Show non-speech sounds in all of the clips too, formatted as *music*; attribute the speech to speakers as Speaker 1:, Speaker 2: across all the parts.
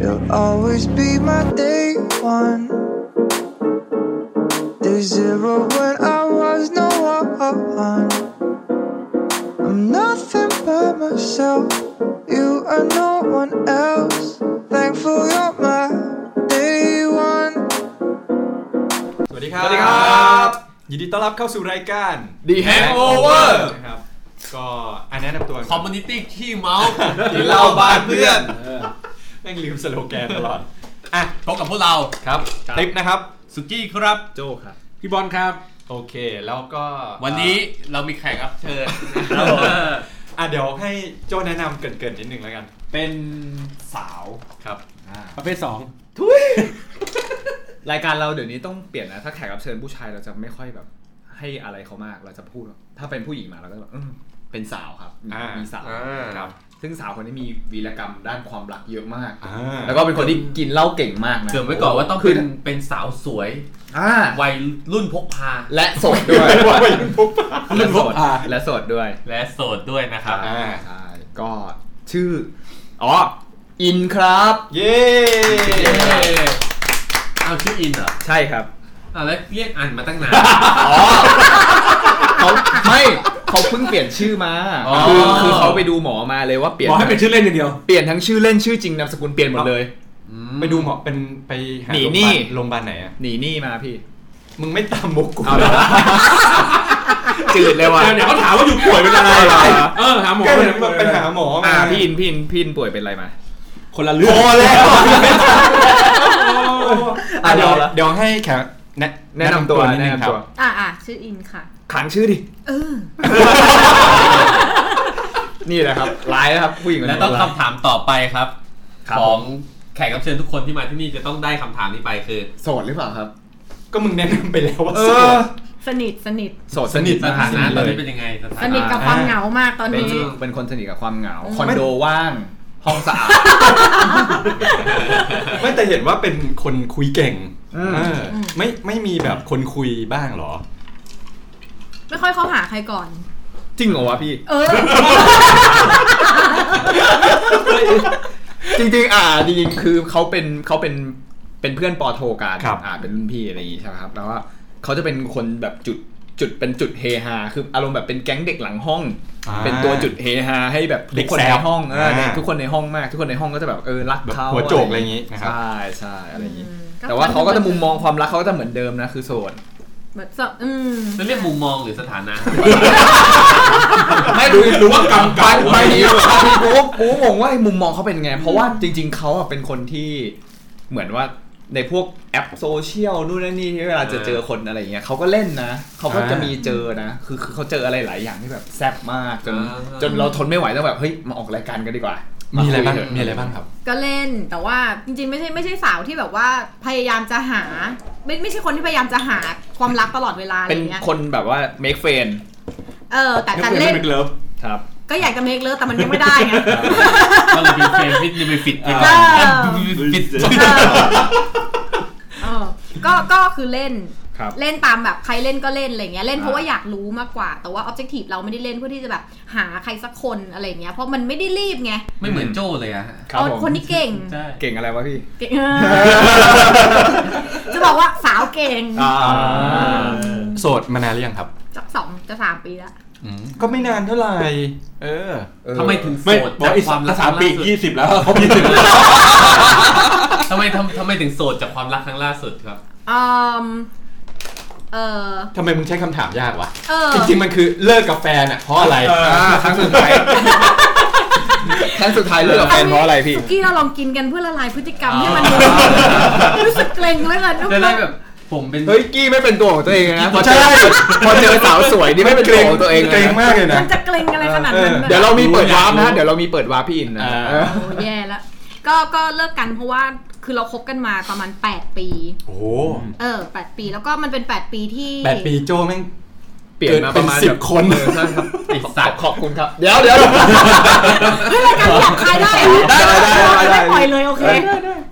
Speaker 1: You'll always be my day one. Day zero when I was no one. I'm nothing but myself. You are no one else. Thankful you're my day one.
Speaker 2: สวัสดีครับ
Speaker 3: สวัสดีครับ
Speaker 2: ยินดีต้อนรับเข้าสู่รายการ
Speaker 3: The Hangover
Speaker 2: นะครับ ก็อันแนะนำตัว
Speaker 3: คอมมูนิตี้ขี้เมา
Speaker 2: กินเหล้าบ้านเพื่อนแม่งลืมสโลแกนตลอด อ่ะ
Speaker 3: พบกับพวกเรา
Speaker 2: ครับติ๊บนะครับ
Speaker 3: สุกี้ครับ
Speaker 4: โจครับพี่บอลครับ
Speaker 2: โอเค แล้วก็
Speaker 3: วันนี้เรามีแขกรับเชิญ
Speaker 2: อ่ะ เดี๋ยวให้โจ้แนะนำเกรินๆนิดนึงแล้วกัน
Speaker 4: เป็นสาว
Speaker 2: ครับ
Speaker 4: ประเภทสอง
Speaker 5: รายการเราเดี๋ยวนี้ต้องเปลี่ยนนะ ถ้าแขกรับเชิญผู้ชายเราจะไม่ค่อยแบบ ให้อะไรเขามากเราจะพูดว่าถ้าเป็นผู้หญิงมาเราก็จะแบบอืมเป็นสาวครับมี
Speaker 2: อ่ามี
Speaker 5: มีสาว
Speaker 2: ครับ
Speaker 5: ซึ่งสาวคนนี้มีวีรกรรมด้านความรักเยอะมาก
Speaker 2: อ่า
Speaker 5: แล้วก็เป็นคนที่กินเหล้าเก่งมากนะ
Speaker 3: เกิดไว้ก่อนว่าต้อง
Speaker 5: คื
Speaker 3: เป็นเป็นสาวสวย
Speaker 5: อ่า
Speaker 3: วัยรุ่นพกพา
Speaker 5: และโสดด้วยและโสด
Speaker 4: อ่า
Speaker 5: และโสดด้วย
Speaker 3: และโสดด้วยนะครับ
Speaker 2: อ่า
Speaker 5: ใช่ก็ชื่ออ๋ออินครับ
Speaker 2: เย้
Speaker 3: เย้เอาชื่ออินเหรอ
Speaker 5: ใช่ครับ
Speaker 3: เอาแล้วเรียกอันมาตั้งนาน
Speaker 5: เขา *laughs* ไม่เขาเพิ่งเปลี่ยนชื่อมา
Speaker 3: อ๋อ
Speaker 5: คือคือเขาไปดูหมอมาเลยว่าเปลี่ยน
Speaker 4: บอกให้เป็นชื่อเล่นอย่างเดียว
Speaker 5: เปลี่ยนทั้งชื่อเล่นชื่อจริงนามสกุลเปลี่ยนหมดเลย
Speaker 2: ไปดูหมอเป็นไปหา
Speaker 5: หนีหนี้
Speaker 2: โรงพยาบาลไหนอ่ะ
Speaker 5: หนีหนี้มาพี่
Speaker 2: มึงไม่ตามมุกกู
Speaker 5: เอาเหรอ จืดเลยว่ะ
Speaker 4: เดี๋ยวเขาถามว่าอยู่ป่วยเป็นอะไร
Speaker 5: เหรอ
Speaker 4: เออหาหมอ
Speaker 2: ก็
Speaker 4: เล
Speaker 2: เห็
Speaker 4: ย
Speaker 2: นมันไปหาหมอ
Speaker 5: อ่า
Speaker 2: มา
Speaker 5: พี่อินพี่อินพี่อินป่วยเป็นอะไรมา
Speaker 4: คนละเรื่อง
Speaker 2: โอ้แล้ว
Speaker 5: อ่ะ
Speaker 2: เดี๋ยว
Speaker 5: เราละ
Speaker 2: เดี๋ยวให้แขกแนะ
Speaker 5: แนะนำตัว
Speaker 2: นิด
Speaker 5: แนะ
Speaker 2: นึง
Speaker 5: นำ
Speaker 2: ครับ
Speaker 5: ตัว
Speaker 6: อ่าอ่าชื่ออินค่ะ
Speaker 5: ขังชื่อดิ
Speaker 6: เออ
Speaker 5: นี่แหละครับร้ายนะครับผู้หญิงคน
Speaker 3: และ
Speaker 5: นี้
Speaker 3: ต้อง
Speaker 5: ร้าย
Speaker 3: คำถามต่อไปครับ
Speaker 5: ครับ
Speaker 3: ข
Speaker 5: ผม
Speaker 3: องแขกรับเชิญทุกคนที่มาที่นี่จะต้องได้คำถามนี้ไปคือ
Speaker 5: โสดหรือเปล่าครับ
Speaker 2: ก็มึงแนะนำไปแล้วว่า
Speaker 5: เอ
Speaker 2: โส
Speaker 5: อ
Speaker 2: ด
Speaker 6: สนิทสนิท
Speaker 5: โสดสนิท
Speaker 3: สถานะต
Speaker 5: เล
Speaker 3: อน
Speaker 5: ย
Speaker 3: นี้เป็นยังไงสถา
Speaker 6: สนิท
Speaker 3: นะ
Speaker 6: กับความเหงามากตอน
Speaker 5: เป็น
Speaker 6: นี้
Speaker 5: เป็นคนสนิทกับความเหงา
Speaker 6: อืม
Speaker 5: คอนโดว่างห้องสะอาด
Speaker 2: ไม่แต่เห็นว่าเป็นคนคุยเก่ง
Speaker 5: อืม
Speaker 2: เออไม่ไม่มีแบบคนคุยบ้างเหรอ
Speaker 6: ไม่ค่อยเข้าหาใครก่อน
Speaker 5: จริงเหรอวะพี่
Speaker 6: เออ
Speaker 5: จริงๆ อ่าจริงๆ คือเขาเป็นเขาเป็นเป็นเพื่อนปอโทกัน
Speaker 2: ครับ
Speaker 5: อ่าเป็นรุ่นพี่อะไรอย่างงี้ใช่ไหมครับ แล้วว่าเขาจะเป็นคนแบบจุดจุดเป็นจุดเฮฮา คืออารมณ์แบบเป็นแก๊งเด็กหลังห้อง
Speaker 2: อ่า
Speaker 5: เป็นตัวจุดเฮฮาให้แบบ
Speaker 2: เด็ก
Speaker 5: ทุกคน
Speaker 2: แซว
Speaker 5: ในห้องเออ
Speaker 2: อ่า
Speaker 5: ทุกคนในห้องมาก ทุกคนในห้องก็จะแบบเออรักเขา
Speaker 2: แบบหัวโจกอะไรอย่างงี้นะครับ
Speaker 5: ใช่ใช่อะไรอย่างงี้
Speaker 6: อืมก็
Speaker 5: แต่ว่าเขาก็จะมุมมองความรักเขาก็จะเหมือนเดิมนะคือโสด
Speaker 6: เหมือนสอบอืม
Speaker 3: จะเรียกมุมมองหรือสถานะ
Speaker 5: ไม่ดูรู้ว่ากำกับไปดีกว่ากูก็กูก็งงว่าไอ้มุมมองเขาเป็นไง เพราะว่าจริง ๆเขาอะเป็นคนที่เหมือนว่าในพวกแอปโซเชียลนู่นนั่นนี่ที่เวลาจะเจอคนอะไรอย่างเงี้ยเขาก็เล่นนะเขาก็จะมีเจอนะ คือคือเขาเจออะไรหลายอย่างที่แบบแซ่บมากจน
Speaker 3: อ่า
Speaker 5: จนเราทนไม่ไหวต้องแบบเฮ้ยมาออกรายการกันดีกว่า
Speaker 2: มี
Speaker 5: มี
Speaker 2: อะไรบ้าง
Speaker 5: คุยเถอะ
Speaker 2: มีอะไรบ้างครับ
Speaker 6: ก็เล่นแต่ว่าจริงๆ ไม่ใช่ไม่ใช่สาวที่แบบว่าพยายามจะหา ไม่ไม่ใช่คนที่พยายามจะหาความรักตลอดเวลาอะไร
Speaker 5: เป็น
Speaker 6: เงี้ย
Speaker 5: คนแบบว่า make friend
Speaker 6: เออ แต่
Speaker 4: ยก
Speaker 6: การ
Speaker 4: เว้น
Speaker 6: เล่น
Speaker 4: ไม่เป็นเลิฟ
Speaker 5: ครับ
Speaker 6: ก็อยากจะเมคเลิฟแต่มันยังไม่ได้ไง
Speaker 3: ก็เลยเป็นเฟรนด์วิดนิวฟิตไปก่อน
Speaker 6: เออ
Speaker 3: ฟิต
Speaker 6: เออเออก็ก็คือเล่น
Speaker 5: ครับ
Speaker 6: เล่นตามแบบใครเล่นก็เล่นอะไรเงี้ยเล่น
Speaker 5: อ่า
Speaker 6: เพราะว่าอยากรู้มากกว่า แต่ว่า objective เราไม่ได้เล่นเพื่อที่จะแบบหาใครสักคนอะไรเงี้ยเพราะมันไม่ได้รีบไง
Speaker 3: ไม่เหมือนโจ้เลยอะ
Speaker 5: ครับ
Speaker 6: เอา
Speaker 5: ผม
Speaker 6: คนที่เก่ง
Speaker 3: ใช่
Speaker 5: เก่งอะไรวะพี่
Speaker 6: เก่ง
Speaker 5: *laughs*
Speaker 6: จะบอกว่าสาวเก่ง
Speaker 5: อ่า
Speaker 2: โสดมานานหรือยังครับ
Speaker 6: จักสองจะสามปีแล้ว
Speaker 2: ก็ไม่นานเท่าไหร่ เออ
Speaker 5: เออ
Speaker 3: ทำไมถึงโส
Speaker 4: ไม่
Speaker 3: ด
Speaker 4: บอกอีก
Speaker 3: จากความรัก
Speaker 4: สามปี
Speaker 3: ล่าสุด
Speaker 4: ยี่สิบแล้วครบยี่สิบ
Speaker 3: ทำไมทำทำไมถึงโสดจากความรักครั้งล่าสุดครับ
Speaker 6: อืมเออ
Speaker 2: *laughs* ทำไมมึงใช้คำถามยากวะ
Speaker 6: เออ
Speaker 2: จริงๆ มันคือเลิกกับแฟนอ่ะ เพราะอะไร
Speaker 5: อ่า *laughs* ครั้งสุดท้ายครั้งสุดท้ายเลิกกับแฟนเพราะอะไรพี่
Speaker 6: สุกี้เราลองกินกันเพื่อละลายพฤติกรรม
Speaker 3: อ๋อ
Speaker 6: ให้มันดูรู้สึกเกรงแล้วกัน
Speaker 3: จะได้แบบผมเป็น
Speaker 5: เฮ้ยกี้ไม่เป็นตัวของตัวเองนะพอเจอ
Speaker 2: ใช่
Speaker 5: พอเจอสาวสวยนี่ไม่เป็นตัวของตัวเอง
Speaker 2: เกรง
Speaker 5: นะ
Speaker 2: มากเลยนะ
Speaker 6: มันจะเกรงอะไรขนาดนั้นน่ะ
Speaker 5: เดี๋ยวเรามีเปิดวาร์ปนะ เดี๋ยวเรามีเปิดวาร์ปพี่อินนะ
Speaker 2: อ่า
Speaker 5: เออ
Speaker 6: โอ้แย่แล้วก็ก็เลิกกันเพราะว่าคือเราคบกันมาประมาณ 8 ปี
Speaker 2: โอ้โห
Speaker 6: เออ 8 ปีแล้วก็มันเป็น 8 ปีที่
Speaker 2: แปดปีโจ้แม่ง
Speaker 5: เปลี่ยนมาประมาณ
Speaker 2: เกินเป็นสิบคน
Speaker 5: เออใช่ครับ
Speaker 3: ไอ้สัตว์
Speaker 5: ขอบคุณครับ เดี๋ยวเดี๋ยว
Speaker 6: เฮ้ยรายการหยาบคายได้เหรอ
Speaker 5: ได้ได้ได้ได้ได้
Speaker 6: ไม่ปล่อยเลยโอเค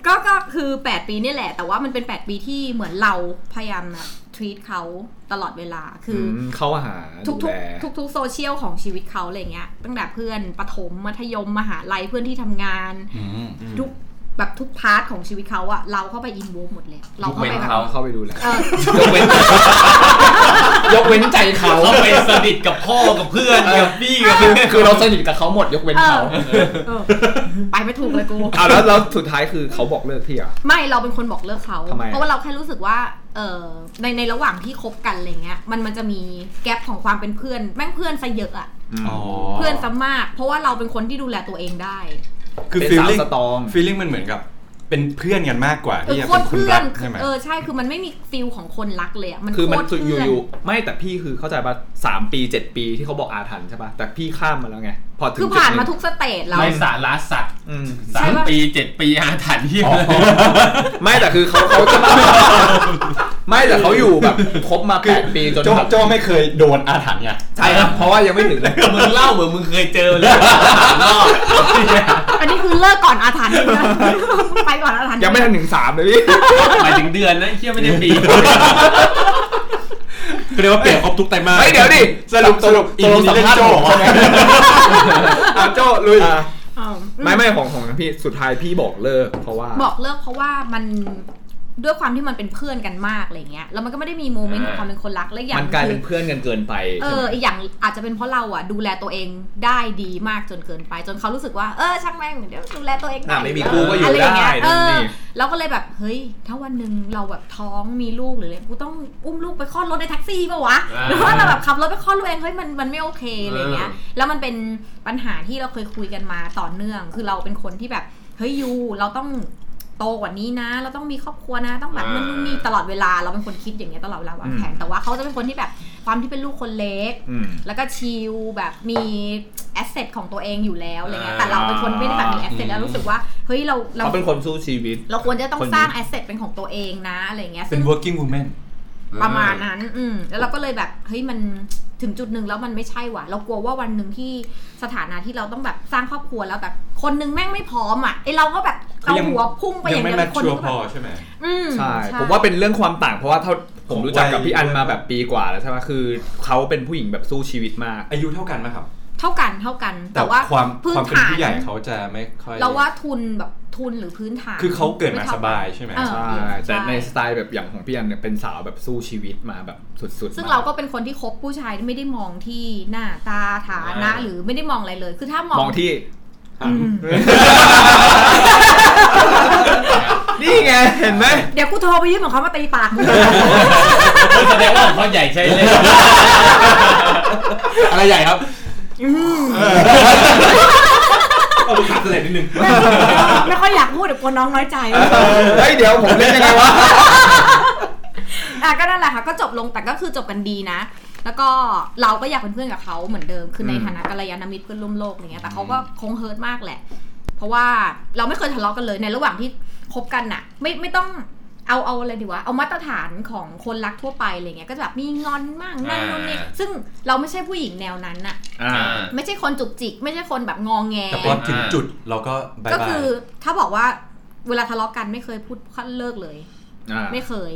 Speaker 6: ก็ก็คือ 8 ปีนี่แหละ แต่ว่ามันเป็น 8 ปีที่เหมือนเราพยายามนะทวีตเขาตลอดเวลาคืออ
Speaker 5: เข้าหา
Speaker 6: ทุก
Speaker 5: ดูแล
Speaker 6: ๆทุกๆโซเชียลของชีวิตเขาอะไรเงี้ยตั้งแต่เพื่อนประถมมัธยมมหาลัยเพื่อนที่ทำงาน
Speaker 2: อืม
Speaker 6: ทุก แบบทุกพาร์ทของชีวิตเขาอะเราเข้าไปอินโวหมดเลย เราเข้าไป
Speaker 3: ยกเว้น
Speaker 6: แบบ
Speaker 3: เขา
Speaker 5: เข้าไปดูแล
Speaker 6: เออย
Speaker 5: กเว้น *laughs* ยกเว้นใจเขา
Speaker 3: เขาไปสนิทกับพ่อกับเพื่อนกับพี่กับ
Speaker 5: คือคือเราสนิทกับเขาหมดยกเว้น
Speaker 6: เออ
Speaker 5: เขา
Speaker 6: เออไปไม่ถูกเลยกู
Speaker 5: อ่าแล้วแล้วสุดท้ายคือเขาบอกเลิกพี่เหรอ่ะ
Speaker 6: ไม่เราเป็นคนบอกเลิกเขา
Speaker 5: ทำไมอะ
Speaker 6: เพราะว่าเราแค่รู้สึกว่าเออในในระหว่างที่คบกันอะไรเงี้ยมันมันจะมีแกลบของความเป็นเพื่อนแม่งเพื่อนซะเยอะอะ
Speaker 2: อ๋อ
Speaker 6: เพื่อนซะมาก เพราะว่าเราเป็นคนที่ดูแลตัวเองได้
Speaker 2: คือ
Speaker 5: เป็น
Speaker 2: ฟีล
Speaker 5: สาว
Speaker 2: ลิ่ง
Speaker 5: สตรอง
Speaker 2: ฟีลลิ่งมันเหมือนกับ เป็นเพื่อนกันมากกว่า
Speaker 6: เอ
Speaker 2: ที่
Speaker 6: อ
Speaker 2: จะ
Speaker 6: โค
Speaker 2: เป็น
Speaker 6: ต
Speaker 2: คน
Speaker 6: รเพื่อ
Speaker 2: รั
Speaker 6: น
Speaker 2: กใช่ไหม
Speaker 6: เออใช่คือมันไม่มีฟิลของคนรักเลยอะมัน
Speaker 5: คือ
Speaker 6: โค
Speaker 5: มัน
Speaker 6: ตร
Speaker 5: อ
Speaker 6: เพื่
Speaker 5: ยู่
Speaker 6: อน
Speaker 5: อยู่ๆไม่แต่พี่คือเข้าใจป่ะสามปีเจ็ดปีที่เขาบอกอาถรรพ์ใช่ป่ะแต่พี่ข้ามมาแล้วไง พอถึง
Speaker 6: คือผ่านมา
Speaker 5: จุดหง
Speaker 6: ทุกสเตจแล้ว
Speaker 3: ไร้สาระสัตว์
Speaker 5: อืม
Speaker 3: สา
Speaker 6: ใช่
Speaker 3: ม
Speaker 6: ปะ
Speaker 3: ปีเจ็ดปีอาถรรพ์ที่
Speaker 5: ไม่แต่คือเขาเขาจะไม่แต่เขาอยู่แบบคบมาแปดปีจน
Speaker 2: โจ้
Speaker 5: แบบ
Speaker 2: โจ้ไม่เคยโดนอาถรรพ์ไง
Speaker 5: ใช่ครับเพราะว่ายังไม่ถึงเลย
Speaker 3: มึงเล่าเหมือนมึงเคยเจอเลยสามรอบ
Speaker 6: อันนี้คือเลิกก่อนอาถรรพ์เลยนะ ไปก่อนอาถรรพ์
Speaker 5: ยังไม่ทันถึงสามเลยพี่
Speaker 3: หมายถึงเดือนนะไอ้เชี่ยไม่ได้ปี
Speaker 4: เรียกว่าเปลี่ยนครบทุกไตรมาส
Speaker 5: เฮ้ยเดี๋ยวดิ
Speaker 2: สรุปสรุป
Speaker 5: ตกลง
Speaker 2: อี
Speaker 5: สัม
Speaker 2: พีนี้
Speaker 5: ภาษณ์
Speaker 2: เล่นโจ้
Speaker 5: ผม
Speaker 2: เหรอ
Speaker 5: ใช่ไหมอ่ะโจ้ลุย
Speaker 6: อ่า
Speaker 5: ไม่ไม่ของของพี่สุดท้ายพี่บอกเลิกเพราะว่า
Speaker 6: บอกเลิกเพราะว่ามันด้วยความที่มันเป็นเพื่อนกันมากอะไรเงี้ยแล้วมันก็ไม่ได้มีโมเมนต์
Speaker 3: อ่า
Speaker 6: ของความเป็นคนรักและอีกอย่าง
Speaker 5: มันกลายเป็น
Speaker 6: คือ
Speaker 5: เพื่อนกันเกินไป
Speaker 6: เอ
Speaker 5: ใช่
Speaker 6: อ
Speaker 5: ไหม
Speaker 6: อีกอย่างอาจจะเป็นเพราะเราอ่ะ ดูแลตัวเองได้ดีมากจนเกินไป จนเขารู้สึกว่าเออช่างแม่งเดี๋ยวดูแลตัวเองได้
Speaker 5: อ่ะไม่มีคู่ก็อยู่
Speaker 6: ะ
Speaker 5: ได้
Speaker 6: รางเงี้เอ
Speaker 5: นั่น
Speaker 6: อ
Speaker 5: นี่
Speaker 6: เราก็เลยแบบเฮ้ยถ้าวันหนึ่งเราแบบท้องมีลูกหรืออะไรกูต้องอุ้มลูกไปคลอดรถในแท็กซี่ป่าวะ
Speaker 3: อ่า
Speaker 6: หรือว่าเราแบบขับรถไปคลอดลูกเองเฮ้ยมันมันไม่โอเคอะไรเงี้ย
Speaker 3: เอ
Speaker 6: แล้วมันเป็นปัญหาที่เราเคยคุยกันมาต่อเนื่อง คือเราเป็นคนที่แบบ เฮ้ยยูเราต้องโตกว่านี้นะ เราต้องมีครอบครัวนะ ต้องแบบ
Speaker 3: อ่านู่
Speaker 6: นู่นนี่ตลอดเวลา เราเป็นคนคิดอย่างเงี้ยตลอดเวลาวางแผน แต่ว่าเขาจะเป็นคนที่แบบความที่เป็นลูกคนเล็ก
Speaker 5: อืม
Speaker 6: แล้วก็ชิลแบบมีแอสเซทของตัวเองอยู่แล้วอะไรเงี้ย แต่เราเป็นคนไม่ได้แบบมีแอสเซทแล้วรู้สึกว่า เฮ้ยเราเรา
Speaker 5: เขาเป็นคนสู้ชีวิต
Speaker 6: เราควรจะต้อง
Speaker 5: คน
Speaker 6: สร้างแอสเซทเป็นของตัวเองนะอะไรเงี้ย
Speaker 2: เป็
Speaker 6: ซึ่
Speaker 2: น
Speaker 6: ง
Speaker 2: working woman
Speaker 6: ประมาณนั้น อืม แล้วเราก็เลยแบบ เฮ้ย มันถึงจุดหนึ่งแล้วมันไม่ใช่ว่ะ เรากลัวว่าวันหนึ่งที่สถานะที่เราต้องแบบสร้างครอบครัวแล้วแบบ คนหนึงแม่งไม่พร้อมอ่ะ ไอเราก็แบบเอา
Speaker 2: ยัง
Speaker 6: หัวพุ่งไปอย่าง
Speaker 2: ไม่
Speaker 6: เดียว
Speaker 2: แมท
Speaker 6: อีกคน
Speaker 2: ชั
Speaker 6: นึ
Speaker 2: ว
Speaker 6: ง
Speaker 2: พ
Speaker 6: ก็แบ
Speaker 2: อบ ใช่ไหม
Speaker 6: อืม
Speaker 5: ใช่ ผมว่าเป็นเรื่องความต่างเพราะว่าเท่าผมรู้จักกับ
Speaker 2: วัย
Speaker 5: พี่อันมาแบบปีกว่าแล้วใช่ไหมคือเขาเป็นผู้หญิงแบบสู้ชีวิตมาก
Speaker 2: อายุเท่ากันไหมครับ
Speaker 6: เท่ากัน เท่ากัน
Speaker 2: แต่
Speaker 6: แต่ว่า
Speaker 2: ความ
Speaker 6: พื้น
Speaker 2: ความเป็น
Speaker 6: ฐาน
Speaker 2: ผู้ใหญ่เขาจะไม่ค่อย
Speaker 6: เราว่าทุนแบบทุนหรือพื้นฐาน
Speaker 2: คือเขาเกิด
Speaker 6: ไ
Speaker 2: มาสบายใช่ไหม
Speaker 6: เออ
Speaker 5: ใช่ แต่ในสไตล์แบบอย่างของพี่อันเนี่ยเป็นสาวแบบสู้ชีวิตมาแบบสุดๆ
Speaker 6: ซึ่ง
Speaker 5: ม
Speaker 6: เราก็เป็นคนที่คบผู้ชายที่ไม่ได้มองที่หน้าตาฐานะ หรือไม่ได้มองอะไรเลย คือถ้ามอง
Speaker 5: มองที่
Speaker 6: อืม
Speaker 5: นี่ไง เห็นไหม
Speaker 6: เดี๋ยวกูโทรไปยืมของเขามาตีปากมึ *laughs* ง
Speaker 3: แสดงว่าของเขาใหญ่ใช่เลย
Speaker 5: อะไรใหญ่ครับ
Speaker 4: เอาขาดเสลดนิดนึง
Speaker 6: ไม่ค่อยอยากพูดเดี๋ยวกลัวน้องน้อยใจ
Speaker 5: เฮ้ย เดี๋ยวผมเล่นยังไงวะ
Speaker 6: อ่ะก็นั่นแหละค่ะก็จบลงแต่ก็คือจบกันดีนะ แล้วก็เราก็อยากเป็นเพื่อนกับเขาเหมือนเดิมคือใน
Speaker 5: อืม
Speaker 6: ฐานะกัลยาณมิตรเพื่อนร่วมโลกอะไรเงี้ยแต่เขาก็คงเฮิร์ตมากแหละ เพราะว่าเราไม่เคยทะเลาะกันเลยในระหว่างที่คบกันน่ะ ไม่ไม่ต้องเอาเอาอะไรดีวะเอามาตรฐานของคนรักทั่วไปอะไรเงี้ยก็จะแบบมีงอนมั่งนั่นนู่นนี่
Speaker 3: อ่า
Speaker 6: ซึ่งเราไม่ใช่ผู้หญิงแนวนั้นน่ะ
Speaker 5: อ่า
Speaker 6: ไม่ใช่คนจุกจิก ไม่ใช่คนแบบงองแง
Speaker 2: แต่พอถึงจุดเราก็บาย
Speaker 6: ก็
Speaker 2: บาย
Speaker 6: คือถ้าบอกว่าเวลาทะเลาะกันไม่เคยพูดขั้นเลิกเลย
Speaker 5: อ่า
Speaker 6: ไม่เคย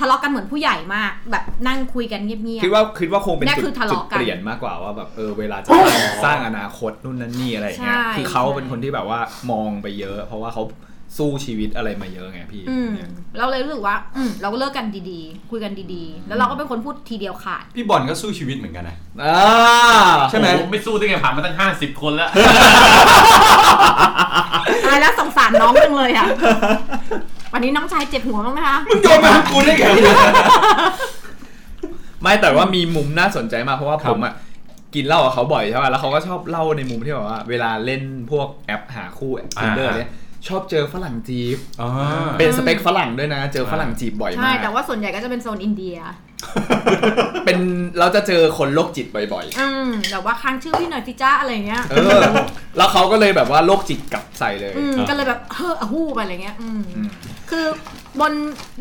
Speaker 6: ทะเลาะกันเหมือนผู้ใหญ่มาก แบบนั่งคุยกันเงียบ
Speaker 5: คิดว่าคิดว่าคงเป็น
Speaker 6: เนี่ย
Speaker 5: จุด
Speaker 6: คือทะ
Speaker 5: จุด
Speaker 6: เลาะกัน
Speaker 5: เปลี่ยนมากกว่าว่าแบบเออเวลาจะสร้างอนาคตนู่นนั่นนี่อะไรอย่างเงี้ย
Speaker 6: ใช่
Speaker 5: คือเขา
Speaker 6: ใช่
Speaker 5: เป็นคนที่แบบว่ามองไปเยอะ เพราะว่าเขาสู้ชีวิตอะไรมาเยอะไงพี่
Speaker 6: ๆอืม
Speaker 5: เนี่ย
Speaker 6: เราเลยรู้สึกว่า อืมเราก็เลิกกันดีๆ คุยกันดีๆ แล้วเราก็เป็นคนพูดทีเดียว
Speaker 5: *laughs*
Speaker 6: ขาด
Speaker 2: พี่บอลก็สู้ชีวิตเหมือนกันนะ
Speaker 5: อ่าใช่ไหม
Speaker 3: โอ้โไม่สู้ได้ไงผ่านมาตั้ง 50 คนแล้ว
Speaker 6: ตายแล้วสงสารน้องจังเลย
Speaker 5: *laughs*
Speaker 6: อ่ะ วันนี้น้องชายเจ็บหัวมั้างนะคะ
Speaker 2: มึงโยนมากูได้ไง
Speaker 5: ไม่แต่ว่ามีมุมน่าสนใจมากเพราะว่าผมอ่ะกินเหล้ากับเขาบ่อยใช่ป่ะแล้วเขาก็ชอบเล่าในมุมที่แบบว่า เวลาเล่นพวกแอปหาคู่ทินเดอร์
Speaker 2: อ่า
Speaker 5: เนี่ยชอบเจอฝรั่งจีบ
Speaker 2: อ๋อ
Speaker 5: เป็นสเปคฝรั่งด้วยนะ เจอฝรั่งจีบบ่อย
Speaker 6: ใช่
Speaker 5: มาก
Speaker 6: แต่ว่าส่วนใหญ่ก็จะเป็นโซนอินเดีย
Speaker 5: เป็นเราจะเจอคนโรคจิตบ่อย ๆ
Speaker 6: อืมแบบว่าค้างชื่อพี่หน่อยสิจ้าอะไรเงี้ย
Speaker 5: เอ
Speaker 2: *laughs*
Speaker 5: อ แล้วเขาก็เลยแบบว่าโรคจิตกลับใส่เลย
Speaker 6: อืมก็เลยแบบเฮ้ออะฮู้ไปอะไรเงี้ย อืม
Speaker 5: อืม
Speaker 6: คือบน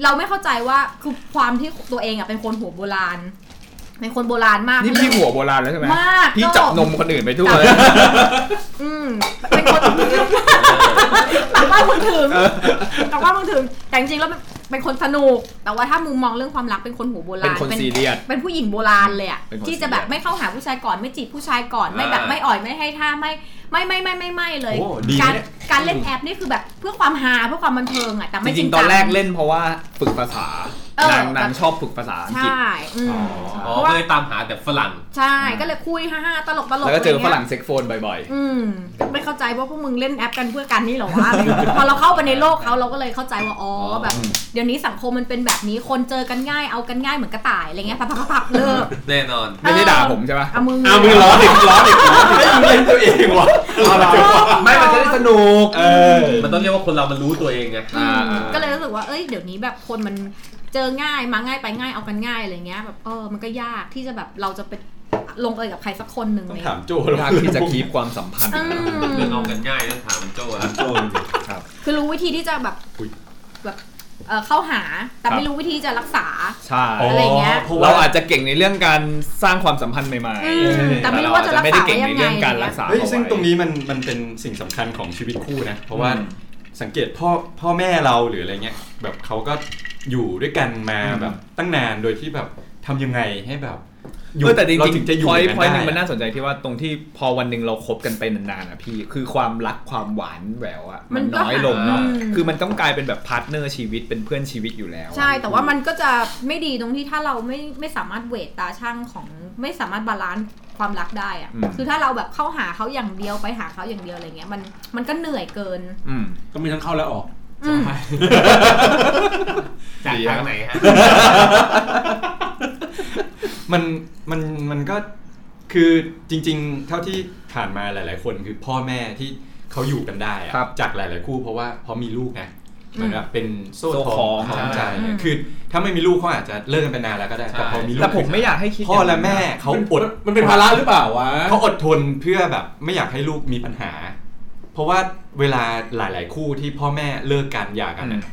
Speaker 6: เราไม่เข้าใจว่าคือความที่ตัวเองอ่ะเป็นคนหัวโบราณ เป็นคนโบราณมาก
Speaker 5: นี่พี่หัวโบราณแล้วใช่ไหม
Speaker 6: มาก
Speaker 5: พี่
Speaker 6: ก็
Speaker 5: จับนมคนอื่นไปทั่วเลย
Speaker 6: อืม
Speaker 5: *laughs*
Speaker 6: เป็นคน ตักว่ามึงถึงตักว่ามึงถึงแต่จริงๆแล้ว เป็นคนสนุก แต่ว่าถ้ามุมมองเรื่องความรักเป็นคนหัวโบราณ
Speaker 5: เป็นคนซีเรียส
Speaker 6: เป็นผู้หญิงโบราณเลยอะ
Speaker 5: เป็นคน
Speaker 6: ที่จะแบบ
Speaker 5: serious
Speaker 6: ไม่เข้าหาผู้ชายก่อนไม่จีบผู้ชายก่อนไม่
Speaker 3: อ่า
Speaker 6: แบบไม่อ่อยไม่ให้ท่าไม่ไม่ไม่ไม่ไม่ไม่เลย
Speaker 2: โอ้ดีนะ
Speaker 6: การ
Speaker 2: เนี่ย
Speaker 6: การเล่นแอปนี่คือแบบเพื่อความฮาเพื่อความบันเทิงอะแต่
Speaker 5: จ
Speaker 6: ไม่
Speaker 5: ริงๆ ต
Speaker 6: จั
Speaker 5: อนแรกเล่นเพราะว่าฝึกภาษา
Speaker 6: เออ
Speaker 5: นางนางชอบฝึกภาษาอังกฤษ
Speaker 6: ใช่อืม
Speaker 3: อ๋อ
Speaker 6: เพราะ
Speaker 3: ก็
Speaker 6: ว่า
Speaker 3: เลยตามหาแต่ฝรั่ง
Speaker 6: ใช่ก็เลยคุยฮ่าๆตลกตลก
Speaker 5: แล้วก็เจอฝ
Speaker 6: ะไรงี้ย
Speaker 5: รั่งเซ็กโฟนบ่อยๆ
Speaker 6: อืมไม่เข้าใจว่าพวกมึงเล่นแอปกันเพื่อการนี่เหรอวะอะไรอย่างเงี้ยพอเราเข้าไปในโลกเขาเราก็เลยเข้าใจว่าอ๋ออ
Speaker 3: อ
Speaker 6: แบบ เดี๋ยวนี้สังคมมันเป็นแบบนี้คนเจอกันง่ายเอากันง่ายเหมือนกระต่ายอะไรเงี้ยปับปับปับปับเลิก
Speaker 3: แน่นอน
Speaker 5: ไม่ได้ด่าผมใช่ปะ
Speaker 6: เอามือ
Speaker 4: อ้าวมึงล้อเด็กล้อเด็กล้อเด็ก
Speaker 2: ให้มึงเล่นตัวเองวะ
Speaker 5: ไม่มันจะได้สนุก
Speaker 2: เออ
Speaker 3: มันต้องเรียกว่าคนเรามันรู้ตัวเองไง
Speaker 6: อืมก็เลยรู้สึกว่าเอ้ยเดี๋ยวนี้แบบคนมันเจอง่ายมาง่ายไปง่ายเอากันง่ายอะไรเงี้ยแบบเออมันก็ยากที่จะแบบเราจะไปลงเอยกับใครสักคนหนึ่ง
Speaker 2: ต้อง
Speaker 6: เนี่ย
Speaker 2: ถามโจ
Speaker 5: ยากที่จะคีบความสัมพันธ์
Speaker 6: อื
Speaker 3: เรื่องเอา
Speaker 6: ม
Speaker 3: กันง่ายนะถามโจ้อะ
Speaker 2: โจจริง
Speaker 6: คือรู้วิธีที่จะแบบ
Speaker 2: อุ๊ย
Speaker 6: แบบเอ่อเข้าหาแต่ไม่รู้วิธีจะรักษา
Speaker 5: ใช่
Speaker 6: อะไรอย่างเงี้ย
Speaker 2: พราะว่า
Speaker 5: เราอาจจะเก่งในเรื่องการสร้างความสัมพันธ์ใหม่
Speaker 6: อืมแต่ไม่รู้ว่าจะรักษา
Speaker 5: ไม่ได้
Speaker 6: ไว้ยังไง
Speaker 5: เก่งในเรื่องการรักษา
Speaker 2: เฮ้ย
Speaker 5: เอาไว้
Speaker 2: ซึ่งตรงนี้มันมันเป็นสิ่งสำคัญของชีวิตคู่นะ เพราะว่า
Speaker 5: อืม
Speaker 2: สังเกตพ่อพ่อแม่เราหรืออะไรเงี้ยแบบเขาก็อยู่ด้วยกันมา
Speaker 5: อืม
Speaker 2: แบบตั้งนานโดยที่แบบทำยังไงให้แบบ
Speaker 5: เออแต่จ
Speaker 2: เา
Speaker 5: ริง
Speaker 2: ถึงจะอ
Speaker 5: ๆ
Speaker 2: ยู่
Speaker 5: พอย
Speaker 2: กั
Speaker 5: พอยหนึ่งมัน
Speaker 2: ได้
Speaker 5: น่าสนใจที่ว่าตรงที่พอวันหนึ่งเราคบกันไปนานๆอ่ะพี่ คือความรักความหวานแหววอ่ะมัน
Speaker 6: มันก็
Speaker 5: น้อยลงเนาะ
Speaker 6: อืม
Speaker 5: คือมันต้องกลายเป็นแบบพาร์ทเนอร์ชีวิตเป็นเพื่อนชีวิตอยู่แล้วอะ
Speaker 6: ใช่แต่ว่ามันก็จะไม่ดีตรงที่ถ้าเราไม่ไม่สามารถเวทตาช่างของไม่สามารถบาลานซ์ความรักได้อะคือถ้าเราแบบเข้าหาเขาอย่างเดียวไปหาเขาอย่างเดียวอะไรเงี้ยมันมันก็เหนื่อยเกิน
Speaker 5: อืม
Speaker 4: ก็มีทั้งเข้าและออก
Speaker 6: อืม
Speaker 3: จากทางไหนฮะ
Speaker 2: มันมันมันก็คือจริง ๆ เท่าที่ผ่านมาหลาย ๆ คนคือพ่อแม่ที่เขาอยู่กันได้อะ
Speaker 5: ครับ
Speaker 2: จากหลาย ๆ คู่เพราะว่าพอมีลูกไงเหมือนแบบเป็นโซ่
Speaker 5: โซ่
Speaker 2: ท
Speaker 5: คล้
Speaker 2: อ
Speaker 5: อง ง
Speaker 2: คล้องใจ
Speaker 3: ใช่
Speaker 2: ไงคือถ้าไม่มีลูกเขาอาจจะเลิกกันไปนานแล้วก็ได้
Speaker 3: ใช่
Speaker 2: แต่พอมีลูก
Speaker 5: แต่ผมไม่อยากให้คิด
Speaker 2: พ่อและ
Speaker 5: ย่างนั้น
Speaker 2: แม่
Speaker 5: นะ
Speaker 2: เขาอด
Speaker 4: มันเป็นภาระหรือเปล่าวะ
Speaker 2: เขาอดทนเพื่อแบบไม่อยากให้ลูกมีปัญหา เพราะว่าเวลาหลาย ๆ คู่ที่พ่อแม่เลิกกันหย่ากันอะ
Speaker 5: อืม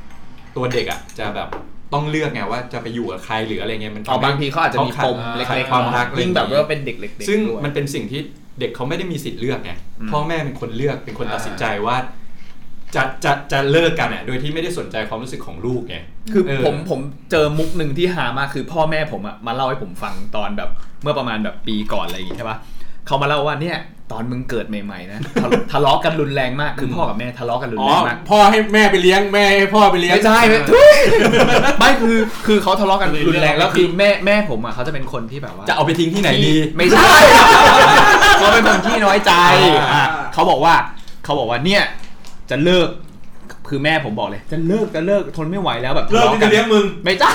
Speaker 2: ตัวเด็กอ่ะจะแบบต้องเลือกไงว่าจะไปอยู่กับใครหรืออะไรเงี้ยมันทำ
Speaker 5: เอา
Speaker 2: ให้
Speaker 5: บางทีเขาอาจจะมีปมเล็
Speaker 2: ขาด
Speaker 5: กๆ
Speaker 2: ความรักอะไรอ
Speaker 5: ยิ่
Speaker 2: ย่างงงี้
Speaker 5: แบบว่าเป็นเด็กเล็กๆ
Speaker 2: ซึ่ง
Speaker 5: ด้วย
Speaker 2: มันเป็นสิ่งที่เด็กเขาไม่ได้มีสิทธิ์เลือกไง
Speaker 5: อืม
Speaker 2: พ่อแม่เป็นคนเลือกเป็นคน
Speaker 3: อ่า
Speaker 2: ตัดสินใจว่า จะจะจะเลิกกันอ่ะโดยที่ไม่ได้สนใจความรู้สึกของลูกไง
Speaker 5: คือ
Speaker 2: เออ
Speaker 5: ผมผมเจอมุกหนึ่งที่หามากคือพ่อแม่ผมอะมาเล่าให้ผมฟังตอนแบบเมื่อประมาณแบบปีก่อนอะไรอย่างงี้ใช่ปะเขามาเล่าว่าเนี่ยตอนมึงเกิดใหม่ๆนะทะเลทะเลาะกันรุนแรงมากคือพ่อกับแม่ทะเลาะกันรุน
Speaker 4: อ๋อ
Speaker 5: แรงมาก
Speaker 4: พ่อให้แม่ไปเลี้ยง แม่ให้พ่อไปเลี้ยง
Speaker 5: ไม่ใช่ไม่ทุย *laughs* ไม่คือคือเขาทะเลาะกันรุนแรงแล้วคือแม่แม่ผมอะเขาจะเป็นคนที่แบบว่า
Speaker 2: จะเอาไปทิ้งที่ไหนดี
Speaker 5: ไม่ใช่ *laughs* เขาเป็นคนที่น้อยใจอ่ะเขาบอกว่าเขาบอกว่าเนี่ยจะเลิกคือแม่ผมบอกเลย จะเลิกจะเลิกทนไม่ไหวแล้วแบบ
Speaker 4: เลิก
Speaker 5: ทะาะ
Speaker 4: ที่จะเลี้ยงมึง
Speaker 5: ไม่ใช่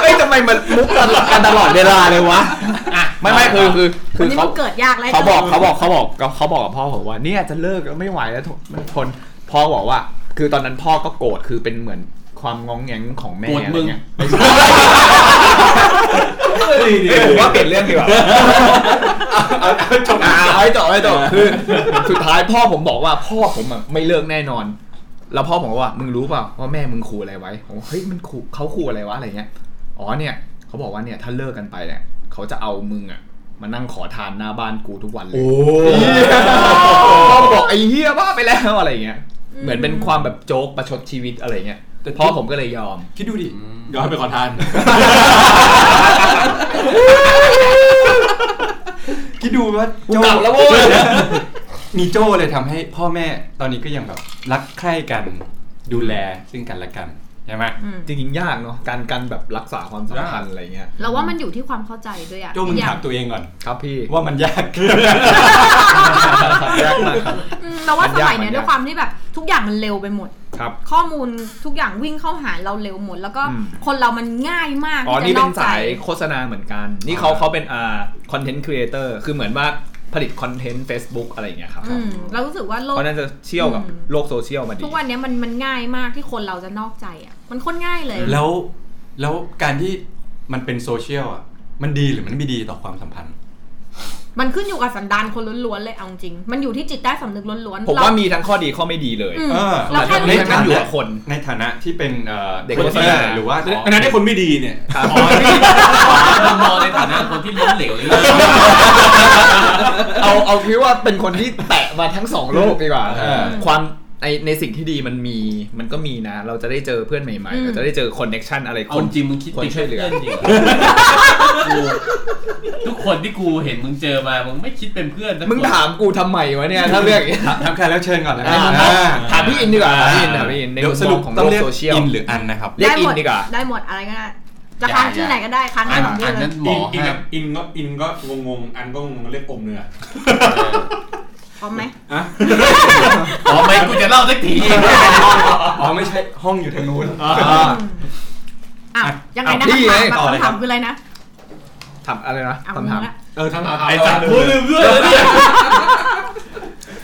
Speaker 5: เฮ้ยทำไมมันมุกตลอดกันตลอดเวลาเลยวะอ่ะไม่ไม่คือคือคื
Speaker 6: วัน
Speaker 5: อ
Speaker 6: นี้
Speaker 5: เขา
Speaker 6: มันเกิดยากอะไร
Speaker 5: เขาบอกเขาบอกเขาบอกเขาบอกกับพ่อผมว่าเนี่ยจะเลิกแล้วไม่ไหวแล้วทนทนพ่อบอกว่า คือตอนนั้นพ่อก็โกรธคือเป็นเหมือนความงองแงงของแม่
Speaker 4: โกรธ
Speaker 5: อะไร
Speaker 4: มึง
Speaker 5: เงี้ยเฮ้ยผมว่าเปลี่ยนเรื่องดีกว่า อ่าเอาให้จบเอาให้จบคือ สุดท้ายพ่อผมบอกว่าพ่อผมอะไม่เลิกแน่นอน แล้วพ่อผมก็ว่ามึงรู้เปล่าว่าแม่มึงขู่อะไรไว้ผมว่าเฮ้ยมันขู่เขาขู่อะไรวะอะไรเงี้ยอ๋อเนี่ยเขาบอกว่าเนี่ยถ้าเลิกกันไปเนี่ยเขาจะเอามึงอะมานั่งขอทานหน้าบ้านกูทุกวันเลยพ่อบอกไอ้เหี้ยบ้าไปแล้วอะไรเงี้ยเหมือนเป็นความแบบโจ๊กประชดชีวิตอะไรเงี้ย
Speaker 2: แต่
Speaker 5: พ่อผมก็เลยยอม
Speaker 2: คิดดูดิ
Speaker 4: ย้อนไปขอทาน
Speaker 2: คิดดูว่า
Speaker 5: กูกลับแล้วเว้ย
Speaker 2: มีโจเลยทำให้พ่อแม่ตอนนี้ก็ยังแบบรักใคร่กันดูแลซึ่งกันและกันใช่ไหม
Speaker 6: อืม
Speaker 5: จริงๆยากเนาะการการแบบรักษาความสัมพันธ์อะไรเงี้ย
Speaker 6: เราว่ามันอยู่ที่ความเข้าใจด้วยอะ
Speaker 2: โจมึง
Speaker 6: อย่
Speaker 2: ถามตัวเองก่อน
Speaker 5: ครับพี่
Speaker 2: ว่ามันยาก
Speaker 5: ยากมากครับ
Speaker 6: อืมเราว่ามสมัยเนี้ย
Speaker 5: มันยาก
Speaker 6: ด้วยความที่แบบทุกอย่างมันเร็วไปหมด
Speaker 5: ครับ
Speaker 6: ข้อมูลทุกอย่างวิ่งเข้าหาเราเร็วหมด แล้วก็
Speaker 5: อืม
Speaker 6: คนเรามันง่ายมาก
Speaker 5: อ๋อ
Speaker 6: ที่
Speaker 5: นี่
Speaker 6: จะ
Speaker 5: เป็
Speaker 6: นอนกใจ
Speaker 5: สายโฆษณาเหมือนกัน นี่เขาเขาเป็นอ่าคอนเทนต์ครีเอเตอร์ คือเหมือนว่าผลิตคอนเทนต์ Facebook อะไรอย่างเงี้ยครับ
Speaker 6: อืมเรารู้สึกว่าโล
Speaker 5: เพ
Speaker 6: ก
Speaker 5: ราะนั้นจะเชี่ยวกับ
Speaker 6: อืม
Speaker 5: โลกโซเชียลมาดี
Speaker 6: ทุกวันเนี้ยมันมันง่ายมากที่คนเราจะนอกใจอ่ะ มันโคนง่ายเลย
Speaker 2: แล้วแล้วการที่มันเป็นโซเชียลอ่ะมันดีหรือมันไม่ดีต่อความสัมพันธ์
Speaker 6: มันขึ้นอยู่กับสันดานคนล้วนๆเลยเอาจริง มันอยู่ที่จิตใต้สำนึกล้วนๆ
Speaker 5: ผม
Speaker 6: เร
Speaker 5: ว่ามีทั้งข้อดีข้อไม่ดีเลย
Speaker 6: อืม
Speaker 2: เออ
Speaker 6: เราแค่
Speaker 5: ใน
Speaker 6: รู้สึก
Speaker 5: ฐา
Speaker 6: ว่า
Speaker 5: นะ อยู่กับคน
Speaker 2: ในฐานะที่เป็นอ่อ
Speaker 5: เด็ก
Speaker 2: คน
Speaker 5: โฆษ
Speaker 2: ที่
Speaker 5: ณา
Speaker 2: หรือว่า
Speaker 4: อันนั้นได้คนไม่ดีเนี่ย
Speaker 3: อ๋อนี่มุมมองในฐานะคนที่ล้มเหลวอยู่แล้ว
Speaker 5: เอาเอาคิดว่าเป็นคนที่แตะมาทั้งสองโลกดีกว่า
Speaker 2: เออ
Speaker 5: ความ ในในสิ่งที่ดีมันมีมันก็มีนะ เราจะได้เจอเพื่อนใหม่ๆ
Speaker 6: อืม
Speaker 5: เราจะได้เจอคอนเน็ชันอะไร
Speaker 3: เอาจริงมึงคิด
Speaker 5: คน
Speaker 3: ติด
Speaker 5: ช่วยเหลือ
Speaker 3: พื่นจริงกูทุกคนที่กูเห็นมึงเจอมา มึงไม่คิดเป็นเพื่อนสักคน
Speaker 5: มึงถามกูทำไมวะเนี่ยถ้าเรื่องอย่างเงี้ย
Speaker 2: ทำแค่แล้วเชิญก่อนแล้ว
Speaker 5: อ่า
Speaker 2: กันนะ
Speaker 5: ถามพี่อินดีกว่าถามพี่อินถามพี่อินใน
Speaker 2: เดี๋ยว
Speaker 5: มุม
Speaker 2: ส
Speaker 5: ม
Speaker 2: รุ
Speaker 5: อ
Speaker 2: ป
Speaker 5: งของ
Speaker 2: ต้
Speaker 5: โล
Speaker 2: องเรี
Speaker 5: ก
Speaker 2: ยก
Speaker 5: โซเชียล
Speaker 2: อินหรืออันนะครับ
Speaker 5: เรียกอิน
Speaker 6: ไหม
Speaker 5: ดีกว่า
Speaker 6: ได้หมดอะไรก็ได้จะค้างชื่อไหนก็ได้ค้าง
Speaker 3: อั
Speaker 6: ได้
Speaker 3: น
Speaker 6: หมด
Speaker 3: อัน
Speaker 6: เล
Speaker 3: นั้
Speaker 6: ย
Speaker 3: นหมอ
Speaker 4: อิน
Speaker 3: ห้าม
Speaker 4: อินก็อินก็งงงๆอันก็งงๆเรียกอมเนื้อ
Speaker 6: พร้อมไหม
Speaker 4: อ่ะ
Speaker 3: อ๋อไม่กูจะเล่าสักที
Speaker 2: อ๋อไม่ใช่ห้องอยู่ทางนู้น
Speaker 6: อ้าวยังไงนะ
Speaker 5: อ่ะพี่ไง
Speaker 6: คำถาม
Speaker 2: ต่อเลยค
Speaker 6: คำ
Speaker 2: รั
Speaker 6: ถาม
Speaker 2: บ
Speaker 6: คืออะไรนะ
Speaker 5: ถามอะไรนะ
Speaker 6: เอา
Speaker 5: คำถาม
Speaker 6: งงละ
Speaker 4: เออทั้ง
Speaker 3: ไอ้สัตว์
Speaker 4: เา
Speaker 3: พูด
Speaker 4: เล
Speaker 3: ลื
Speaker 4: ย
Speaker 3: มเรื่องเลยเนี่ย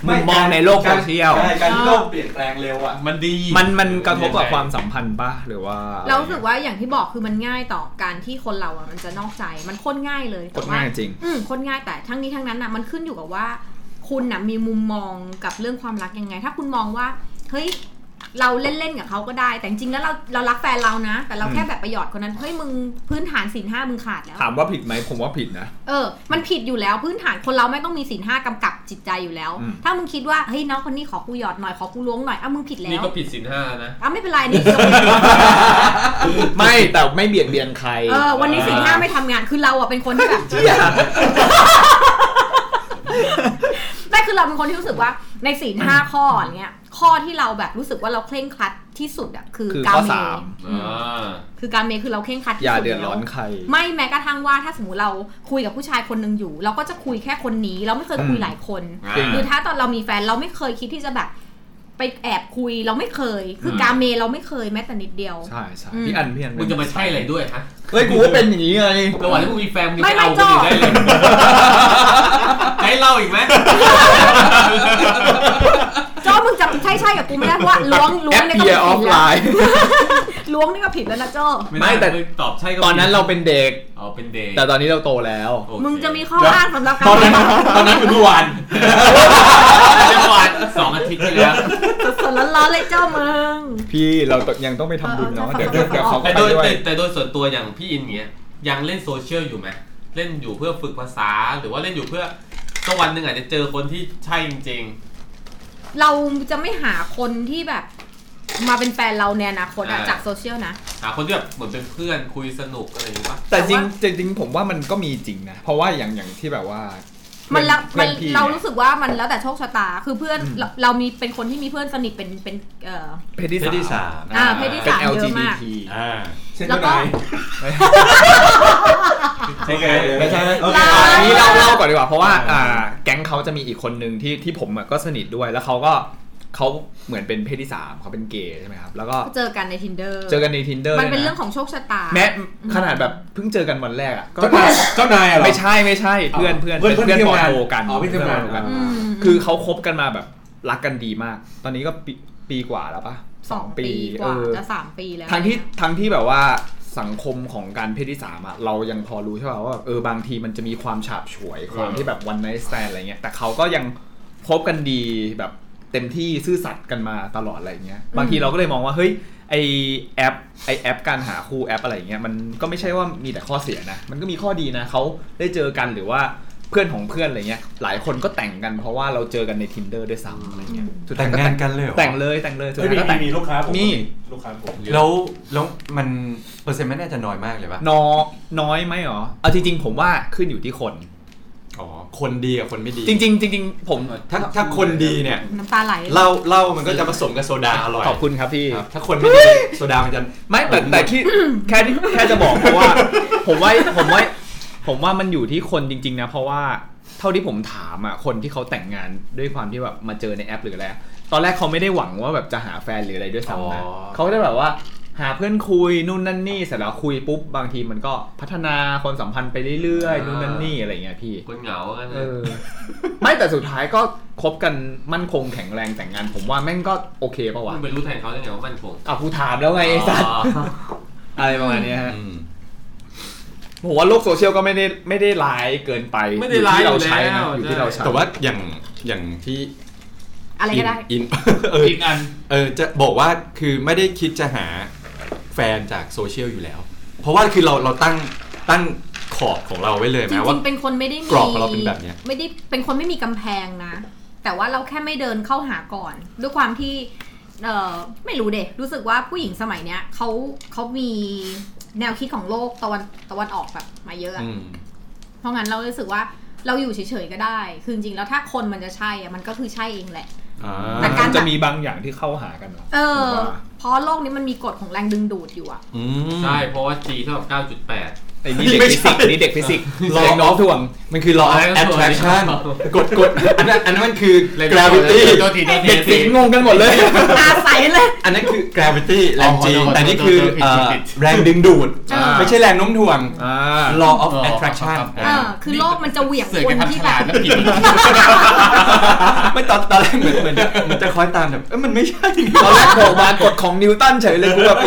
Speaker 5: มุมมองในโลกโซเชียล
Speaker 2: ใช่การที่โลกเปลี่ยนแปลงเร็วอ่ะ
Speaker 3: มันดี
Speaker 5: มันมันกระทบกับความสัมพันธ์ป่ะหรือว่า
Speaker 6: เรารู้สึกว่าอย่างที่บอกคือมันง่ายต่อการที่คนเราอ่ะมันจะนอกใจมันโคตรง่ายเลย
Speaker 5: ก
Speaker 6: แต่
Speaker 5: ด
Speaker 6: ว่
Speaker 5: ง่ายจริง
Speaker 6: อืมคนง่ายแต่ทั้งนี้ทั้งนั้นน่ะมันขึ้นอยู่กับว่า คุณน่ะมีมุมมองกับเรื่องความรักยังไง ถ้าคุณมองว่า เฮ้ย เราเล่นๆกับเขาก็ได้ แต่จริงๆแล้วเราเรารักแฟนเรานะ แต่เรา
Speaker 5: อืม
Speaker 6: แค่แบบประหยอดคนนั้นเฮ้ยมึงพื้นฐานศีลห้ามึงขาดแล้ว
Speaker 5: ถามว่าผิดไหมผมว่าผิดนะ
Speaker 6: *laughs* เออ มันผิดอยู่แล้วพื้นฐานคนเราไม่ต้องมีศีลห้ากำกับจิตใจอยู่แล้ว
Speaker 5: อืม
Speaker 6: ถ้ามึงคิดว่าเฮ้ยน้องคนนี้ขอกูหยอดหน่อยขอกูล้วงหน่อยอ่ะมึงผิดแล้
Speaker 3: นี่
Speaker 6: ว
Speaker 3: ก็ผิดศีลห้านะ
Speaker 6: อ่ะไม่เป็นไรนี่
Speaker 5: ไม่แต่ไม่เบียดเบียนใคร
Speaker 6: เออวันนี้ศีลห้าไม่ทำงานคือเราอ่ะเป็นคนที่แบบ
Speaker 5: *laughs* เหี้ย
Speaker 6: ไม่คือเราเป็นคนที่รู้สึกว่าในสี่ห้าข้ออย่างเงี้ย ข้อที่เราแบบรู้สึกว่าเราเคร่งครัดที่สุดอะคือ
Speaker 5: คือข้
Speaker 6: กา
Speaker 5: อ
Speaker 6: รเม
Speaker 5: สาม
Speaker 6: อืมคือการเมคือเราเคร่งครัดที่
Speaker 5: อย่า
Speaker 6: สุด
Speaker 5: เดือดร้อน
Speaker 6: แล้ว
Speaker 5: ใคร
Speaker 6: ไม่แม้กระทั่งว่าถ้าสมมติเราคุยกับผู้ชายคนหนึ่งอยู่ เราก็จะคุยแค่คนนี้ เราไม่เคยคุย
Speaker 5: อืม
Speaker 6: หลายคน
Speaker 5: จริง
Speaker 6: หรือถ้าตอนเรามีแฟนเราไม่เคยคิดที่จะแบบไปแอบคุยเราไม่เคย คืออ
Speaker 5: ม
Speaker 6: การเมเราไม่เคยแม้แต่นิดเดียว
Speaker 5: ใช่ใช่
Speaker 6: อืม
Speaker 5: พี่อันพี่อัน
Speaker 3: มึงจะมาใช่อะไรด้วยฮะ
Speaker 5: เฮ้ยกูก็เป็นอย่างนี้ไง
Speaker 3: ระหว่างที่มึงมีแฟนมึงยัง
Speaker 6: ไม่
Speaker 3: ไปเอาคนอื่น
Speaker 6: ไม่จ้อ
Speaker 3: ได้เลยให้เล่าอีกไหม
Speaker 6: โจ้มึงจะใช่ใช่ๆกับกูไม่ได้เพราะ
Speaker 5: *laughs*
Speaker 6: ว่าล้วงล้ว
Speaker 5: แอง ป
Speaker 6: เนี่ยก็
Speaker 5: เปี
Speaker 6: ผิ
Speaker 5: ย
Speaker 6: ด
Speaker 5: ออฟไล
Speaker 6: แล้ว
Speaker 5: น์
Speaker 6: *laughs* ล้วงนี่ก็ผิดแล้วนะโจ้
Speaker 5: ไม่แต่
Speaker 3: ด้ตอบใช่ก็
Speaker 5: ตอนนั้นเราเป็นเด็ก
Speaker 3: อ๋อเป็นเดย์
Speaker 5: แต่ตอนนี้เราโตแล้ว
Speaker 3: โอเค
Speaker 6: มึงจะมีข้ออ้างสำหรับการ
Speaker 4: ตอนนั้นตอนนั้นคือเมื่อวาน
Speaker 3: จังหวัดสองอาทิตย์ที่แล้ว
Speaker 6: สดๆร้อนๆเลยเจ้ามึง
Speaker 5: พี่เรายังต้องไปทำบุญเนาะเดี๋ยวเดี๋ยวเดี๋ยวเขาก็
Speaker 3: แต่
Speaker 5: ไป
Speaker 3: โดย
Speaker 5: ด้วย
Speaker 3: แต่แต่โดยส่วนตัวอย่างพี่อินเงี้ยยังเล่นโซเชียลอยู่ไหมเล่นอยู่เพื่อฝึกภาษาหรือว่าเล่นอยู่เพื่อสักวันหนึ่งอาจจะเจอคนที่ใช่จริง
Speaker 6: เราจะไม่หาคนที่แบบ มาเป็นแฟนเราในอนาคตอะ
Speaker 3: อ่า
Speaker 6: จากโซเชียลนะ
Speaker 3: ๆหาคนที่แบบเหมือนเป็นเพื่อนคุยสนุกอะไรอย่างเงี้ย
Speaker 5: แต่จริงจริงจริงผมว่ามันก็มีจริงนะ เพราะว่าอย่างอย่างที่แบบว่า มั
Speaker 6: มันละ
Speaker 5: เพื่
Speaker 6: มั
Speaker 5: อน นพี่
Speaker 6: เรา
Speaker 5: เนี่ย
Speaker 6: รู้สึกว่ามันแล้วแต่โชคชะตา คือเพื่อน
Speaker 5: อืม
Speaker 6: เราเรามีเป็นคนที่มีเพื่อนสนิทเป็นเป็นเอ่อ
Speaker 5: เพศที่
Speaker 2: เพศที่
Speaker 5: สา
Speaker 2: สาม ม
Speaker 6: อ่าเพศที่
Speaker 5: เป็น
Speaker 6: สามเยอะมาก
Speaker 5: LGBT
Speaker 2: อ่า
Speaker 4: เช่น
Speaker 6: แล้วก็
Speaker 4: ไร
Speaker 2: โอเคไม่ใช่ไหม
Speaker 4: โอเค
Speaker 6: ลา
Speaker 5: อ่าอันนี้เล่าเล่าก่อนดีกว่า เพราะว่าอ่าแก๊งเขาจะมีอีกคนนึงที่ที่ผมอะก็สนิทด้วย แล้วเขาก็เขาเหมือนเป็นเพศที่สามเขาเป็นเกย์ใช่ไหมครับ แล้วก็
Speaker 6: เจอกันใน tinder
Speaker 5: เจอกันใน tinder
Speaker 6: มันเป็น
Speaker 5: ยะ
Speaker 6: เรื่องของโชคชะตา
Speaker 5: แม้ขนาดแบบเพิ่งเจอกันวันแรกอ่ะก็
Speaker 4: เจ้านายเจ้านายเหรอ
Speaker 5: ไม่ใช่ไม่ใช่เพื่อนเพื่อน
Speaker 4: เพื่อน
Speaker 5: เพื่อน
Speaker 4: เพื่อ
Speaker 5: ปอ
Speaker 4: นเพื่อน
Speaker 5: โทกัน
Speaker 4: อ๋อเพื่อนเพื่อน
Speaker 5: ปโทกัน
Speaker 6: อืม
Speaker 5: คือเขาคบกันมาแบบรักกันดีมาก ตอนนี้ก็ปีปีกว่าแล้วปะ
Speaker 6: สองปีกว่า
Speaker 5: เออ
Speaker 6: จะสามปีแล้ว
Speaker 5: ทั้งที่ทั้งที่แบบว่าสังคมของการเพศที่สามอะเรายังพอรู้ใช่ป่ะว่าแบบเออบางทีมันจะมีความฉาบฉวยความ
Speaker 3: เออ
Speaker 5: ที่แบบวันไนท์สแตนอะไรเงี้ยแต่เขาก็ยังคบกันดีแบบเต็มที่ซื่อสัตย์กันมาตลอดอะไรเงี้ยบางทีเราก็เลยมองว่าเฮ้ยไอแอปไอแอป การหาคู่แอปอะไรเงี้ยมันก็ไม่ใช่ว่ามีแต่ข้อเสียนะ มันก็มีข้อดีนะเขาได้เจอกันหรือว่าเพื่อนของเพื่อนอะไรเงี้ยหลายคนก็แต่งกันเพราะว่าเราเจอกันใน tinder ด้วยซ้ำอะไรเงี้ยสุดท้ย
Speaker 2: แต่งงานกันเลยเหรอ
Speaker 5: แต่งเลยแต่งเลยสุด
Speaker 4: เอ้ย
Speaker 5: ท้ายก็แต่ง
Speaker 4: มีมีลูกค้าผม
Speaker 5: มี
Speaker 4: ลูกค้าผม
Speaker 2: แล้วแล้วมันเปอร์เซ็นต์ไม่น่าจะน้อยมากเลยป่ะ
Speaker 5: น้อยน้อยไหมหรอ เอาจริงๆ ผมว่าขึ้นอยู่ที่คน
Speaker 2: อ๋อ คนดีกับคนไม่ดี
Speaker 5: จริงๆจริงๆผม
Speaker 2: ถ้าถ้าคนดีเนี่ย
Speaker 6: น้ำตาไหลเลย
Speaker 2: เหล้าเหล้ามันก็จะผสมกับโซดาอร่อย
Speaker 5: ขอบคุณครับพี่
Speaker 2: ครับถ้าคนไม่ดีโซดามันจะ
Speaker 5: ไม่แต่แต่ที่ แค่ที่แค่จะบอกเพราะว่า ผมว่าผมว่าผมว่ามันอยู่ที่คนจริง ๆ นะ เพราะว่าเท่าที่ผมถามอ่ะคนที่เขาแต่งงานด้วยความที่แบบมาเจอในแอปหรืออะไรตอนแรกเขาไม่ได้หวังว่าแบบจะหาแฟนหรืออะไรด้วยซ้ำนะ
Speaker 2: อ๋อ
Speaker 5: เขาก็ได้แบบว่า หาเพื่อนคุยนู่นนั่นนี่เสร็จแล้วคุยปุ๊บบางทีมันก็พัฒนาความสัมพันธ์ไปเรื่อยๆนู่นนั่นนี่อะไรอย่างเงี้ยพี่
Speaker 3: คนเหงาอะไร
Speaker 5: เออ ไม่แต่สุดท้ายก็คบกันมั่นคงแข็งแรงแต่งงาน ผมว่าแม่งก็โอเคปะวะ
Speaker 3: มึงไปรู้แทนเขาได้ไงว่ามันคง
Speaker 5: อ่ะกูถามแล้วไงไอ้สัตว์
Speaker 3: อ๋อ
Speaker 5: อะไรประมาณเนี้ยฮะ
Speaker 2: อืม
Speaker 5: ผมว่าโลกโซเชียลก็ไม่ได้ไม่ได้ร้ายเกินไป
Speaker 3: ไม่ได้ร้าย
Speaker 5: อ
Speaker 3: อยู่ ยู่แล้
Speaker 5: ที่เราใช้นะ
Speaker 3: ว
Speaker 5: อยู่ที่เราใช้
Speaker 2: แต่ว่าอย่างอย่างที่
Speaker 6: อะไรก็ได้
Speaker 2: อินเออ
Speaker 3: อีกอัน
Speaker 2: เออจะบอกว่าคือไม่ได้คิดจะหาแฟนจากโซเชียลอยู่แล้ว เพราะว่าคือเราเราตั้งตั้งขอบของเราไว้เลย
Speaker 6: จริ
Speaker 2: นะ
Speaker 6: ง
Speaker 2: ว่า
Speaker 6: ๆ เป็นคนไม่ได้มี
Speaker 2: กรอบของเราเป็นแบบเนี้ย
Speaker 6: ไม่ได้เป็นคนไม่มีกำแพงนะ แต่ว่าเราแค่ไม่เดินเข้าหาก่อน ด้วยความที่เออไม่รู้เดะรู้สึกว่าผู้หญิงสมัยเนี้ยเขาเขามีแนวคิดของโลกตะวันตะวันออกแบบมาเยอะอะ
Speaker 2: อืม
Speaker 6: เพราะงั้นเรารู้สึกว่าเราอยู่เฉยๆก็ได้ คือจริงๆแล้วถ้าคนมันจะใช่อะมันก็คือใช่เองแหละ
Speaker 2: อ่า
Speaker 6: แต่การ
Speaker 5: จะมีบางอย่างที่เข้าหากันเนอะ
Speaker 6: เออ
Speaker 5: ว่า
Speaker 6: เพราะโลกนี้มันมีกฎของแรงดึงดูดอยู่อะ
Speaker 2: อืม
Speaker 3: ใช่ เพราะว่า G เท่ากับ9.8
Speaker 5: ไอ้นี่เด็ก
Speaker 2: ไม่
Speaker 5: ฟิ
Speaker 2: ใช่
Speaker 5: สิกส์นี่เด็กฟิสิกส์
Speaker 2: ล
Speaker 5: ล
Speaker 2: อ
Speaker 5: อง
Speaker 2: ง
Speaker 5: น้
Speaker 2: น้
Speaker 5: อ
Speaker 2: อง ง
Speaker 5: ถ่วง
Speaker 2: มันคือ law
Speaker 3: อะไร
Speaker 2: of
Speaker 3: ก็ส่วน
Speaker 2: attraction
Speaker 3: อะไร
Speaker 2: *laughs* กดกดอันนั้นอันนั้นมันคือ
Speaker 3: *laughs*
Speaker 2: gravity
Speaker 3: ตัวทีตัวที
Speaker 5: เด็กฟิสิกส์งงกันหมดเลย
Speaker 6: อาศัยเลย
Speaker 2: อันนั้นคือ gravity แรงจี
Speaker 3: อ๋อขอโทษ
Speaker 2: แต่นี่คือ
Speaker 3: ขอโทษ
Speaker 2: เอ่อ
Speaker 3: ผิดผิด
Speaker 2: แรงดึงดูด
Speaker 6: อ่า
Speaker 2: ไม่ใช่แรงโน้มถ่วง
Speaker 5: อ่า
Speaker 2: law of attraction
Speaker 6: เออคือโลกมันจะเหวี่ยง
Speaker 3: เสือ
Speaker 6: ค
Speaker 3: กัน น
Speaker 6: ที่
Speaker 3: ทำฉ
Speaker 6: แบบ
Speaker 3: ลาดแล้วผิด
Speaker 2: ไม่ตอนตอนแรกเหมือนเหมือนจะเหมือนจะคล้อยตามแบบเอ้ยมันไม่ใช่นี่
Speaker 5: ตอนแรกโผล่มากฎของนิวตันเฉยเลยกูแบบ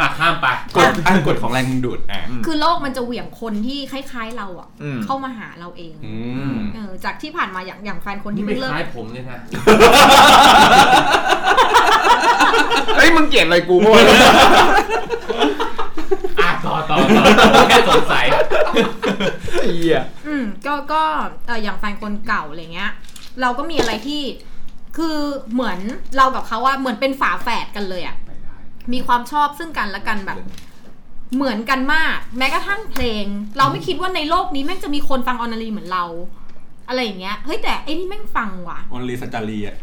Speaker 3: อ่ะข้ามไป
Speaker 2: กฎอันกฎของแรงดึงดูดอ่ะ
Speaker 6: คือโลกมันจะเหวี่ยงคนที่คล้ายๆเราอะ
Speaker 5: อืม
Speaker 6: เข้ามาหาเราเอง
Speaker 2: อืม
Speaker 6: เออจากที่ผ่านมาอย่างอย่างแฟนคน
Speaker 3: นี่
Speaker 6: ที่
Speaker 3: ไม่
Speaker 6: เพิ่ง
Speaker 3: ค
Speaker 6: เลิก
Speaker 3: ล้ายผมเลยนะ
Speaker 5: เฮ้ยมึงเกลียดอะไรกูมั่ว
Speaker 2: *laughs*
Speaker 3: อ่ะต่อต่อต่อผมแค่สงสัย
Speaker 5: ไอ้เหี้ย
Speaker 6: อืมก็ก็เอออย่างแฟนคนเก่าอะไรเงี้ย เราก็มีอะไรที่คือเหมือนเรากับเขาอะเหมือนเป็นฝาแฝดกันเลยอะมีความชอบซึ่งกันและกันแบบ เหมือนกันมาก แม้กระทั่งเพลง เราไม่คิดว่าในโลกนี้แม่งจะมีคนฟังออนาลีเหมือนเรา อะไรอย่างเงี้ยเฮ้ยแต่ไอ้นี่แม่งฟังว่ะ
Speaker 4: ออนลีสัจจารีอ่ะ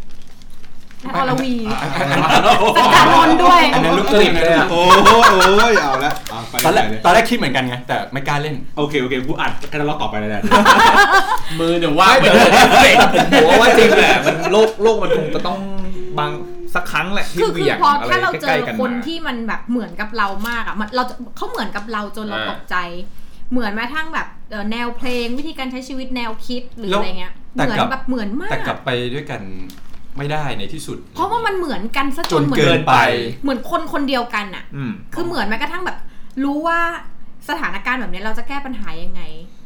Speaker 6: ออลวี *laughs* สัจจานนท์ด้วย
Speaker 2: อันนั้นลูกจริตเลยอะ
Speaker 4: โอ้โหโอ้ยเอาละเอาไป
Speaker 2: ตอนแรก
Speaker 4: เลย
Speaker 2: ตอนแรกคิดเหมือนกันไง แต่ไม่กล้าเล่น
Speaker 4: โอเคโอเคกูอัดแค่นั้นเราต่อไปเลยแหละ
Speaker 3: มือเดี๋ยวว่างไป
Speaker 5: แต่
Speaker 3: เลย
Speaker 5: ผมว่าจริงแหละมันโลกโลกมันคงจะต้องบางสักครั้งแหละที่เห
Speaker 6: คือคื
Speaker 5: วี่
Speaker 6: อย
Speaker 5: ง
Speaker 6: พอ
Speaker 5: อะไร
Speaker 6: ถ้าเราเจ
Speaker 5: ใกล้
Speaker 6: อ
Speaker 5: ๆกัน
Speaker 6: คน
Speaker 5: มา
Speaker 6: ที่มันแบบเหมือนกับเรามากอ่ะมันเราจะเขาเหมือนกับเราจนเรา
Speaker 5: อ่า
Speaker 6: ตกใจ เหมือนแม้กระทั่งแบบเอ่อแนวเพลงวิธีการใช้ชีวิตแนวคิดหรือ
Speaker 2: แล้ว
Speaker 6: อะไรเงี้ยเห
Speaker 2: แต่
Speaker 6: มือน
Speaker 2: กลับ
Speaker 6: แบบเหมือนมาก
Speaker 2: *laughs* แต่กลับไปด้วยกันไม่ได้ในที่สุด
Speaker 6: เพราะว่ามันเหมือนกันซะ
Speaker 2: จ
Speaker 6: จ
Speaker 2: น
Speaker 6: นเหมือน
Speaker 2: เกินไป
Speaker 6: เหมือนคนคนเดียวกันอ่ะ
Speaker 5: อืม
Speaker 6: คือเหมือนแม้กระทั่งแบบ รู้ว่าสถานการณ์แบบเนี้ยเราจะแก้ปัญหายังไง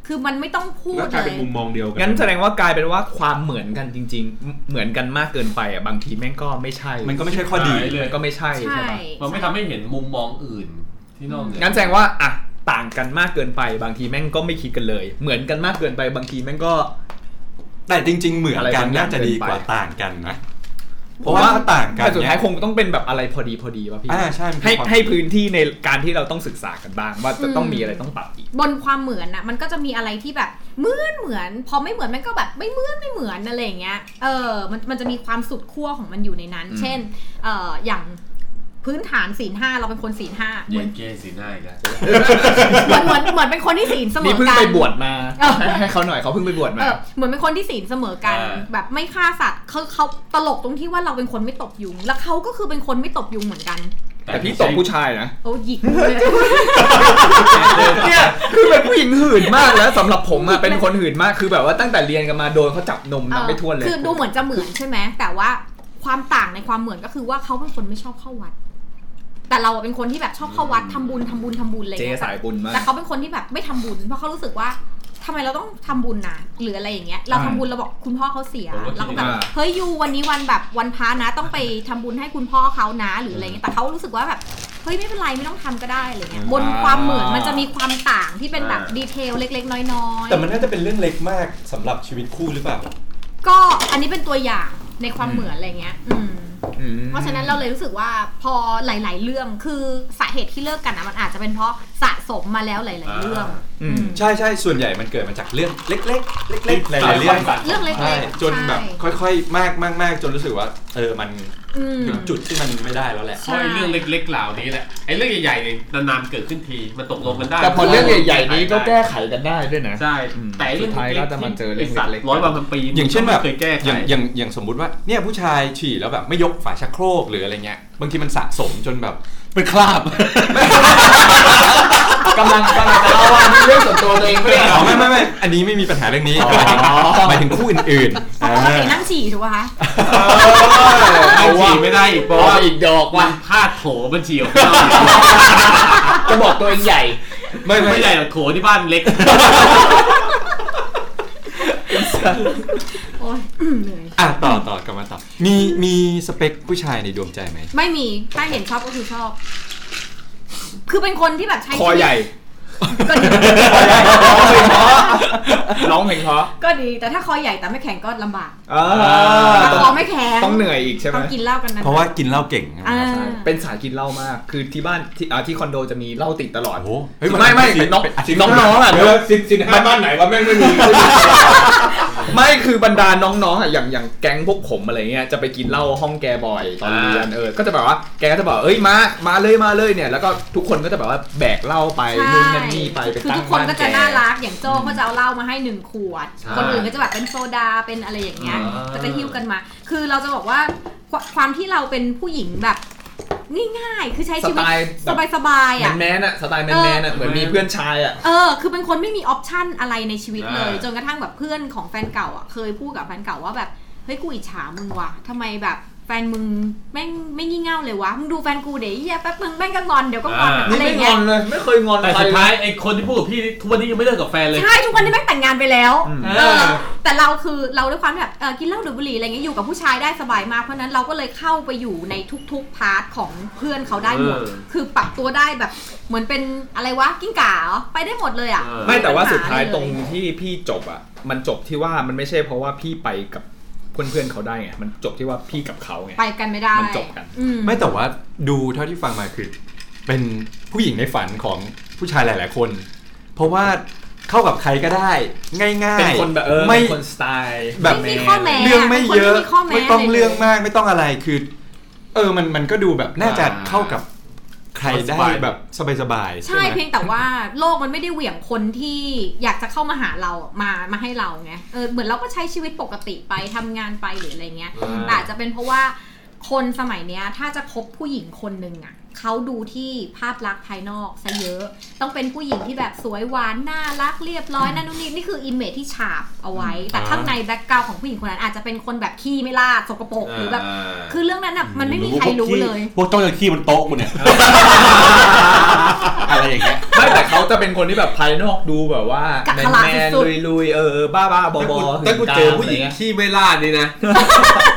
Speaker 6: คือมันไม่ต้องพูด
Speaker 4: แล้วกลาย
Speaker 6: เล
Speaker 4: เป็น
Speaker 6: ย
Speaker 4: มุมมองเดียวกั
Speaker 5: งั้นแสดงว่ากลายเป็นว่าความเหมือนกันจริง ๆ เหมือนกันมากเกินไปอ่ะบางทีแม่งก็ไม่ใช่
Speaker 2: มันก็ไม่ใช่ข้อดี
Speaker 3: หายเลย
Speaker 5: มันก็ไม่ใช่
Speaker 6: ใช่
Speaker 5: ใช่ปะ
Speaker 3: มันไม่ทำให้เห็นมุมมองอื่นที่นอกเหนือ
Speaker 5: งั้นแสดงว่าอ่ะต่างกันมากเกินไปบางทีแม่งก็ไม่คิดกันเลย เหมือนกันมากเกินไปบางทีแม่งก็
Speaker 2: แต่จริง ๆ เหมือน
Speaker 5: อะไร
Speaker 2: กัน
Speaker 5: บางอย่าง
Speaker 2: น่าจะดีกว่า
Speaker 5: เกินไป
Speaker 2: ต่างกันนะ เพ
Speaker 5: ผ
Speaker 2: ราะ
Speaker 5: ม
Speaker 2: ว่า
Speaker 5: ว่า
Speaker 2: ถ้าต่างกัน
Speaker 5: แต่สุด
Speaker 2: เนี่
Speaker 5: ท้าย
Speaker 2: ย
Speaker 5: คงต้องเป็นแบบอะไรพอดีพอดีป่ะพี่
Speaker 2: อ่าใช่มันคือ
Speaker 5: ให้
Speaker 2: ความ
Speaker 5: ให้พื้นที่ในการที่เราต้องศึกษากันบ้าง ว่าจะต้องมีอะไรต้องปรับอีก
Speaker 6: บนความเหมือนอะมันก็จะมีอะไรที่แบบเหมือนเหมือน พอไม่เหมือนมันก็แบบไม่เหมือนไม่เหมือนอะไรอย่างเงี้ยเออมันมันจะมีความสุดขั้วของมันอยู่ในนั้น
Speaker 5: อืม
Speaker 6: เช่นเอออย่างพื้นฐานศีลห้าเราเป็นคนศีลห้าเห
Speaker 3: เย็
Speaker 6: มือน
Speaker 3: นเกย์สีหน้าอีกแล้ว
Speaker 6: เหมือนเหมือนเหมือนเป็นคนที่ศีลเสม
Speaker 5: นี่
Speaker 6: อ
Speaker 5: เพิ่ง
Speaker 6: กัน
Speaker 5: ไปบวชมา
Speaker 6: เออ
Speaker 5: ให้ให้เขาหน่อยเขาเพิ่งไปบวช
Speaker 6: เอ
Speaker 5: มา
Speaker 6: อเหมือนเป็นคนที่ศีลเสมอกัน
Speaker 3: อ่า
Speaker 6: แบบไม่ฆ่าสัตว์เขาเขาตลกตรงที่ว่าเราเป็นคนไม่ตบยุง แล้วเขาก็คือเป็นคนไม่ตบยุงเหมือนกัน
Speaker 5: แต่พี่ตบผู้ชายนะ
Speaker 6: โอ้หยิกเลย
Speaker 5: เนี่ยคือเป็นผู้หญิงหื่นมากแล้วสำหรับผมอะเป็นคนหื่นมากคือแบบว่าตั้งแต่เรียนกันมาโดนเขาจับนมนับไม่ถ้วนเลย
Speaker 6: คือดูเหมือนจะเหมือนใช่ไหมแต่ว่าความต่างในความเหมือนก็คือว่าเขาเป็นคนไม่ชอบเข้าวัด แต่เราเป็นคนที่แบบชอบเข้าวัดทำบุญทำบุญทำบุญอะไรอย่าง
Speaker 5: เจ๊
Speaker 6: เงี้ย
Speaker 5: สายบุญมาก
Speaker 6: แต่เขาเป็นคนที่แบบไม่ทำบุญ เพราะเขารู้สึกว่าทำไมเราต้องทำบุญนะหรืออะไรอย่างเงี้ย เราทำบุญเราบอกคุณพ่อเขาเสีย
Speaker 3: ผมก็คิด
Speaker 6: เราก็แบบ
Speaker 5: ว่า
Speaker 6: เฮ้ยยูวันนี้วันแบบวันพระนะต้องไปทำบุญให้คุณพ่อเขานะหรืออะไรเงี้ยแต่เขารู้สึกว่าแบบเฮ้ยไม่เป็นไรไม่ต้องทำก็ได้อะไรเงี้ยบนความเหมือนมันจะมีความต่างที่เป็นแบบดีเทลเล็ก ๆ น้อยๆ
Speaker 2: แต่มันน่าจะเป็นเรื่องเล็กมากสำหรับชีวิตคู่หรือเปล่า
Speaker 6: ก็อันนี้เป็นตัวอย่างในความเหมือนอะไรเงี้ย อืม
Speaker 5: อืม
Speaker 6: เพราะฉะนั้นเราเลยรู้สึกว่าพอหลาย ๆ เรื่องคือสาเหตุที่เลิกกันนะมันอาจจะเป็นเพราะสะสมมาแล้วหลาย ๆ เรื่อง
Speaker 5: อืม
Speaker 2: ใช่ใช่ส่วนใหญ่มันเกิดมาจากเรื่องเล็ก ๆ เล็กๆหลายๆเรื่อง
Speaker 6: เรื่องเล็กๆ
Speaker 2: ใช่จนแบบ
Speaker 6: ใช่
Speaker 2: ค่อยๆมากมากมากจนรู้สึกว่า เออมัน
Speaker 6: อืม
Speaker 2: ถึงจุดที่มันไม่ได้แล้วแหละ
Speaker 6: ใช่
Speaker 3: ค่อยเรื่องเล็กๆเหล่านี้แหละไอ้เรื่องใหญ่ๆเนี่ยนานๆเกิดขึ้นทีมันตกลงกันได้
Speaker 5: แต่พอเรื่องใหญ่ๆนี้ก็แก้ไขกันได้ด้วยนะ
Speaker 3: ใช่
Speaker 5: อืม
Speaker 3: แต่ไอ้เรื่อง
Speaker 5: สุดท้ายก็จะมาเจอเรื่อง
Speaker 3: สัตว์
Speaker 5: เล็กๆ
Speaker 3: ร้อยวันพันปี
Speaker 2: อย่างเช่นแบบ
Speaker 3: เคยแก้
Speaker 2: อ
Speaker 3: ไข
Speaker 2: ย่างอย่างอย่างสมมุติว่าเนี่ยผู้ชายฉี่แล้วแบบไม่ยกฝาชักโครกหรืออะไรเงี้ยบางทีมันสะสมจนแบบ
Speaker 3: เป็นคราบ
Speaker 2: *laughs*
Speaker 5: กำลังกำลังจะเล่าว่าเรื่องส่วนตัวตัวเองไม่ได้
Speaker 2: อ๋อไม่ไม่ไม่อันนี้ไม่มีปัญหาเรื่องนี้หมายถึงหมายถึงคู่อื่นๆ
Speaker 6: เพราะปกตินั่งฉี่ถูกไหมคะ
Speaker 3: เอาฉี่ไม่ได้อีกเพราะว่า
Speaker 5: อีกดอก
Speaker 3: วั
Speaker 5: ว่ะ
Speaker 3: นพลาดโถบัญชีของ
Speaker 5: จะบอกตัวเองใหญ่
Speaker 2: ไม่
Speaker 3: เรา
Speaker 2: ไม่
Speaker 3: ไม่ใหญ่หรอกโถที่บ้านเล็ก
Speaker 6: โอ้ย เหนื่อย
Speaker 2: อ่ะต่อต่อกลับมาต่อมีมีสเปคผู้ชายในดวงใจไหม
Speaker 6: ไม่มี ถ้าเห็นชอบก็คือชอบ คือเป็นคนที่แบบใช้
Speaker 5: คอใหญ่
Speaker 6: ชีวิต ก็ดี
Speaker 5: ร้องเพลงเพราะ
Speaker 6: ก็ดี แต่ถ้าคอใหญ่แต่ไม่แข็งก็ลำบาก
Speaker 5: อ่า
Speaker 6: ถ้าคอไม่แข็ง
Speaker 5: ต้องเหนื่อยอีกใช่ไหม
Speaker 6: ต้องกินเหล้ากันนะ
Speaker 2: เพราะว่ากินเหล้าเก่งใช่ไหม
Speaker 6: อ่า
Speaker 2: ใช่
Speaker 5: เป็นสายกินเหล้ามาก คือที่บ้านที่อ่าที่คอนโดจะมีเหล้าติดตลอด
Speaker 2: โอ้โหเฮ้ยน
Speaker 5: ไม่ไม่
Speaker 2: เป็
Speaker 5: น้อง
Speaker 2: เป็าทิตย์
Speaker 5: น้องน้องๆอ่ะ
Speaker 4: เดี๋ยวสินสินห้าบ้านไหนวะแม่งไม่มี
Speaker 5: *laughs* ไม่คือบรรดาน้องๆอ่ะอย่างอย่างแก๊งพวกผมอะไรเงี้ยจะไปกินเหล้าห้องแกบ่อยตอนเรียนเออก็จะแบบว่าแกก็จะบอกเอ้ยมามาเลยมาเลยเนี่ย แล้วก็ทุกคนก็จะแบบว่าแบกเหล้าไป
Speaker 6: ใช่
Speaker 5: นู่นนั่นนี่ไปไป
Speaker 6: คือ
Speaker 5: ตั้ง
Speaker 6: ทุกคน
Speaker 5: บ้า
Speaker 6: ก็จะ
Speaker 5: แ
Speaker 6: น่ารักอย่างโจ้ก็จะเอาเหล้ามาให้หนึ่งขวด
Speaker 3: ใช่
Speaker 6: คนอื่นก็จะแบบเป็นโซดาเป็นอะไรอย่างเงี้ย
Speaker 3: อ่า
Speaker 6: ก็จะหิ้วกันมา คือเราจะบอกว่าควความที่เราเป็นผู้หญิงแบบง่ายๆคือใช้ชีวิ
Speaker 5: สไตล์
Speaker 6: สบายสบายๆ
Speaker 5: แม
Speaker 6: อ่ะ
Speaker 5: นแมนๆอ่ะสไตล์แมนแมนๆอ่ะเหมือนมีเพื่อนชายอ่ะ
Speaker 6: เออ คือเป็นคนไม่มีออปชันอะไรในชีวิตเลย
Speaker 3: อ่า
Speaker 6: จนกระทั่งแบบเพื่อนของแฟนเก่าอ่ะ เคยพูดกับแฟนเก่าว่าแบบ เฮ้ย กูอิจฉามึงว่ะทำไมแบบแฟนมึงแม่งไม่งี่เง่าเลยวะ มึงดูแฟนกูเดี๋ยวไอ้เหี้ยแป๊บมึงแม่งก็งอนเดี๋ยวก็งอนแบบ
Speaker 5: นี่
Speaker 6: อะไร
Speaker 5: ไม่ง
Speaker 6: เงี้
Speaker 5: อย นเลย ไม่เคยงอน
Speaker 3: แต่
Speaker 5: ใคร
Speaker 3: สุด
Speaker 5: เล
Speaker 3: ท้าย
Speaker 5: ย
Speaker 3: ไอ้คนที่พูดกับพี่นี่ทุกวันนี้ยังไม่เลิกกับแฟนเลย
Speaker 6: ใช่ ทุกวันนี้แม่งแต่งงานไปแล้ว
Speaker 5: อืม
Speaker 6: เออ แต่เราคือเราด้วยความที่แบบเออกินเหล้าดูดบุหรี่อะไรเงี้ยอยู่กับผู้ชายได้สบายมาก เพราะฉะนั้นเราก็เลยเข้าไปอยู่ในทุกๆ พาร์ทของเพื่อนเขาได้หมด
Speaker 3: เออ
Speaker 6: คือปรับตัวได้แบบเหมือนเป็นอะไรวะกิ้งก่าเหรอไปได้หมดเลยอ่ะ
Speaker 5: ไม่แต่ว่าสุดท้าย
Speaker 6: ไม่มี
Speaker 5: ต
Speaker 6: ปัญหา
Speaker 5: รง
Speaker 6: เลย
Speaker 5: ที่พี่จบอ่ะ มันจบที่ว่ามันไม่ใช่เพราะว่าพี่ไปกับเพื่อนๆเขาได้ไง มันจบที่ว่าพี่กับเขาไง
Speaker 6: ไปกันไม่ได้
Speaker 5: มันจบกัน
Speaker 6: อืม
Speaker 2: ไม่แต่ว่าดูเท่าที่ฟังมาคือ เป็นผู้หญิงในฝันของผู้ชายหลาย ๆ คน เพราะว่าเข้ากับใครก็ได้ ง่าย ๆ
Speaker 5: เป็นคนแบบเออ
Speaker 2: ไม่
Speaker 5: เป็นคนสไตล์
Speaker 2: แบบ
Speaker 6: ไม่มีข้อแม้
Speaker 2: เรื่องไม่เยอะ
Speaker 6: เป็นคนที่มีข้อแม้
Speaker 2: ไม่ต้อง
Speaker 6: เลย
Speaker 2: เรื่องมากไม่ต้องอะไรคือ เออมันมันก็ดูแบบน่าจะ
Speaker 3: อ่า
Speaker 2: เข้ากับใครได้แบบสบายๆ
Speaker 6: ใช่
Speaker 2: ไหม
Speaker 6: เพียงแต่ว่าโลกมันไม่ได้เหวี่ยงคนที่อยากจะเข้ามาหาเรามามาให้เราไงเออเหมือนเราก็ใช้ชีวิตปกติไปทำงานไปหรืออะไรเงี้ย
Speaker 3: อ่า
Speaker 6: แต่อาจจะเป็นเพราะว่าคนสมัยเนี้ยถ้าจะคบผู้หญิงคนหนึ่งอ่ะเขาดูที่ภาพลักษณ์ภายนอกซะเยอะ ต้องเป็นผู้หญิงที่แบบสวยหวานน่ารักเรียบร้อยนั่นนู่นนี่นี่คืออิมเมจที่ฉาบเอาไว้ แต่
Speaker 2: อ่า
Speaker 6: ข้างในแบ็กกราวของผู้หญิงคนนั้นอาจจะเป็นคนแบบขี้ไม่ลาดสกปรกหรือแบบคือเรื่องนั้นอ่ะมันไม่มีใครรู้เลย
Speaker 4: พวกจ้องจะขี้บนโต๊ะกูเนี่ย อะไรอย่างเงี้ย
Speaker 5: ไม่แต่เขาจะเป็นคนที่แบบภายนอกดูแบบว่า
Speaker 6: กัก
Speaker 5: แม
Speaker 6: ข
Speaker 5: น
Speaker 6: ลา
Speaker 5: แมน
Speaker 6: สุดๆ
Speaker 5: ลุยๆเออบ้าบ้าๆบอ
Speaker 3: ถ้า
Speaker 5: บ
Speaker 3: กู
Speaker 5: อ
Speaker 3: ถ้ากูเจอผู้หญิงขี้ไม่ลาดนี่นะ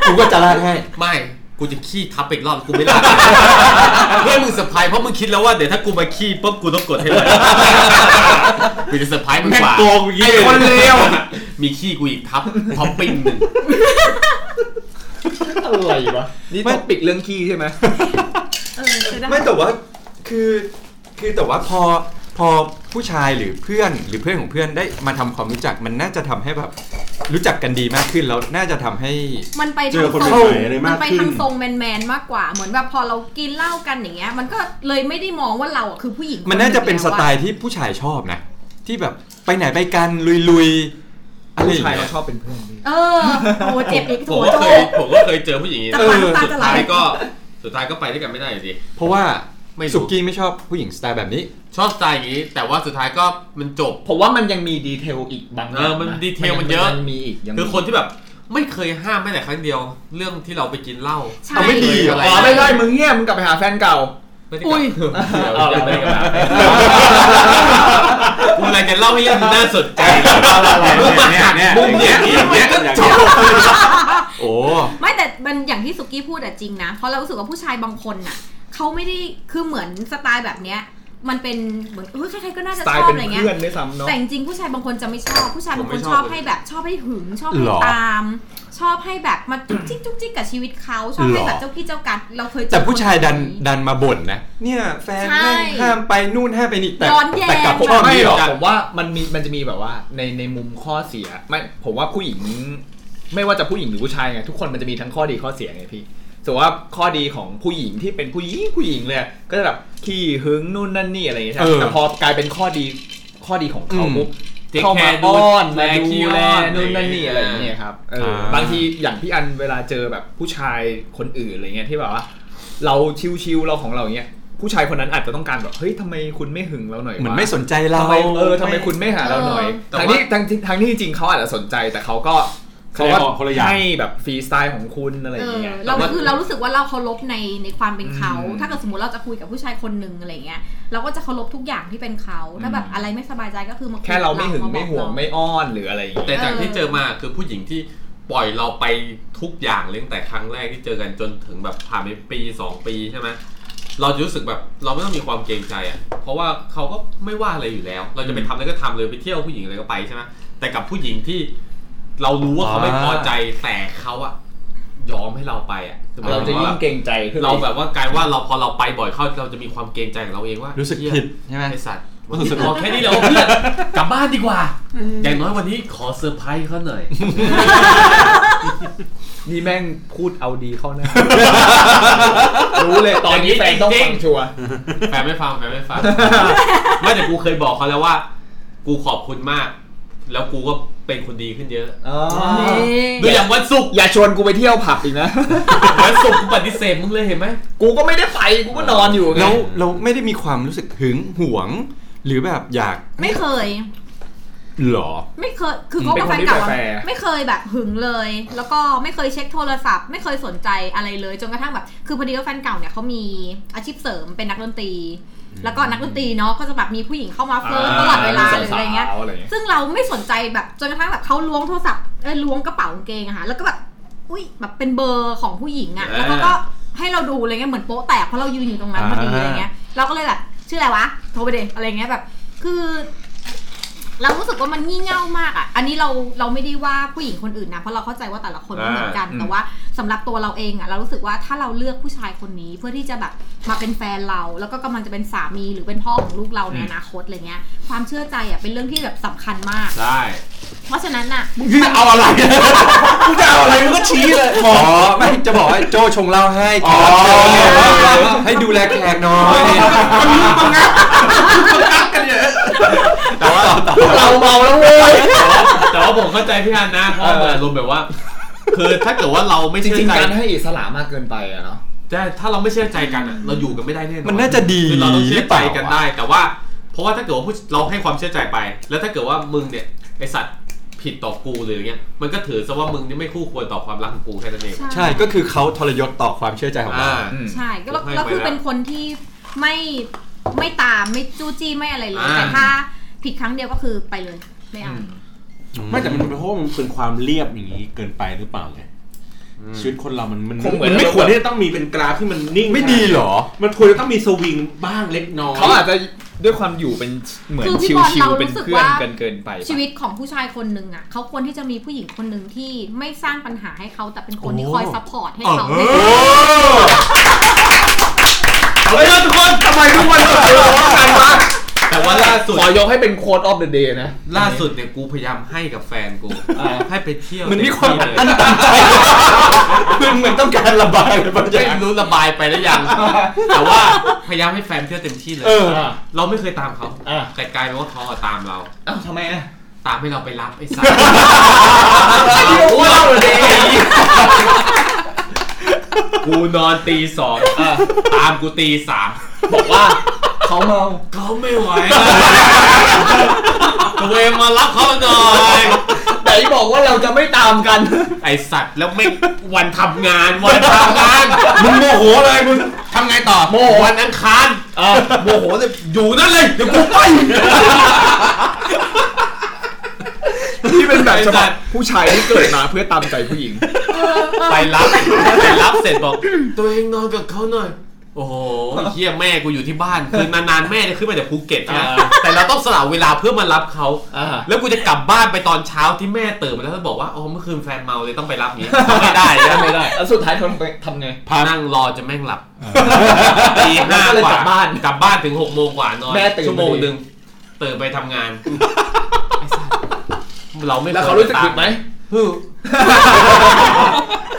Speaker 2: กูก็จะลาดให้
Speaker 3: ไม่ กูจะขี้ทับไปอีกรอบกูไม่ลาด เพื่อให้มึงเซอร์ไพรส์เพราะมึงคิดแล้วว่าเดี๋ยวถ้ากูมาขี้ปุ๊บกูต้องกดให้เลย กูจะเซอร์ไพรส์มึง
Speaker 4: แม่ง
Speaker 3: กว่า
Speaker 4: โกงอย่างงี้เลย
Speaker 5: คนเลว
Speaker 3: *laughs* มีขี้กูอีกทับท็อปปิ้งหนึ่ง
Speaker 5: อะไรวะนี่
Speaker 2: ไม่
Speaker 5: ต้องปิดเรื่องขี้ใช่ไหม
Speaker 6: เออคือได้
Speaker 2: ไม่แต่ว่าคือคือแต่ว่าพอพอผู้ชายหรือเพื่อนหรือเพื่อนของเพื่อนได้มาทำความรู้จักมันน่าจะทำให้แบบรู้จักกันดีมากขึ้นแล้วน่าจะทำให้
Speaker 6: มันไป
Speaker 4: เจ
Speaker 6: ทาง
Speaker 4: อคน
Speaker 6: ทรง
Speaker 4: ใหม่ๆอะไร
Speaker 6: มั
Speaker 4: มาน ก
Speaker 6: ไป
Speaker 4: ขึ้
Speaker 6: ทาน งทรงแมนๆมากกว่า เหมือนแบบพอเรากินเหล้ากันอย่างเงี้ย มันก็เลยไม่ได้มองว่าเราอ่ะคือผู้หญิง
Speaker 2: มันน่าจะเป็นสไต
Speaker 6: ค
Speaker 2: ล์ที่ผู้ชายชอบนะ ที่แบบไปไหนไปกันลุยๆอะไรอ
Speaker 5: ผู้
Speaker 2: ย่าง
Speaker 5: ชาย
Speaker 2: เงี้ย
Speaker 5: เขาชอบเป็นเพื่อนพี่
Speaker 6: เออโอ้เจ็บอีก
Speaker 3: ผมก็
Speaker 6: ถั่วโจ
Speaker 3: เคยผมก็เคยเจอผู้หญิงอย่างนี้นะ
Speaker 6: จะปาดน้ำตาจะ
Speaker 3: สุด
Speaker 6: ไหล
Speaker 3: ท้ายก็สุดท้ายก็ไปด้วยกันไม่ได้อยู่ดี
Speaker 2: เพราะว่า
Speaker 3: ไม่รู้
Speaker 2: สุกี้ไม่ชอบผู้หญิงสไตล์แบบนี้
Speaker 3: ชอบสไตล์อย่างนี้ แต่ว่าสุดท้ายก็มันจบ
Speaker 5: ผมว่ามันยังมีดีเทลอีกบางย่า
Speaker 3: เอ
Speaker 5: ง
Speaker 3: อมัน
Speaker 5: ะ
Speaker 3: ดีเทลมันเยอะ
Speaker 5: มีอีกยังมี
Speaker 3: คือคนที่แบบไม่เคยห้ามแม้แต่ครั้งเดียว เรื่องที่เราไปกินเหล้า
Speaker 6: ใช่
Speaker 2: เอาไม่ดีเหร
Speaker 5: อ๋อไม่ใช่มึงเงียมึงกลับไปหาแฟนเก่า
Speaker 3: ไม่ได้
Speaker 6: อุ้ย
Speaker 3: กลับเดี๋ยวไม่ได้กลับมากูอะไรจะเล่าให้เรื่องน่าสนใจ
Speaker 4: เนี่ยเนี่ยเนี่ย
Speaker 3: มุมเนี้ย
Speaker 4: อย่างเงี้ย
Speaker 3: ก็จบ
Speaker 2: โอ้
Speaker 6: ไม่แต่มันอย่างที่สุกี้พูดอะจริงนะ เพราะเรารู้สึกว่าผู้ชายบางคนน่ะเขาไม่ได้คือเหมือนสไตล์แบบเนี้ย มันเป็นเหมือนเฮ้ยใครๆก็
Speaker 5: ส
Speaker 6: น่าจะ
Speaker 5: ไต
Speaker 6: ช
Speaker 5: ล์
Speaker 6: อบ
Speaker 5: เป็น
Speaker 6: อะไรเงี้ย
Speaker 5: เพื่อนด้วยซ้ำเนาะ
Speaker 6: แต่จริงๆผู้ชายบางคนจะไม่ชอบ ผู้ชายบางคนชอบให้แบบชอบให้หึงชอบให้ตาม ชอบให้แบบมาจุ๊กจิ๊กจุ๊กจิ๊กกับชีวิตเขาชอบให้แบบเจ้าพี่เจ้ากันเราเคยเจอ
Speaker 2: แต่ผู้ชายดัน
Speaker 6: คแบบ
Speaker 2: ดันมาบ่นนะ เนี่ยแฟน
Speaker 6: ใช่
Speaker 2: แม่งห้ามไปนู่นห้ามไปนี่แต่
Speaker 6: ย้อนแย้ง
Speaker 2: แต่กลับ
Speaker 5: ผม
Speaker 2: ชอบ
Speaker 5: ว่าไม่
Speaker 2: นี่
Speaker 5: ห
Speaker 2: หร
Speaker 5: รอ
Speaker 2: อก ก
Speaker 5: ผมว่ามันมีมันจะมีแบบว่าในในมุมข้อเสียไม่ผมว่าผู้หญิง ไม่ว่าจะผู้หญิงหรือผู้ชายไงทุกคนมันจะมีทั้งข้อดีข้อเสียไงพี่สมมติว่าข้อดีของผู้หญิงที่เป็นผู้หญิงผู้หญิงเลยก็จะแบบขี้หึงนู่นนั่นนี่อะไรอย่างเงี้ยใช่ไหม
Speaker 2: เออ
Speaker 5: แต่พอกลายเป็นข้อดีข้อดีของเขา
Speaker 2: อืม
Speaker 5: ปุ๊บ
Speaker 3: เทค
Speaker 5: เข้า
Speaker 3: แค
Speaker 5: มา
Speaker 3: ร์ดู
Speaker 5: ป้อน
Speaker 3: แล
Speaker 5: มา
Speaker 3: ขี้
Speaker 5: ดู
Speaker 3: อ้
Speaker 5: แล
Speaker 3: อน
Speaker 5: นู่นนั่นนี่
Speaker 3: อะ
Speaker 5: อะไร ไรอ
Speaker 3: อา
Speaker 5: ย่ย่าง ง
Speaker 3: เงี้
Speaker 5: เงี้
Speaker 3: ย
Speaker 5: ยครับเออ
Speaker 2: อ่า
Speaker 5: บางทีอย่างพี่อันเวลาเจอแบบผู้ชายคนอื่นอะไรเงี้ยที่แบบว่า เราชิวๆเราของเราอย่างเงี้ยผู้ชายคนนั้นอาจจะต้องการแบบเฮ้ยทำไมคุณไม่หึงเราหน่อยวะ
Speaker 2: เหมือนไม่สนใจเรา
Speaker 5: ทำไมเออทำไมคุณไม่หาเราหน่อย
Speaker 3: เออ
Speaker 5: ทางนี้ทางที่ทางนี้จริงๆเขาอาจจะสนใจแต่เขาก็
Speaker 4: แส
Speaker 5: เขาก็
Speaker 4: ดงออกคนละอย่าง
Speaker 5: ให้แบบฟรีสไตล์ของคุณอะไรอ
Speaker 6: เอย่าง อ
Speaker 5: เงี้ย
Speaker 6: เรา
Speaker 5: แต่ว่า
Speaker 6: คือเรารู้สึกว่าเราเคารพในในความเป็นเขา
Speaker 5: อืม
Speaker 6: ถ้าเกิดสมมติเราจะคุยกับผู้ชายคนหนึ่งอะไรเงี้ยเราก็จะเคารพทุกอย่างที่เป็นเขาถ้าแบบ
Speaker 5: อืม
Speaker 6: อะไรไม่สบายใจก็คือมาคุย
Speaker 5: แค่เราไม่หึง
Speaker 6: กับ
Speaker 5: ไม่ห่วง
Speaker 6: าบอก
Speaker 5: ไม่อ้อนหรืออะไรอย่างเงี้ย
Speaker 3: แต่จากที่เจอมาคือผู้หญิงที่ปล่อยเราไปทุกอย่างเลยตั้งแต่ครั้งแรกที่เจอกันจนถึงแบบผ่านไปปีสองปีใช่ไหม เราจะรู้สึกแบบเราไม่ต้องมีความเกรงใจอ่ะ เพราะว่าเขาก็ไม่ว่าอะไรอยู่แล้ว เราจะไปทำอะไรก็ทำเลยไปเที่ยวผู้หญิงอะไรก็ไปใช่ไหมแต่กับผู้หญิงที่เรารู้ว่าเขาไม่พอใจแต่เขาอ่ะยอมให้เราไปอ่ะคือหมย
Speaker 5: เรา
Speaker 3: ถึ
Speaker 5: จะ
Speaker 3: ว่
Speaker 5: ยิ่งเกรงใจขึ้น
Speaker 3: เราแบบว่ากลายว่าเราพอเราไปบ่อยเข้าเราจะมีความเกรงใจของเราเองว่ารู้
Speaker 2: รู้สึกผิดใช่ไหม
Speaker 3: ไอสัตว์
Speaker 2: รู้
Speaker 3: วัน
Speaker 2: สึกส
Speaker 3: นี้
Speaker 2: นุก
Speaker 3: ขอแค่นี้แหล้วเพื่อนกลับบ้านดีกว่า อย่างน้อยวันนี้ขอเซอร์ไพรส์เขาหน่อย
Speaker 5: นี่แม่งพูดเอาดีเข้าหน้า *laughs* รู้เลยตอนนี้แฟนต้องฟังชัวร์
Speaker 3: แฟนไม่ฟังแฟนไม่ฟัง ไม่แต่กูเคยบอกเขาแล้วว่า กูขอบคุณมาก แล้วกูก็เป็นคนดีขึ้นเยอะดูอย่างวันศุกร์
Speaker 5: อย่าชวนกูไปเที่ยวผับอีกนะ
Speaker 3: วันศุกร์กูปฏิเสธมึงเลยเห็นไหม
Speaker 5: *laughs* กูก็ไม่ได้ไป กูก็นอนอยู่ไง
Speaker 2: เราเราไม่ได้มีความรู้สึกหึงหวง หรือแบบอยาก
Speaker 6: ไม่เคย
Speaker 2: หรอ
Speaker 6: ไม่เคย คือเขากับแฟนเก่าอะไม่เคยแบบหึงเลย แล้วก็ไม่เคยเช็คโทรศัพท์ ไม่เคยสนใจอะไรเลย จนกระทั่งแบบ คือพอดีว่าแฟนเก่าเนี่ยเขามีอาชีพเสริมเป็นนักดนตรี แล้วก็นักดนตรีเนาะ ก็จะแบบมีผู้หญิงเข้ามาเฟิร์มตลอดเวลาหรืออะไรเงี้ย
Speaker 5: สาวๆอะไรเงี้ย
Speaker 6: ซึ่งเราไม่สนใจแบบจนกระทั่งแบบเขาล้วงโทรศัพท์เอ้ยล้วงกระเป๋ากางเกงอะค่ะแล้วก็แบบอุ้ยแบบเป็นเบอร์ของผู้หญิงอะ
Speaker 3: อ่า
Speaker 6: แล้วเขาก็ให้เราดูอะไรเงี้ยเหมือนโป๊ะแตกเพราะเรายืนอยู่ตรงนั้นพอดี
Speaker 2: อ่า
Speaker 6: อะไรเงี้ย เราก็เลยแบบชื่ออะไรวะโทรไปเดยอะไรเงี้ยแบบ คือ เรารู้สึกว่ามันงี่เง่ามากอะอันนี้เราเราไม่ได้ว่าผู้หญิงคนอื่นนะเพราะเราเข้าใจว่าแต่ละคนไม่เหมือนกัน
Speaker 5: อ่า
Speaker 6: แต่ว่าสำหรับตัวเราเองอะเรารู้สึกว่าถ้าเราเลือกผู้ชายคนนี้เพื่อที่จะแบบมาเป็นแฟนเรา แล้วก็กำลังจะเป็นสามีหรือเป็นพ่อของลูกเราในอนาคตอะไรเงี้ย ความเชื่อใจอะเป็นเรื่องที่แบบสำคัญมาก
Speaker 3: ใช่ *laughs*
Speaker 6: เพราะฉะนั้นน่ะ
Speaker 2: มึงจะเอาอะไร มึงจะเอาอะไรมึงก็ชี้เลยอ๋อไม่จะบอกว่าโจชงเหล้าให้แขกรับเชิญไงให้ดูแลแขกหน้อย
Speaker 3: แต่ว่า
Speaker 5: เราเมาแล้วเว้ย
Speaker 3: แต่ว่าผมเข้าใจพี่อันนะเพราะว่าเหมือนอารมณ์แบบว่า คือถ้าเกิดว่าเราไม่
Speaker 5: จ
Speaker 3: เชื่
Speaker 5: ริ
Speaker 3: องใจ
Speaker 5: ๆการให้อิสระมากเกินไปอะเนาะ
Speaker 3: แต่ถ้าเราไม่เชื่อใจกันอะเราอยู่กันไม่ได้แน่นอน
Speaker 2: มันน่าจะดี
Speaker 3: คือเราต้องเชื่อใจกัน
Speaker 2: หรือเปล่า
Speaker 3: ได้ แต่ว่า เพราะว่าถ้าเกิดว่าผู้เราให้ความเชื่อใจไป แล้วถ้าเกิดว่ามึงเนี่ยไอสัตว์ผิดต่อกูหรืออย่างเงี้ยมันก็ถือซะว่ามึงนี่ไม่คู่ควรต่อความรักของกูแค่นั้นเอง
Speaker 2: ใช่ก็คือเขาทรยศต่อความเชื่อใจของเรา
Speaker 3: อ่า
Speaker 6: ใช่ก็แล้ว
Speaker 3: ให้ไป
Speaker 6: แล้วคือ
Speaker 3: แล้ว
Speaker 6: เป็นคนที่ไม่ไม่ตามไม่จู้จี้ไม่อะไรเลย
Speaker 3: อ่า
Speaker 6: แต่ถ้าผิดครั้งเดียวก็คือไปเลยไม่เอา
Speaker 4: ไม่แต่มันเป็นเพราะว่ามันเป็นความเรียบอย่างนี้เกินไปหรือเปล่าไงชีวิตคนเรามันมัน
Speaker 5: คงเหมือน
Speaker 4: มันไม่ควรที่จะต้องมีเป็นกราฟที่มันนิ่ง
Speaker 2: ไม่ดีเหรอ
Speaker 4: มันควรจะต้องมีสวิงบ้างเล็กน้อย
Speaker 5: เขาอาจจะด้วยความอยู่เป็นเหมือน
Speaker 6: คือพี่
Speaker 5: ชิว
Speaker 6: บอลเรา
Speaker 5: ๆเป็น
Speaker 6: รู้สึก
Speaker 5: เพื่อน
Speaker 6: ว่า
Speaker 5: กันเกินไปปะ
Speaker 6: ชีวิตของผู้ชายคนหนึ่งอ่ะเขาควรที่จะมีผู้หญิงคนหนึ่งที่ไม่สร้างปัญหาให้เขาแต่เป็นคนที่คอยซัพพอร์ตให้เขาในชีวิต
Speaker 2: เฮ้ยทุกคนทำไมทุกคนต้องทะเลาะกันวะ
Speaker 3: แต่ว่าล่าสุด
Speaker 5: ขอยกให้เป็นโค้ดออฟเดอะเดย์นะ
Speaker 3: ล่าสุดเนี่ยกูพยายามให้กับแฟนกู
Speaker 5: อ่า
Speaker 3: ให้ไปเที่ยว
Speaker 2: มันมีความ
Speaker 3: เต็
Speaker 2: อัน
Speaker 3: ที่เลย
Speaker 2: ตันใจมันเหมือนต้องการระบายอะไรบางอ
Speaker 3: ไม่
Speaker 2: ย่าง
Speaker 3: รู้ระบายไปหรือยัง แต่ว่าพยายามให้แฟนเที่ยวเต็มที่เลย
Speaker 2: เออ
Speaker 3: เราไม่เคยตามเขา
Speaker 5: อ่า
Speaker 3: แต่กลายเป็นว่าเขาอะตามเรา
Speaker 5: อ้าวทำไมอะ
Speaker 3: ตามให้เราไปรับไอ้สัตว์กูนอนตีสองตามกูตีสามบอกว่า
Speaker 5: เขาเมา
Speaker 3: เขาไม่ไหวแล้วตัวเองมารับเขาหน่อย
Speaker 5: ไหนบอกว่าเราจะไม่ตามกัน
Speaker 3: ไอสัตว์แล้วไม่วันทำงานวันทำงาน
Speaker 2: มึงโมโหอะไรมึง
Speaker 3: ทำไงต่อโมโหวันอังคารโมโหเลยอยู่นั่นเลยเดี๋ยวกูไป
Speaker 5: นี่เป็นแบบฉบับผู้ชายที่เกิดมาเพื่อตามใจผู้หญิง
Speaker 3: ไปรับไปรับเสร็จบอก ตัวเองนอนกับเขาหน่อย โอ้โหเฮียแม่กูอยู่ที่บ้าน คือนานๆแม่เนี่ยขึ้นมาจากภูเก็ตนะ
Speaker 5: อ่า
Speaker 3: แต่เราต้องสละเวลาเพื่อมารับเขา
Speaker 5: อ่า
Speaker 3: แล้วกูจะกลับบ้านไปตอนเช้าที่แม่ตื่นมาแล้วแล้วบอกว่าอ๋อเมื่อคืนแฟนเมาเลยต้องไปรับนี้ยไม่ *laughs* ได้นะ
Speaker 5: ไม่ได้แล้วสุดท้ายทำไงทำไง
Speaker 3: พานั่งรอจะแม่งหลับตีห้า
Speaker 5: แล้วก็เลย
Speaker 3: กว่าก
Speaker 5: ลับบ้าน
Speaker 3: กลับบ้านถึงหกโมงกว่านอน
Speaker 5: แม่ตื่น
Speaker 3: ชั่วโมง
Speaker 5: พอดี
Speaker 3: หนึ่งตื่นไปทำงานไอ้สัสเราไม่คย
Speaker 5: แล้วเขารู้สึกผิดไหม
Speaker 3: ฮึ่ม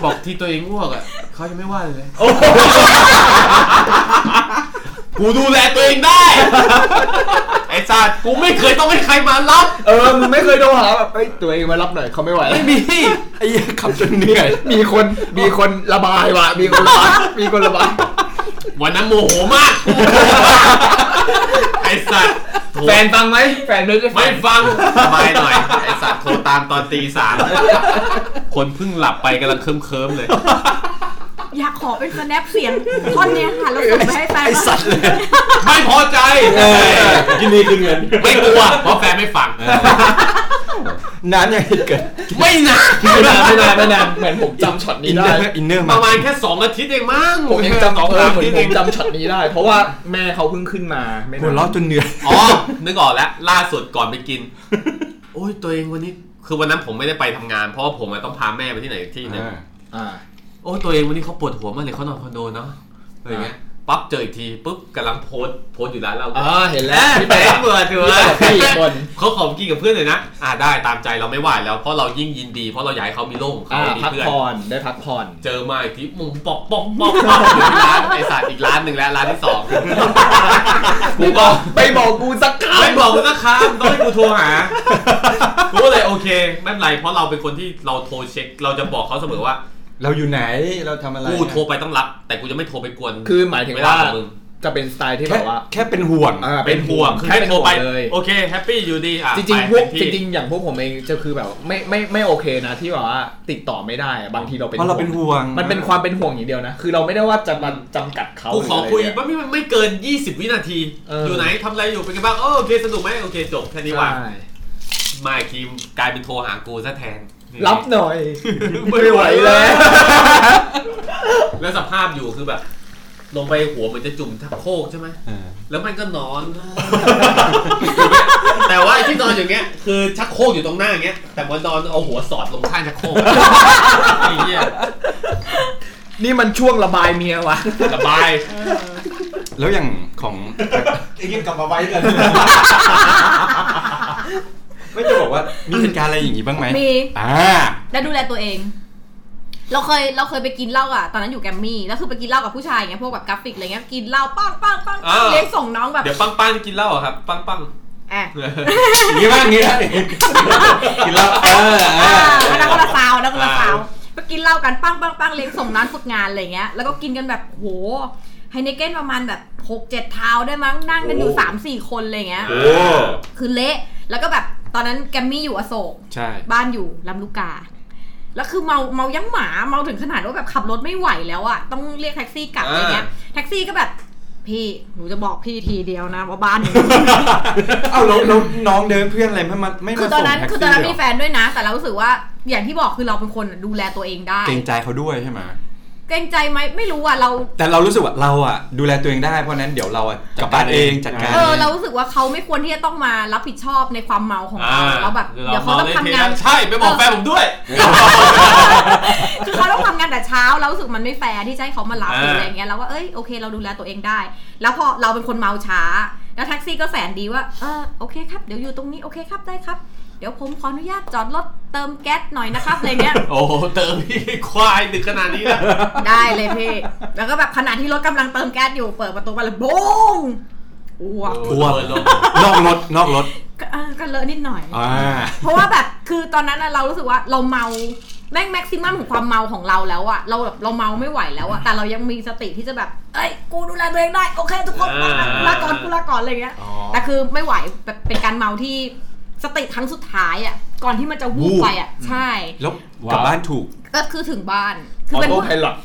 Speaker 3: บอกที่ตัวเองอ้วกอ่ะเขาจะไม่ว่าเลย กูดูแลตัวเองได้ ไอ้สัตว์กูไม่เคยต้องให้ใครมารับ
Speaker 5: เออ มึงไม่เคยโดนหาแบบเอ้ยตัวเองมารับหน่อยเขาไม่ไหวแล้ว
Speaker 2: ไม่มี ไอ้เหี้ย *laughs* ขับจนเหนื่อย
Speaker 5: มีคน มีคนระบายว่ะ มีคนระบาย *laughs* มีคนระบาย
Speaker 3: วันนั้นโมโหมาก ไอ้สัตว์โทร
Speaker 5: แฟนฟังไหม แฟนด้วยจะ
Speaker 3: ไม่ฟังสบายหน่อย ไอ้สัตว์โทรตามตอนตีสามคนเพิ่งหลับไปกำลังเคิมเคิมๆเลย
Speaker 6: อยากขอเป็นสแนปเสียงท่อนเนี้ยค่ะแล้วส่งไปให้แฟน
Speaker 2: ไอ้สัตว์เลย
Speaker 3: ไม่พอใจ
Speaker 4: ยินดีคืนเงิน
Speaker 3: ไม่กลัว เพราะแฟนไม่ฟัง
Speaker 2: นานยังเกิด
Speaker 3: ไม่นะ
Speaker 5: ไม่นานไม่นานไม่นานเหมือนผมจำช็อตนี้
Speaker 2: อินเนอ
Speaker 5: ได้
Speaker 2: ร์อินเนอร์
Speaker 3: ป
Speaker 2: มา
Speaker 3: ระมาณแค่สองอาทิตย์เองมั้ง
Speaker 5: ผมยังจำ
Speaker 3: สอง
Speaker 5: เออ
Speaker 3: สาม
Speaker 5: เหมื
Speaker 3: อา
Speaker 5: อ
Speaker 3: ทิต
Speaker 5: น
Speaker 3: ย์
Speaker 5: ผ
Speaker 3: เอ
Speaker 5: ม
Speaker 3: ง
Speaker 5: จำช็อตนี้ได้ เพราะว่าแม่เขาเพิ่งขึ้นมาไม่
Speaker 2: หัวเราะจนเหนื่อย
Speaker 3: อ๋อนึกออกแล้วล่าสุดก่อนไปกิน โอ้ยตัวเองวันนี้ คือวันนั้นผมไม่ได้ไปทำงาน เพราะว่าผมอะต้องพาแม่ไปที่ไหนที่หนึง
Speaker 2: อ่า
Speaker 5: อ่า
Speaker 3: โอ้ยตัวเองวันนี้เขาปวดหัวมากเลยเขานอนคอนโดเนาะอะไรเงี้ยปั๊บเจออีกทีปุ๊บกำลังโพสต์โพสต์อยู่ร้านเรา
Speaker 5: อ่าเห็นแล้ว
Speaker 3: พี่แป๊บเบื่อเถ
Speaker 5: พี่
Speaker 3: อะ
Speaker 5: แป๊ะพี่อีกคน
Speaker 3: เขาขอกินกับเพื่อนเลยนะอ่าได้ตามใจเราไม่ว่าแล้วเพราะเรายิ่งยินดี เพราะเราอยากให้เขามีโลกของเขา
Speaker 5: อ่า
Speaker 3: มี
Speaker 5: พัก
Speaker 3: เพื่อน
Speaker 5: ผ่อนได้พักผ่อน
Speaker 3: เจอมาอีกทีมึงปอกปอกปอกปอกอยู่ที่ร้านไอสัตว์อีกร้านหนึ่งแล้วร้านที่สองกูก็
Speaker 5: ไปบอกกูสักค
Speaker 3: ไม่บอกกูนะครัต้องให้กูโทรหากูก็เลยโอเคไม่เป็นไรเพราะเราเป็นคนที่เราโทรเช็ค เราจะบอกเขาเสมอว่า
Speaker 2: เราอยู่ไหนเราทำอะไร
Speaker 3: กูโทรไปต้องรับ แต่กูจะไม่โทรไปกวน
Speaker 5: ำคือหมายถึง
Speaker 3: เวลา
Speaker 5: ว่า
Speaker 3: ของมึง
Speaker 5: จะเป็นสไตล์ที่แบ
Speaker 2: แค่
Speaker 5: บว่า
Speaker 2: แค่เป็นห่วง
Speaker 5: อ่า
Speaker 3: เป็นห่วงคือ
Speaker 5: แค่
Speaker 3: ไม่
Speaker 5: เป็น
Speaker 3: โทร
Speaker 5: ห่ว
Speaker 3: ไป
Speaker 5: งเลย
Speaker 3: โอเคแฮปปี้อยู่ดีอ่ะ
Speaker 5: จริงๆพวก
Speaker 3: ไป
Speaker 5: จ
Speaker 3: เต็มที่
Speaker 5: ริงๆอย่างพวกผมเองจะคือแบบไม่ไม่ไม่โอเคนะที่แบบว่าติดต่อไม่ได้อะบางทีเราเป็น
Speaker 2: เพราะเราเป็นห่วง
Speaker 5: มันเป็นความเป็นห่วงอย่างเดียวนะ คือเราไม่ได้ว่าจะมาจำกัดเขา
Speaker 3: กูขอคุย
Speaker 5: หรืะไร
Speaker 3: ไม่ไม่ไม่เกิน 20 วินาที
Speaker 5: เออ
Speaker 3: อ
Speaker 5: อ
Speaker 3: ยู่ไหนทำอะไรอยู่เป็นไงบ้างโอโอเคสนุกไหมโอเคจบแค่นี้ว่า
Speaker 5: ใช่
Speaker 3: มาอีกทีมกลายเป็นโทรหากูซะแทน
Speaker 5: รับหน่อย
Speaker 3: ไม่
Speaker 5: ไม่ไหวแล้ว
Speaker 3: *laughs* แล้วสภาพอยู่คือแบบ ลงไปหัวมันจะจุ่มทักโคกใช่ไหม
Speaker 4: เออ
Speaker 3: แล้วมันก็นอน *laughs* แต่ว่าไอ้ที่นอนอย่างเงี้ย คือชักโครกอยู่ตรงหน้าอย่างเงี้ยแต่มันนอนเอาหัวสอดลงข้างชักโค
Speaker 5: *laughs*
Speaker 3: รกไอ้เหี้ย
Speaker 5: นี่มันช่วงระบายเมียวะ
Speaker 3: สบาย
Speaker 2: แล้วอย่าง
Speaker 5: *laughs*
Speaker 2: ของ
Speaker 4: ไอ้เงี้ยกลับมาไว้กัน
Speaker 2: ไม่จะบอกว่ามีเหตุการณ์อะไรอย่างนี้บ้างไหม
Speaker 6: มี
Speaker 2: อ่า
Speaker 6: แล้วดูแลตัวเอง เราเคยเราเคยไปกินเหล้าอ่ะตอนนั้นอยู่แกรมมี่แล้วคือไปกินเหล้ากับผู้ชายอย่างเงี้ยพวกแบบกราฟิกอะไรเงี้ยกินเหล้าปังปังปังปัง
Speaker 3: อ้าว
Speaker 6: เลี้ยงส่งน้องแบบ
Speaker 3: เดี๋ยวปังปังกินเหล้าอะครับ ปังปัง
Speaker 6: อ่ะ
Speaker 2: อย่างนี้บ้างอย่างนี้บ้างกินแล้วเออเอ
Speaker 6: อ่า
Speaker 2: อ
Speaker 6: อันนั้นก็ละซาวอันนั้นก็ละซาวไปกินเหล้ากันปังปังปังเลี้ยงส่งน้องฝึกงานอะไรเงี้ยแล้วก็กินกันแบบโหไฮเนเก้นประมาณแบบหกเจ็ดเท้าได้มั้งนั่งกันอยู่สามสี่คนอะไรเงี้ย
Speaker 3: โอ้
Speaker 6: คือเละแล้วก็แบบตอนนั้นแกมมี่อยู่อโศก
Speaker 2: ใช่
Speaker 6: บ้านอยู่ลำลูกกา แล้วคือเมาเมายังหมาเมาถึงขนาดว่าแบบขับรถไม่ไหวแล้วอะต้องเรียกแท็กซี่กลับอะไรเงี้ย แท็กซี่ก็แบบ พี่หนูจะบอกพี่ทีเดียวนะว่าบ้านหนู
Speaker 2: เอ้าแล้วแล้วน้องเดินเพื่อนอะไรไม่มาไม่มา
Speaker 6: คือต
Speaker 2: ส่
Speaker 6: อน
Speaker 2: ง
Speaker 6: นั้น
Speaker 2: แท็ก
Speaker 6: คือตอน
Speaker 2: ซี่
Speaker 6: นั้น
Speaker 2: เหร
Speaker 6: มี
Speaker 2: อ
Speaker 6: แฟนด้วยนะ แต่เรารู้สึกว่าอย่างที่บอกคือเราเป็นคนดูแลตัวเองได้
Speaker 2: เกรงใจเขาด้วยใช่ไหม
Speaker 6: เกรงใจไหมไม่รู้อะเรา
Speaker 2: แต่เรารู้สึกว่าเราอ่ะ ดูแลตัวเองได้เพราะนั้นเดี๋ยวเราอ่ะกลับบ้านเองจัดการ
Speaker 6: เออเรารู้สึกว่าเขาไม่ควรที่จะต้องมารับผิดชอบในความเมาของ
Speaker 3: อ่า
Speaker 6: เราเราแบบเดี๋ยวเขาต้องทำงาน
Speaker 3: ใช่ ไปบอกแฟนผมด้วย
Speaker 6: คือเขาต้องทำงานแต่เช้าแล้วรู้สึกมันไม่แฟร์ที่จะให้เขามารับห
Speaker 3: อ่า
Speaker 6: รืออะไรเงี้ยแล้วว่าเอ้ยโอเคเราดูแลตัวเองได้ แล้วพอเราเป็นคนเมาช้า แล้วแท็กซี่ก็แสนดีว่าเออโอเคครับเดี๋ยวอยู่ตรงนี้โอเคครับได้ครับ เดี๋ยวผมขออนุญาตจอดรถเติมแก๊สหน่อยนะครับอะไรเงี้ย
Speaker 3: โอ้โหเติมพี่ควายดึกขนาดนี้นะ
Speaker 6: ได้เลยพี่แล้วก็แบบขณะที่รถกำลังเติมแก๊สอยู่เปิดประตูมาแล้วบงอ้วก
Speaker 2: อ้วนนอกรถนอกรถ
Speaker 6: ก็เออก็เลอะนิดหน่อย
Speaker 2: อ่า
Speaker 6: เพราะว่าแบบคือตอนนั้นน่ะเรารู้สึกว่าเราเมาแม่งแม็กซิมัมของความเมาของเราแล้วอะเราแบบเราเมาไม่ไหวแล้วอะแต่เรายังมีสติที่จะแบบ เอ้ยกูดูแลตัวเองได้โอเคทุกคนมามาลาก่อนกูลาก่อนอะไรอย่างเงี้ย
Speaker 2: อ๋อ
Speaker 6: แต่คือไม่ไหวแบบเป็นการเมาที่สติครั้งสุดท้ายอะก่อนที่มันจะวูบไปอะใช่
Speaker 2: แล้วกลับบ้านถูก
Speaker 6: ก็คือถึงบ้าน
Speaker 5: อ
Speaker 6: คือเป็น
Speaker 5: โต้
Speaker 6: ผู้
Speaker 5: ไพลอต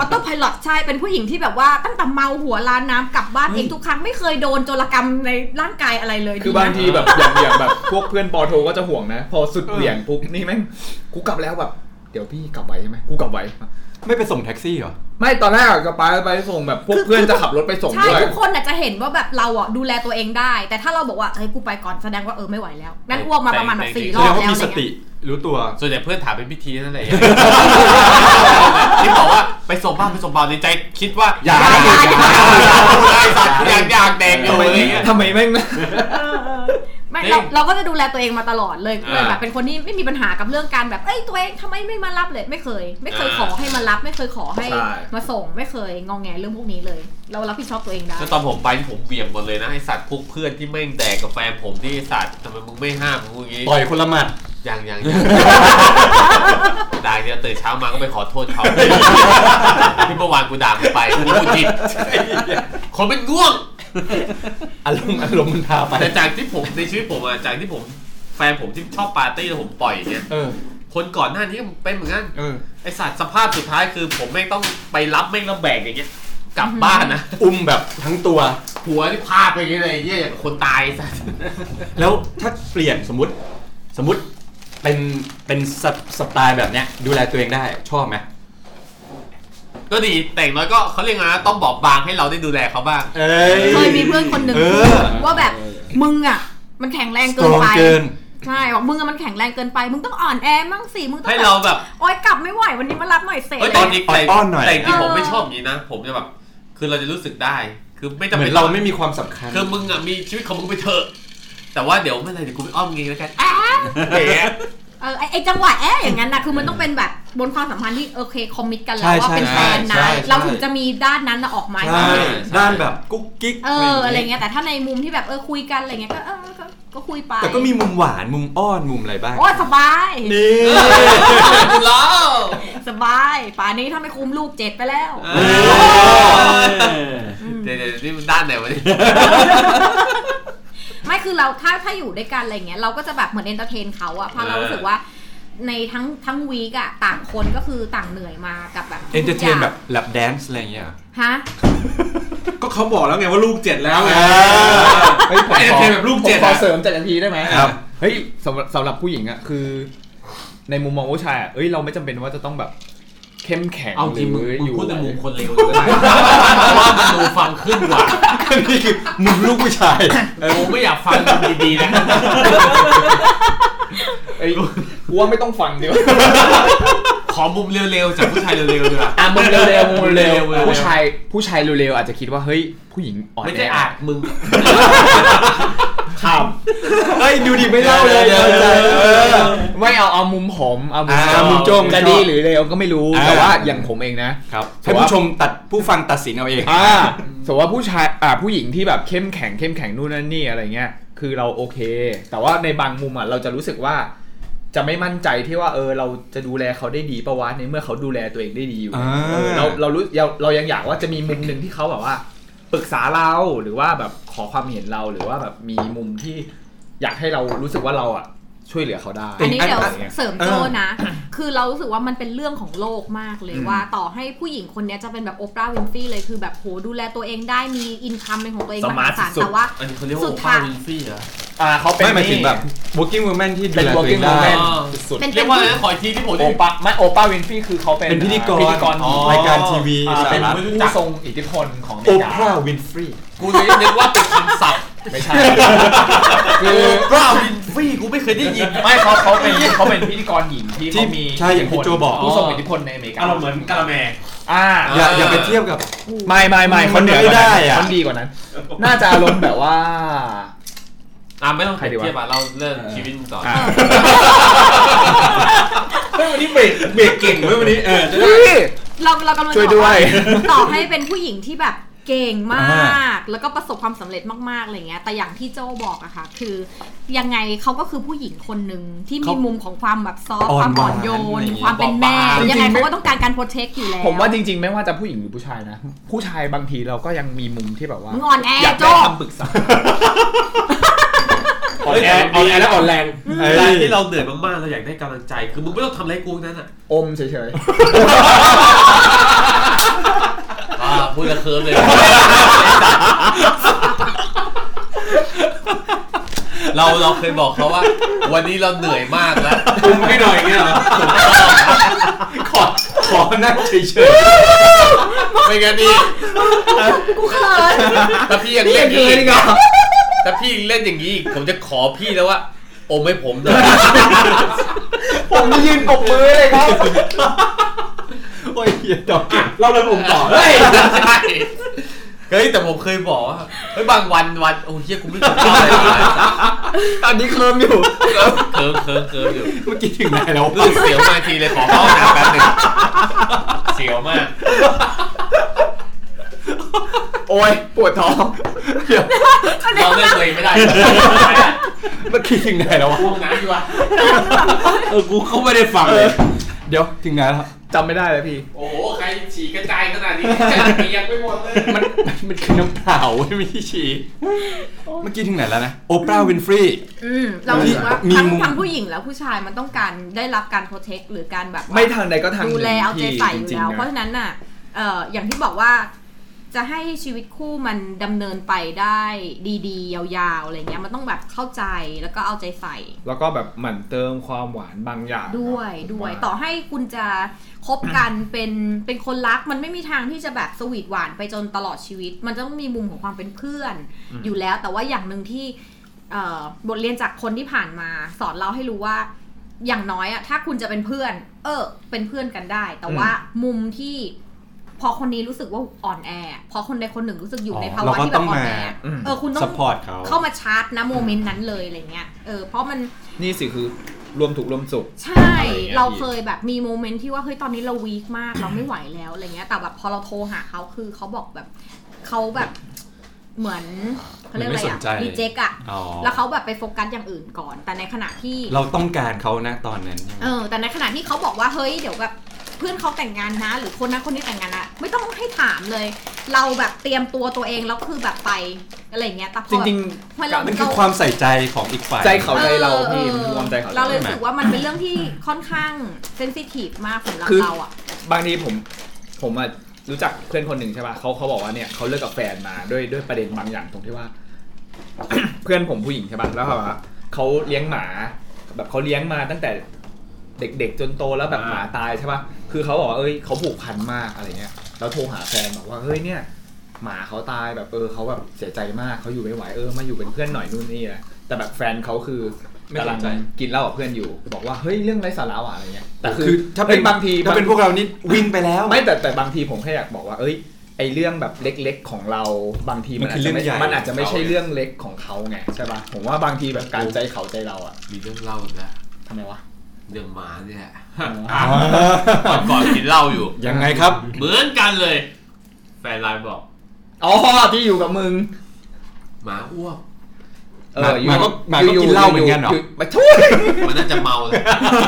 Speaker 6: ออโต้ไพลอตใช่เป็นผู้หญิงที่แบบว่าตั้งแต่เมาหัวลานน้ำกลับบ้านเองทุกครั้งไม่เคยโดนโจรกรรมในร่างกายอะไรเลย
Speaker 5: คือบางทีแบบอย่างอย่างแบบพวกเพื่อนปอโทก็จะห่วงนะ พอสุดเหวี่ยงปุ๊บนี่แม่งกูกลับแล้วแบบเดี๋ยวพี่กลับไวใช่ไหมกูกลับไว
Speaker 2: ไม่ไปส่งแท็กซี่เหรอ
Speaker 5: ไม่ตอนแรกอะก็ไปไปส่งแบบพวกเพื่อนจะขับรถไปส่ง
Speaker 6: ใช่
Speaker 5: ด้วย
Speaker 6: ทุกคนอาจจะเห็นว่าแบบเราอ่ะดูแลตัวเองได้ แต่ถ้าเราบอกว่าเฮ้ยกูไปก่อนแสดงว่าเออไม่ไหวแล้วงั้นอ้วกมาประมาณแบบสี่
Speaker 2: แส
Speaker 6: รอ
Speaker 2: ดง
Speaker 6: บ
Speaker 2: ว่า
Speaker 6: แล้ว
Speaker 2: มี
Speaker 6: อะ
Speaker 2: ส
Speaker 6: ไรเงี้
Speaker 2: ติ
Speaker 6: ย
Speaker 2: รู้ตัว
Speaker 3: ส่วนใหญ่เพื่อนถามเป็นพิธีนั่นแหละที่บอกว่าไปส่งบ้านไปส่งบ้านในใจคิดว่า
Speaker 2: อย่า
Speaker 3: ได้สัตว์อยากอยากแดงอยู่
Speaker 5: ทำไม
Speaker 3: อะไรเงี้ย
Speaker 5: ทำไมแม่ง *laughs*
Speaker 6: ไม่
Speaker 3: จริง
Speaker 6: เราเราก็จะดูแลตัวเองมาตลอดเลยเลย
Speaker 3: อ่า
Speaker 6: แบบเป็นคนที่ไม่มีปัญหากับเรื่องการแบบเอ้ยตัวเองทำไมไม่มารับเลย ไม่เคย ไม่เคย
Speaker 3: อ่า
Speaker 6: ขอให้มารับ ไม่เคยขอให้
Speaker 5: ใช่
Speaker 6: มาส่งไม่เคยงองแงเรื่องพวกนี้เลย เรารับผิดชอบตัวเองได้
Speaker 3: แล้วตอนผมไปผมเบี่ยงหมดเลยนะไอสัตว์พวกเพื่อนที่แม่งแดกกับแฟนผมที่ไอสัตว์ทำไมมึงไม่ห้ามมึงอย่างงี้
Speaker 2: ต่อยคนละหมัด
Speaker 3: ยังยังยัง ด่าเดี๋ยวตื่นเช้ามาก็ไปขอโทษ *laughs* เขา ที่เมื่อวานกูด่ามึงไปกูพูดผิดคนเป็นง่วง
Speaker 2: *laughs* อารมณ์อารมณ์มันพาไป
Speaker 3: แต่จากที่ผมในชีวิตผมอะจากที่ผมแฟนผมที่ชอบปาร์ตี้แล้วผมปล่อยอย่างเงี้ย
Speaker 2: เออ
Speaker 3: คนก่อนหน้านี้เป็นเหมือนกัน
Speaker 2: เออ
Speaker 3: ไอสัตว์สภาพสุดท้ายคือผมแม่งต้องไปรับแม่งแล้วแบกอย่างเงี้ยกลับบ้านนะ
Speaker 2: อุ้มแบบทั้งตัว
Speaker 3: หัวที่พาดไปอย่างเงี้ยเลยไอ้เงี้ยอย่างคนตายไอ้สัตว์
Speaker 2: แล้วถ้าเปลี่ยนสมมติ สมมติ เป็นเป็นสไสไตล์แบบเนี้ย ดูแลตัวเองได้ชอบไหม
Speaker 3: ก็ดีแต่อย่างน้อยก็เขาเรียกไงนะต้องบอบบางให้เราได้ดูแลเขาบ้าง
Speaker 2: เอ้ย
Speaker 6: เคยมีเพื่อนคนหนึ่ง
Speaker 2: เออ
Speaker 6: ว่าแบบมึงอ่ะ มันแข็งแรงเกิน
Speaker 2: strong
Speaker 6: ไป
Speaker 2: เกิน
Speaker 6: ใช่บอกมึงอะมันแข็งแรงเกินไป มึงต้องอ่อนแอมั่งสิ มึงต้อง
Speaker 3: ให้เราแบบ
Speaker 6: โอ๊ยกลับไม่ไหววันนี้มารับหน่อยเสร็จ
Speaker 3: เอ้ยตอนนี้
Speaker 2: อ่อนๆห
Speaker 3: แต่
Speaker 2: น่อย
Speaker 3: แต่ที่ผมไม่ชอบอย่างนี้นะ ผมจะแบบ คือเราจะรู้สึกได้ คือไม่จำ
Speaker 2: เหมือ
Speaker 3: เป็
Speaker 2: น นเราไม่มีความสำคัญ
Speaker 3: คือมึงอ่ะมีชีวิตของมึงไปเถอะ แต่ว่าเดี๋ยวเมื่อไหรเดี๋ยวกูไปอ้อมงี้แล้วกันอ้าวอย่างเงี้ย
Speaker 6: เออไอ้ไอจังหวะแอะอย่างนั้นนะคือมันต้องเป็นแบบบนความสัมพันธ์ที่โอเคคอมมิตกันแล้
Speaker 2: ใช่
Speaker 6: วว่าเป็น
Speaker 2: ใช่
Speaker 6: แฟนนะ
Speaker 2: ใช่ใช่
Speaker 6: เราถึงจะมีด้านนั้นน่ะออกมา
Speaker 2: ใช่
Speaker 3: ใช่
Speaker 2: ด้านแบบกุ๊กกิ๊ก
Speaker 6: เอออะไรเงี้ยแต่ถ้าในมุมที่แบบเออคุยกันอะไรเงี้ยก็เออก็ก็คุยไป
Speaker 2: แต่ก็มีมุมหวานมุมอ้อนมุมอะไรบ้าง
Speaker 6: โอ้ยสบาย
Speaker 2: นี่
Speaker 3: กูเล่า
Speaker 6: สบายป่านนี้ถ้าไม่คุมลูกเจ็ดไปแล้วอืม
Speaker 3: เดี๋ยวเดี๋ยวนี่มันด้านไหนวะเนี่ย
Speaker 6: ไม่คือเราถ้าถ้าอยู่ด้วยกันอะไรเงี้ยเราก็จะแบบเหมือนเอนเตอร์เทนเขาอะเพราะเรา
Speaker 3: เออ
Speaker 6: รู้สึกว่าในทั้งทั้งวีกอะต่างคนก็คือต่างเหนื่อยมากับแบบ
Speaker 2: เอนเตอร์เทน
Speaker 6: ทุกย่าง
Speaker 2: แบบแลบแดนซ์อะไรอย่างเงี้ยเหรอ
Speaker 6: ฮะ
Speaker 4: ก็เขาบอกแล้วไงว่าลูกเจ็ดแล้วไง
Speaker 5: เฮ้ *laughs* ยผม
Speaker 4: ไม่ได้
Speaker 5: ขอ
Speaker 4: เพลงแบบลูกเจ็ด
Speaker 5: ผมขอ
Speaker 4: อะ
Speaker 5: เสริมเจ็ดนาทีได้ไหม
Speaker 2: ครับ
Speaker 5: เฮ้ยสำหรับสำหรับผู้หญิงอ่ะคือ ในมุมมองผู้ชายอะเอ้ยเราไม่จำเป็นว่าจะต้องแบบเข้มแข็ง
Speaker 3: เอาจริงมึง
Speaker 5: ห
Speaker 3: มึง
Speaker 5: ยู่
Speaker 3: พูดในมุมคนเลวเลยก็ได้เพราะว่ามันดูฟังขึ้นกว่า
Speaker 2: นี่คือ *laughs* มุมลูกผู้ชาย
Speaker 3: กูไม่อยากฟังมึงดีๆนะ
Speaker 5: เอ้ยกูว่าไม่ต้องฟังดีกว่า
Speaker 3: ขอมุมเร็วๆจากผู้ชายเร็วๆดีกว่า
Speaker 5: อ่ะมึงเร็วๆมึงเร็ว
Speaker 3: เร็วๆ
Speaker 5: ๆผู้ชายผู้ชายเร็วๆอาจจะคิดว่าเฮ้ยผู้หญิงอ่อน
Speaker 3: ไม่
Speaker 5: แอ
Speaker 3: ใช่อาจมึง
Speaker 5: ข่าว
Speaker 2: เฮ้ย ดูดิไม่เล่าเลย
Speaker 3: เดี๋ยวเดี๋ยว
Speaker 2: เออ
Speaker 5: ไม่เอาเอามุมผมเอามุม
Speaker 2: อ่ามุมโจ้ง
Speaker 5: จะดีหรือเร็วก็ไม่รู้
Speaker 2: อ่า
Speaker 5: แต่ว่าอย่างผมเองนะ
Speaker 2: ครับให้ผู้ชมตัดผู้ฟังตัดสินเอาเอง
Speaker 5: อ่าสมมติว่าผู้ชายอ่าผู้หญิงที่แบบเข้มแข็งเข้มแข็งนู่นนั่นนี่อะไรเงี้ย คือเราโอเค แต่ว่าในบางมุมอ่ะเราจะรู้สึกว่า จะไม่มั่นใจที่ว่าเออเราจะดูแลเขาได้ดีปะวะในเมื่อเขาดูแลตัวเองได้ดีอยู่
Speaker 2: อ่า
Speaker 5: เออเราเรารู้เราเรายังอยากว่าจะมีมุมหนึ่งที่เขาแบบว่าปรึกษาเราหรือว่าแบบขอความเห็นเราหรือว่าแบบมีมุมที่อยากให้เรารู้สึกว่าเราอ่ะช่วยเหลือเขาได้
Speaker 6: อันนี้เดี๋ยว
Speaker 2: อันนี้
Speaker 6: เสริมโจนะ คือเรารู้สึกว่ามันเป็นเรื่องของโลกมากเลยว่า ต่อให้ผู้หญิงคนเนี้ยจะเป็นแบบโอปราห์วินฟรีเลยคือแบบโหดูแลตัวเองได้มีอินคัมเป็นของตัวเอง
Speaker 5: ส
Speaker 6: ม
Speaker 5: มาร์ท
Speaker 6: หาศาล
Speaker 5: สุดๆ
Speaker 6: แต่ว่า
Speaker 3: อันนี้เขาเรียก
Speaker 6: สุ
Speaker 3: ว่าโอ
Speaker 6: ด
Speaker 3: ป้า
Speaker 6: ท้าย
Speaker 3: วินฟี่เหรอ
Speaker 5: อ่าเขาเป็น
Speaker 2: ไม่หมายถึงแบบ working woman ที่ดู
Speaker 5: เป็น
Speaker 2: แลตัวเอง
Speaker 5: working
Speaker 2: ได้
Speaker 5: woman
Speaker 3: อ๋อ
Speaker 5: สุด
Speaker 6: เป็น
Speaker 3: เรียกว่าอะไรนะขออีกทีที่ผม
Speaker 5: ๆ
Speaker 3: ได้
Speaker 5: โอ
Speaker 3: ยิน
Speaker 5: ปาไม่โอปาวินฟี่คือเขาเป็น
Speaker 2: เป็นพิธีกร
Speaker 5: พิธีกร
Speaker 2: อ๋อ
Speaker 5: หญิง
Speaker 2: รายการทีวี
Speaker 5: อ่า
Speaker 2: สา
Speaker 5: เป็น
Speaker 2: ระ
Speaker 5: ผู้ทรงอิทธิพลของอเม
Speaker 2: โอ
Speaker 5: ริกา
Speaker 2: ปราวินฟรี
Speaker 3: กูเลยนึกว่าเป็นคำศัพท์
Speaker 5: ไม่ใช่ คือ
Speaker 3: ปราวินฟี่กูไม่เคยได้ยิน
Speaker 5: ไม่เขาเขา
Speaker 2: *laughs*
Speaker 5: เป็นเขาเป็นพิธีกรหญิงที่
Speaker 2: ที่
Speaker 5: เขามี
Speaker 2: ใช่อย่างที่โจบอก
Speaker 5: ผู้ทรงอิทธิพลในอเมริกา
Speaker 4: อารมณ์เหมือนกะละแม
Speaker 5: อ่า
Speaker 3: เ
Speaker 2: อย่าอย่าไปเทียบกับ
Speaker 5: ไม่ไม่ไม่เขาเหนือกว่า
Speaker 2: ไม่ได้
Speaker 5: นั้น
Speaker 2: อะ
Speaker 5: เขาดีกว่านั้น น่าจะอารมณ์แบบว่า
Speaker 3: อ่ะไม่ต้องเปรียบเทียบอ่ะเราเริ่มชีวิตมึงก่อน
Speaker 5: อ่ะ
Speaker 4: เฮ้ยวันนี้เบรกเบรกเก่งเว้ยวันนี้เออจะได้
Speaker 5: พี่
Speaker 6: เราเรากำลังจะ
Speaker 5: ช่วยด้วย
Speaker 6: บอกาต่อให้เป็นผู้หญิงที่แบบเก่ง
Speaker 2: อ่
Speaker 6: มา
Speaker 2: า
Speaker 6: ก แล้วก็ประสบความสำเร็จมากๆอะไรเงี้ยแต่อย่างที่โจ้บอกอะค่ะ คือยังไงเขาก็คือผู้หญิงคนหนึ่งที่มีมุมของความแบบซอฟต์
Speaker 2: อ่
Speaker 6: ค
Speaker 2: อน
Speaker 6: วามอ่อน
Speaker 2: หวาน
Speaker 6: โย
Speaker 2: อะไร
Speaker 6: น
Speaker 2: อย่างเงี้ย
Speaker 6: ความเป็นแม่
Speaker 5: บอบบาง
Speaker 6: ยังไงเขาก็ต้องการการโปรเทคอยู่แล้ว
Speaker 5: ผมว่าจริง ๆ ไม่ว่าจะผู้หญิงหรือผู้ชายนะ ผู้ชายบางทีเราก็ยังมีมุมที่แบบว่า
Speaker 6: มึงอ่อนแอ
Speaker 5: อยาก
Speaker 6: โจ้
Speaker 5: ได้คำปรึกษา
Speaker 4: อ่อนแออ่อนแอและอ่อนแรง
Speaker 2: เอ้ย
Speaker 3: เวลาที่เราเหนื่อยมากๆเราอยากได้กำลังใจ คือมึงไม่ต้องทำอะไรกูนั้นอ่ะ
Speaker 5: อมเฉย
Speaker 3: อ่าพูดละเคิร์มเลย เราเราเคยบอกเขาว่า วันนี้เราเหนื่อยมากแล้ว
Speaker 4: คุมให้หน่อยอย่างเงี้ยเหรอ
Speaker 2: *laughs* ขอขอนั่งเฉย
Speaker 3: ไม่งั้นนี่
Speaker 6: กูเขิน
Speaker 3: ถ้าพี่ยัง
Speaker 5: ๆ
Speaker 3: เล่นอย่าง
Speaker 5: ย
Speaker 3: นี้
Speaker 5: ดีกว่า
Speaker 3: ถ้าพี่ยังเล่นอย่างนี้อีกผมจะขอพี่แล้วว่าอมให้ผมหน่อย
Speaker 5: ผมจะยืนปรบมือเลยครับ
Speaker 2: ๆโอ้ยเหี้ยดอก
Speaker 4: เราเลยผมต่อ
Speaker 3: เฮ้ยใช่เฮ้ยแต่ผมเคยบอกว่าเฮ้ยบางวันวันโอ้เฮียกูไม่เคยทำอะไรเลยนะ
Speaker 5: ตอนนี้เคลิมอยู่
Speaker 3: เคิร์ฟเคิร์ฟเคิร์ฟเคิร์ฟอยู่
Speaker 2: เมื่อกี้ถึงไหนแล้ว
Speaker 3: รู้สึกเสียวมาทีเลยขอเข้าห้องน้ำแป๊บหนึ่งเสียวมาก
Speaker 5: โอ้ยปวดท้อง
Speaker 3: เราเล่นตัวเองไม่ได้
Speaker 2: เมื่อกี้ถึงไหนแล้ววะ
Speaker 3: ห้องน้ำดีกว่า
Speaker 4: เออ กูเขาไม่ได้ฟังเลย
Speaker 2: เดี๋ยวถึงไหนแล้ว
Speaker 5: จำไม่ได้เลยพี่
Speaker 3: โอ้โหใครฉีกกระจายขนาดนี้เปียกไปหมดเลย
Speaker 2: มันมันคือน้ำเปล่าเว้ยไม่ใช่ฉี่เมื่อกี้ถึงไหนแล้วนะโอปราวินฟรี
Speaker 6: อืมเราคิดว่า
Speaker 2: มี
Speaker 6: ทั้ง
Speaker 2: มุม
Speaker 6: ทั้งผู้หญิงแล้วผู้ชายมันต้องการได้รับการโปรเทคหรือการแบบว่า
Speaker 5: ไม่ทางใดก็ทางหนึ่
Speaker 6: ดู
Speaker 5: ง
Speaker 6: แลเอาใจ
Speaker 5: พี่
Speaker 6: ใส่อ
Speaker 5: จ
Speaker 6: ยู่
Speaker 5: ริง
Speaker 6: แล้ว
Speaker 5: ๆ
Speaker 6: เพราะ
Speaker 5: นะ
Speaker 6: ฉะนั้นน่ะเอ่ออย่างที่บอกว่า จะให้ชีวิตคู่มันดำเนินไปได้ดี ๆ ยาวๆอะไรเงี้ยมันต้องแบบเข้าใจแล้วก็เอาใจใส่
Speaker 5: แล้วก็แบบหมั่นเติมความหวานบางอย่าง
Speaker 6: ด้วยด้วย
Speaker 5: า
Speaker 6: ต่อให้คุณจะคบกัน เป็นเป็นคนรักมันไม่มีทางที่จะแบบสวีทหวานไปจนตลอดชีวิต มันจะต้องมีมุมของความเป็นเพื่อน อยู่แล้วแต่ว่าอย่างหนึ่งที่เอ่อบทเรียนจากคนที่ผ่านมา สอนเราให้รู้ว่า อย่างน้อยอะถ้าคุณจะเป็นเพื่อน เออ เป็นเพื่อนกันได้ แต่ว่ามุมที่ พอคนนี้รู้สึกว่าอ่อนแอ พอคนใดคนหนึ่งรู้สึกอยู่ในภาวะที่แบบอ่อนแอ
Speaker 5: อืม
Speaker 6: เออคุณต้
Speaker 2: ส
Speaker 6: อง
Speaker 2: ปอร์ตเขา
Speaker 6: เข้ามาชาร์จนะโมเมนต์นั้นเลยอะไรเงี้ยเออเพราะมัน
Speaker 5: นี่สิคือรวมถูกข์รวมสุข
Speaker 6: ใช่
Speaker 5: อะไรอย่างเงี้ย
Speaker 6: เราเคยแบบมีโมเมนต์ที่ว่าเฮ้ยตอนนี้เราวีคมาก เราไม่ไหวแล้วอะไรเงี้ยแต่แบบพอเราโทรหาเขาคือเขาบอกแบบเขาแบบเหมือนเขาเรียกอะไร
Speaker 2: ไม่สน
Speaker 6: อะ
Speaker 2: ใจ
Speaker 6: รีเจ็คอะ
Speaker 2: อ๋อ
Speaker 6: แล้วเขาแบบไปโฟกัสอย่างอื่นก่อน แต่ในขณะที่
Speaker 2: เราต้องการเขานะตอนนั้นใช่ไหม
Speaker 6: เออแต่ในขณะที่เขาบอกว่าเฮ้ยเดี๋ยวแบบเพื่อนเขาแต่งงานนะ หรือคนนั้นคนนี้แต่งงานนะไม่ต้องให้ถามเลย เราแบบเตรียมตัวตัวเองแล้วคือแบบไปอะไรเงี้ยแต่พ
Speaker 5: จ
Speaker 6: อ
Speaker 5: ริง
Speaker 6: พอเรา
Speaker 2: มันคือความใส่ใจของอีกฝ่าย
Speaker 5: ๆ ใจเขาใจเรา
Speaker 6: ออ
Speaker 5: พี่
Speaker 6: อ
Speaker 5: มัน
Speaker 6: อ
Speaker 5: รวมใจเขา
Speaker 6: เราเลย
Speaker 5: ใช่ไหม
Speaker 6: รู้สึกว่ามันเป็นเรื่องที่ค่อนข้างเซนซิทีฟมากสำหรับ
Speaker 5: คือ
Speaker 6: เราอ่ะ
Speaker 5: บางทีผมผมอะรู้จักเพื่อนคนหนึ่งใช่ป่ะเขาเขาบอกว่าเนี่ยเขาเลิกกับแฟนมาด้วยด้วยประเด็นบางอย่างตรงที่ว่า *coughs* เพื่อนผมผู้หญิงใช่ป่ะแล้วแบบว่าเขาเลี้ยงหมาแบบเขาเลี้ยงมาตั้งแต่เด็กๆจนโตแล้วแบบหมาตายใช่ป่ะคือเขาบอกว่าเอ้ยเขาผูกพันมากอะไรเงี้ยแล้วโทรหาแฟนบอกว่าเฮ้ยเนี่ย หมาเขาตายแบบเออเขาแบบเสียใจมากเขาอยู่ไม่ไหวเออมาอยู่เป็นเพื่อนหน่อยนู่นนี่แหละแต่แบบแฟนเขาคือ
Speaker 2: ไม่สนใจ
Speaker 5: กำลังกินเหล้ากับเพื่อนอยู่ บอกว่าเฮ้ยเรื่องไร้สาระว่ะอะไรเงี้ยแต่
Speaker 2: คือถ้าเป็น
Speaker 5: ฮ้ยบางที
Speaker 2: ถ้าเป็นพวกเรานี่วินไปแล้ว
Speaker 5: ไม่แต่แต่บางทีผมแค่อยากบอกว่า เอ้ยไอเรื่องแบบเล็กๆของเราบางที
Speaker 2: มั
Speaker 5: มัน น
Speaker 2: คื
Speaker 5: อา
Speaker 2: อ
Speaker 5: จจะไม่
Speaker 2: เรื่องใหญ่
Speaker 5: มันอาจจะไม่ใช่เรื่องเล็กของเขาไงใช่ป่ะผมว่าบางทีแบบการใจเขาใจเราอะ
Speaker 3: มีเรื่องเล่าอีกแล้ว
Speaker 5: ทำไมวะ
Speaker 3: เรื่องหมาเนี่ยแหละ
Speaker 5: อ๋อ
Speaker 3: อ่ะก่อนก่อนกินเหล้าอยู่
Speaker 2: ยังไงครับ *laughs*
Speaker 3: เหมือนกันเลย แฟนไลน์บอก
Speaker 5: อ๋อที่อยู่กับมึง
Speaker 3: หมาอ้วก
Speaker 2: ห
Speaker 5: ยู่
Speaker 2: มาก็หมาก็
Speaker 5: ยู่
Speaker 2: กินเหล้าเหมือนกันเหรอ
Speaker 5: ยู่ยู่มาช่วย
Speaker 3: มันน่าจะเมาแล้ว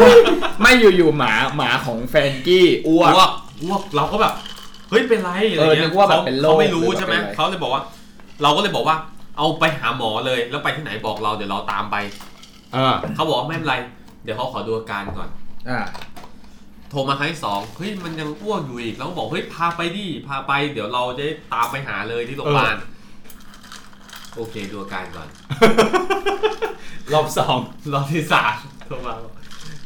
Speaker 5: *laughs* ไม่อยู่อยู่หมาหมาของแฟนกี้อ้วก
Speaker 3: อ้วกอ้วกเราก็แบบ เฮ้ยเป็นไรอะไร
Speaker 5: เออนึ
Speaker 3: เงี้ย
Speaker 5: กว่าแบบ
Speaker 3: ข
Speaker 5: เป็นโรค
Speaker 3: เขาไม่รู้
Speaker 5: หรือว่า
Speaker 3: ใช่ไหม
Speaker 5: เป็นอะไร
Speaker 3: เขาเลยบอกว่า เราก็เลยบอกว่า เอาไปหาหมอเลยแล้วไปที่ไหนบอกเราเดี๋ยวเราตามไป
Speaker 2: เออ
Speaker 3: เขาบอกว่าไม่เป็นไร เดี๋ยวเขาขอดูอาการก่อน
Speaker 5: อ่า
Speaker 3: โทรมาครั้งที่สองเฮ้ยมันยังอ้วกอยู่อีกเราก็บอกเฮ้ยพาไปดิพาไป เดี๋ยวเราจะได้ตามไปหาเลยที่โรงพยาบาลโอเคดูอาการก่อน
Speaker 2: รอบสอง
Speaker 3: รอบที่สามโทรมาบอก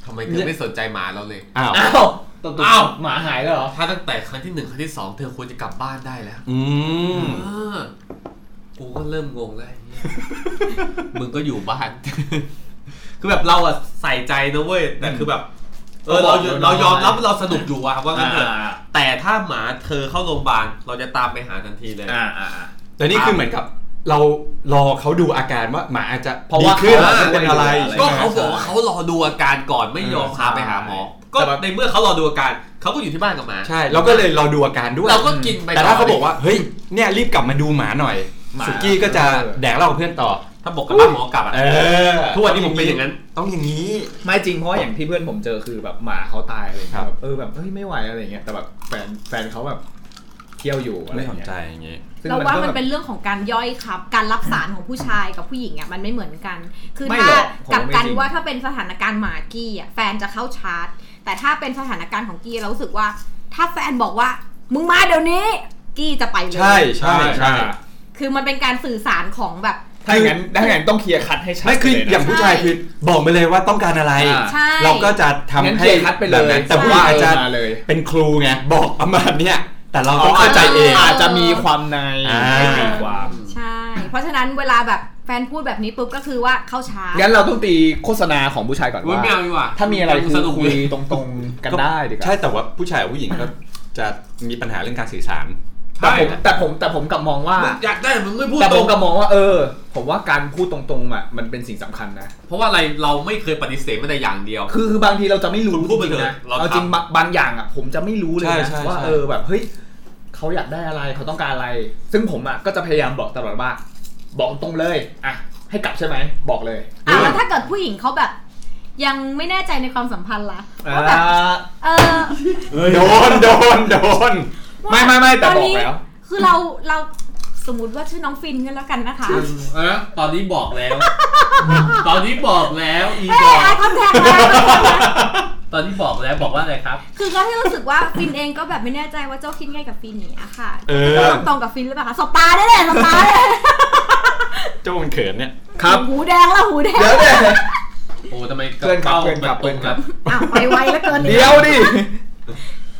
Speaker 3: ทำไมเธอไม่สนใจหมาเราเลย
Speaker 2: อ้าว
Speaker 5: อ้าวตบๆ
Speaker 3: อ้าว
Speaker 5: หมาหายแล้วเหรอ
Speaker 3: ถ้าตั้งแต่ครั้งที่หนึ่งครั้งที่สองเธอควรจะกลับบ้านได้แล้ว
Speaker 2: อืม
Speaker 3: เออกูก็เริ่มงง *laughs* แล้วไอ้เหี้ยมึงก็อยู่บ้าน *laughs* คือแบบเราอะใส่ใจนะเว้ยแต่คือแบบ เออเราเรายอมรับเราสนุกอยู่อะว่างั้นเถอะ แต่ถ้าหมาเธอเข้าโรงพยาบาลเราจะตามไปหาทันทีเลย
Speaker 5: อ่าอ่าอ่า
Speaker 2: แต่นี่คือเหมือนกับ เรารอเขาดูอาการว่าหมาอาจจะ
Speaker 5: เพราะว่า
Speaker 2: ดีขึ้น
Speaker 5: เขาอาจจะ
Speaker 2: เป็นอะไร
Speaker 5: เป็นอะไร
Speaker 3: ก็เขาบอกว่าเขารอดูอาการก่อนไม่ยอมพาไปหาหมอ ก็ในเมื่อเขารอดูอาการเขาก็อยู่ที่บ้านกับหมา
Speaker 2: ใช่เราก็เลยรอดูอาการด้วย
Speaker 3: เราก็กินไป
Speaker 2: แต่ถ้าเขาบอกว่าเฮ้ยเนี่ยรีบกลับมาดูหมาหน่อย
Speaker 5: หมา
Speaker 2: สุกี้ก็จะ
Speaker 5: เออ
Speaker 2: แดกเหล้ากับเพื่อนต่อ
Speaker 3: ถ้าบอกกับบ้านหมอกลับอะ
Speaker 2: เออ
Speaker 3: ทุกวันนี้ผมเป็นอย่างนั้น
Speaker 2: ต้องอย่างนี้
Speaker 5: ไม่จริงเพราะว่าอย่างที่เพื่อนผมเจอคือแบบหมาเขาตายอะไร
Speaker 2: ค
Speaker 5: เงี้
Speaker 2: รับ
Speaker 5: ยแบบเออแบบเฮ้ยไม่ไหวอะไรเงี้ยแต่แบบแฟนแฟนเขาแบบเที่ยวอยู่อะไร
Speaker 2: ไม่สน
Speaker 5: เงี้ย
Speaker 2: ใจอย่างนี้
Speaker 5: ซึ่ง
Speaker 6: เราว่า
Speaker 5: ก็
Speaker 6: มัน
Speaker 5: แบบ
Speaker 6: เป็นเรื่องของการย่อยครับ การรับสารของผู้ชายกับผู้หญิงอ่ะมันไม่เหมือนกัน คือ
Speaker 5: ไม่
Speaker 6: ถ้า
Speaker 5: หรอกผม
Speaker 6: กลับกัน
Speaker 5: ไม่จริง
Speaker 6: ว่าถ้าเป็นสถานการณ์หมากี้อ่ะแฟนจะเข้าชาร์จ แต่ถ้าเป็นสถานการณ์ของกี้เรารู้สึกว่า ถ้าแฟนบอกว่า มึงมาเดี๋ยวนี้กี้จะไปเลย
Speaker 2: ใช่ใช่ใช่
Speaker 6: คือมันเป็นการสื่อสารของแบบ
Speaker 5: ถ้าอย่างนั้นถ้าอย่างนั้นต้องเคลียร์คัดให้ชัด
Speaker 2: ไม่คือ
Speaker 5: เลยนะ
Speaker 2: อย่างผู้ชายคือบอกไปเลยว่าต้องการอะไร
Speaker 5: อ่า
Speaker 6: ใช่
Speaker 2: เราก็จะทำ
Speaker 5: งั้นเค
Speaker 2: ให้
Speaker 5: ลียร์คัดไปเล
Speaker 2: แบบ
Speaker 5: ย
Speaker 2: นั้นแต่ผู้หญิงอาจจะ
Speaker 5: มาเลย
Speaker 2: เป็นครูไงบอกประมาณเนี้ยแต่เราต้อง
Speaker 6: อ๋อ
Speaker 2: เข้าใจเอง
Speaker 5: อาจจะมีความใน
Speaker 2: อ่า
Speaker 5: ไม่มีความ
Speaker 6: ใช่ เพราะฉะนั้นเวลาแบบแฟนพูดแบบนี้ปุ๊บก็คือว่าเข้าชาร์จ
Speaker 5: งั้นเราต้องตีโฆษณาของผู้ชายก่อน
Speaker 3: อุ๊ย
Speaker 5: ว่า
Speaker 3: ไม่เอาดีกว่า
Speaker 5: ถ้ามีอะไร
Speaker 3: ยัง
Speaker 5: คือ
Speaker 3: สนุก
Speaker 5: คุ
Speaker 3: เลย ย
Speaker 5: ตรงๆกันได้ดีกว่า
Speaker 2: ใช่แต่ว่าผู้ชายกับผู้หญิงก็จะมีปัญหาเรื่องการสื่อสาร
Speaker 5: แต่ผม
Speaker 3: ใช่
Speaker 5: แต่ผมแต่ผมกลับมองว่า
Speaker 3: อยากได้แต่มึงไม่พูด
Speaker 5: แต่
Speaker 3: ต
Speaker 5: ผ
Speaker 3: ร
Speaker 5: ม
Speaker 3: ง
Speaker 5: กลับมองว่าเออ ผมว่าการพูดตรงๆอ่ะมันเป็นสิ่งสำคัญนะ
Speaker 3: เพราะว่าอะไรเราไม่เคยปฏิเสธไม่แต่อย่างเดียว
Speaker 5: คือคือบางทีเราจะไม่รู้
Speaker 3: คุณพูดไปเถอะ
Speaker 5: จริงๆนะ
Speaker 3: เราทำ
Speaker 5: เอาจริงบางบางอย่างอ่ะ ผมจะไม่รู้เลย
Speaker 2: ใช่
Speaker 5: นะ
Speaker 2: ใช่
Speaker 5: ว่า
Speaker 2: ใช่
Speaker 5: เออแบบเฮ้ยเขาอยากได้อะไรเขาต้องการอะไร ซึ่งผมอ่ะก็จะพยายามบอกตลอดว่า บอกตรงเลยอ่ะให้กลับใช่ไหมบอกเลย
Speaker 6: อ่ะแล้วถ้าเกิดผู้หญิงเขาแบบ ยังไม่แน่ใจในความสัมพันธ์ละว่าแบบ
Speaker 5: อ่า
Speaker 6: เออ
Speaker 2: โดนโดนโดน
Speaker 6: ว่า
Speaker 5: ไม่ไม่ไม่แต่
Speaker 6: ตอน
Speaker 5: บอก
Speaker 6: นี้
Speaker 5: แล้ว
Speaker 6: คือเราเรา สมมติว่าชื่อน้องฟินกันแล้วกันนะคะ
Speaker 3: เออตอนนี้บอกแล้ว
Speaker 5: *laughs*
Speaker 3: ตอนนี้บอกแล้วอี
Speaker 6: เอ้
Speaker 3: บ
Speaker 6: ย
Speaker 3: อก
Speaker 6: ไอคอนแทค
Speaker 3: ตอนนี้บอกแล้วบอกว่าอะไรครับ
Speaker 6: คือก็ที่รู้สึกว่าฟินเองก็แบบไม่แน่ใจว่าเจ้าคิดไงกับฟินอย่างเนี้ยค่ะ
Speaker 2: เออ
Speaker 6: ตรงตรงกับฟินหรือเปล่าคะสปาได้เลยสปาได้เลย
Speaker 2: เจ้ามันเขินเนี่ย
Speaker 5: ครับ
Speaker 6: หูแดงแล้วหูแดง
Speaker 5: เดี๋ยวเนี่ย
Speaker 3: โอ้ทำไม
Speaker 5: เพื่อนครับ
Speaker 3: ป้า
Speaker 5: เพื่อนครับ
Speaker 3: มัตรง
Speaker 5: เพื่อนครับ
Speaker 6: อ้าวไปไวแล้วเกินอีก
Speaker 5: เดี๋ยวดิ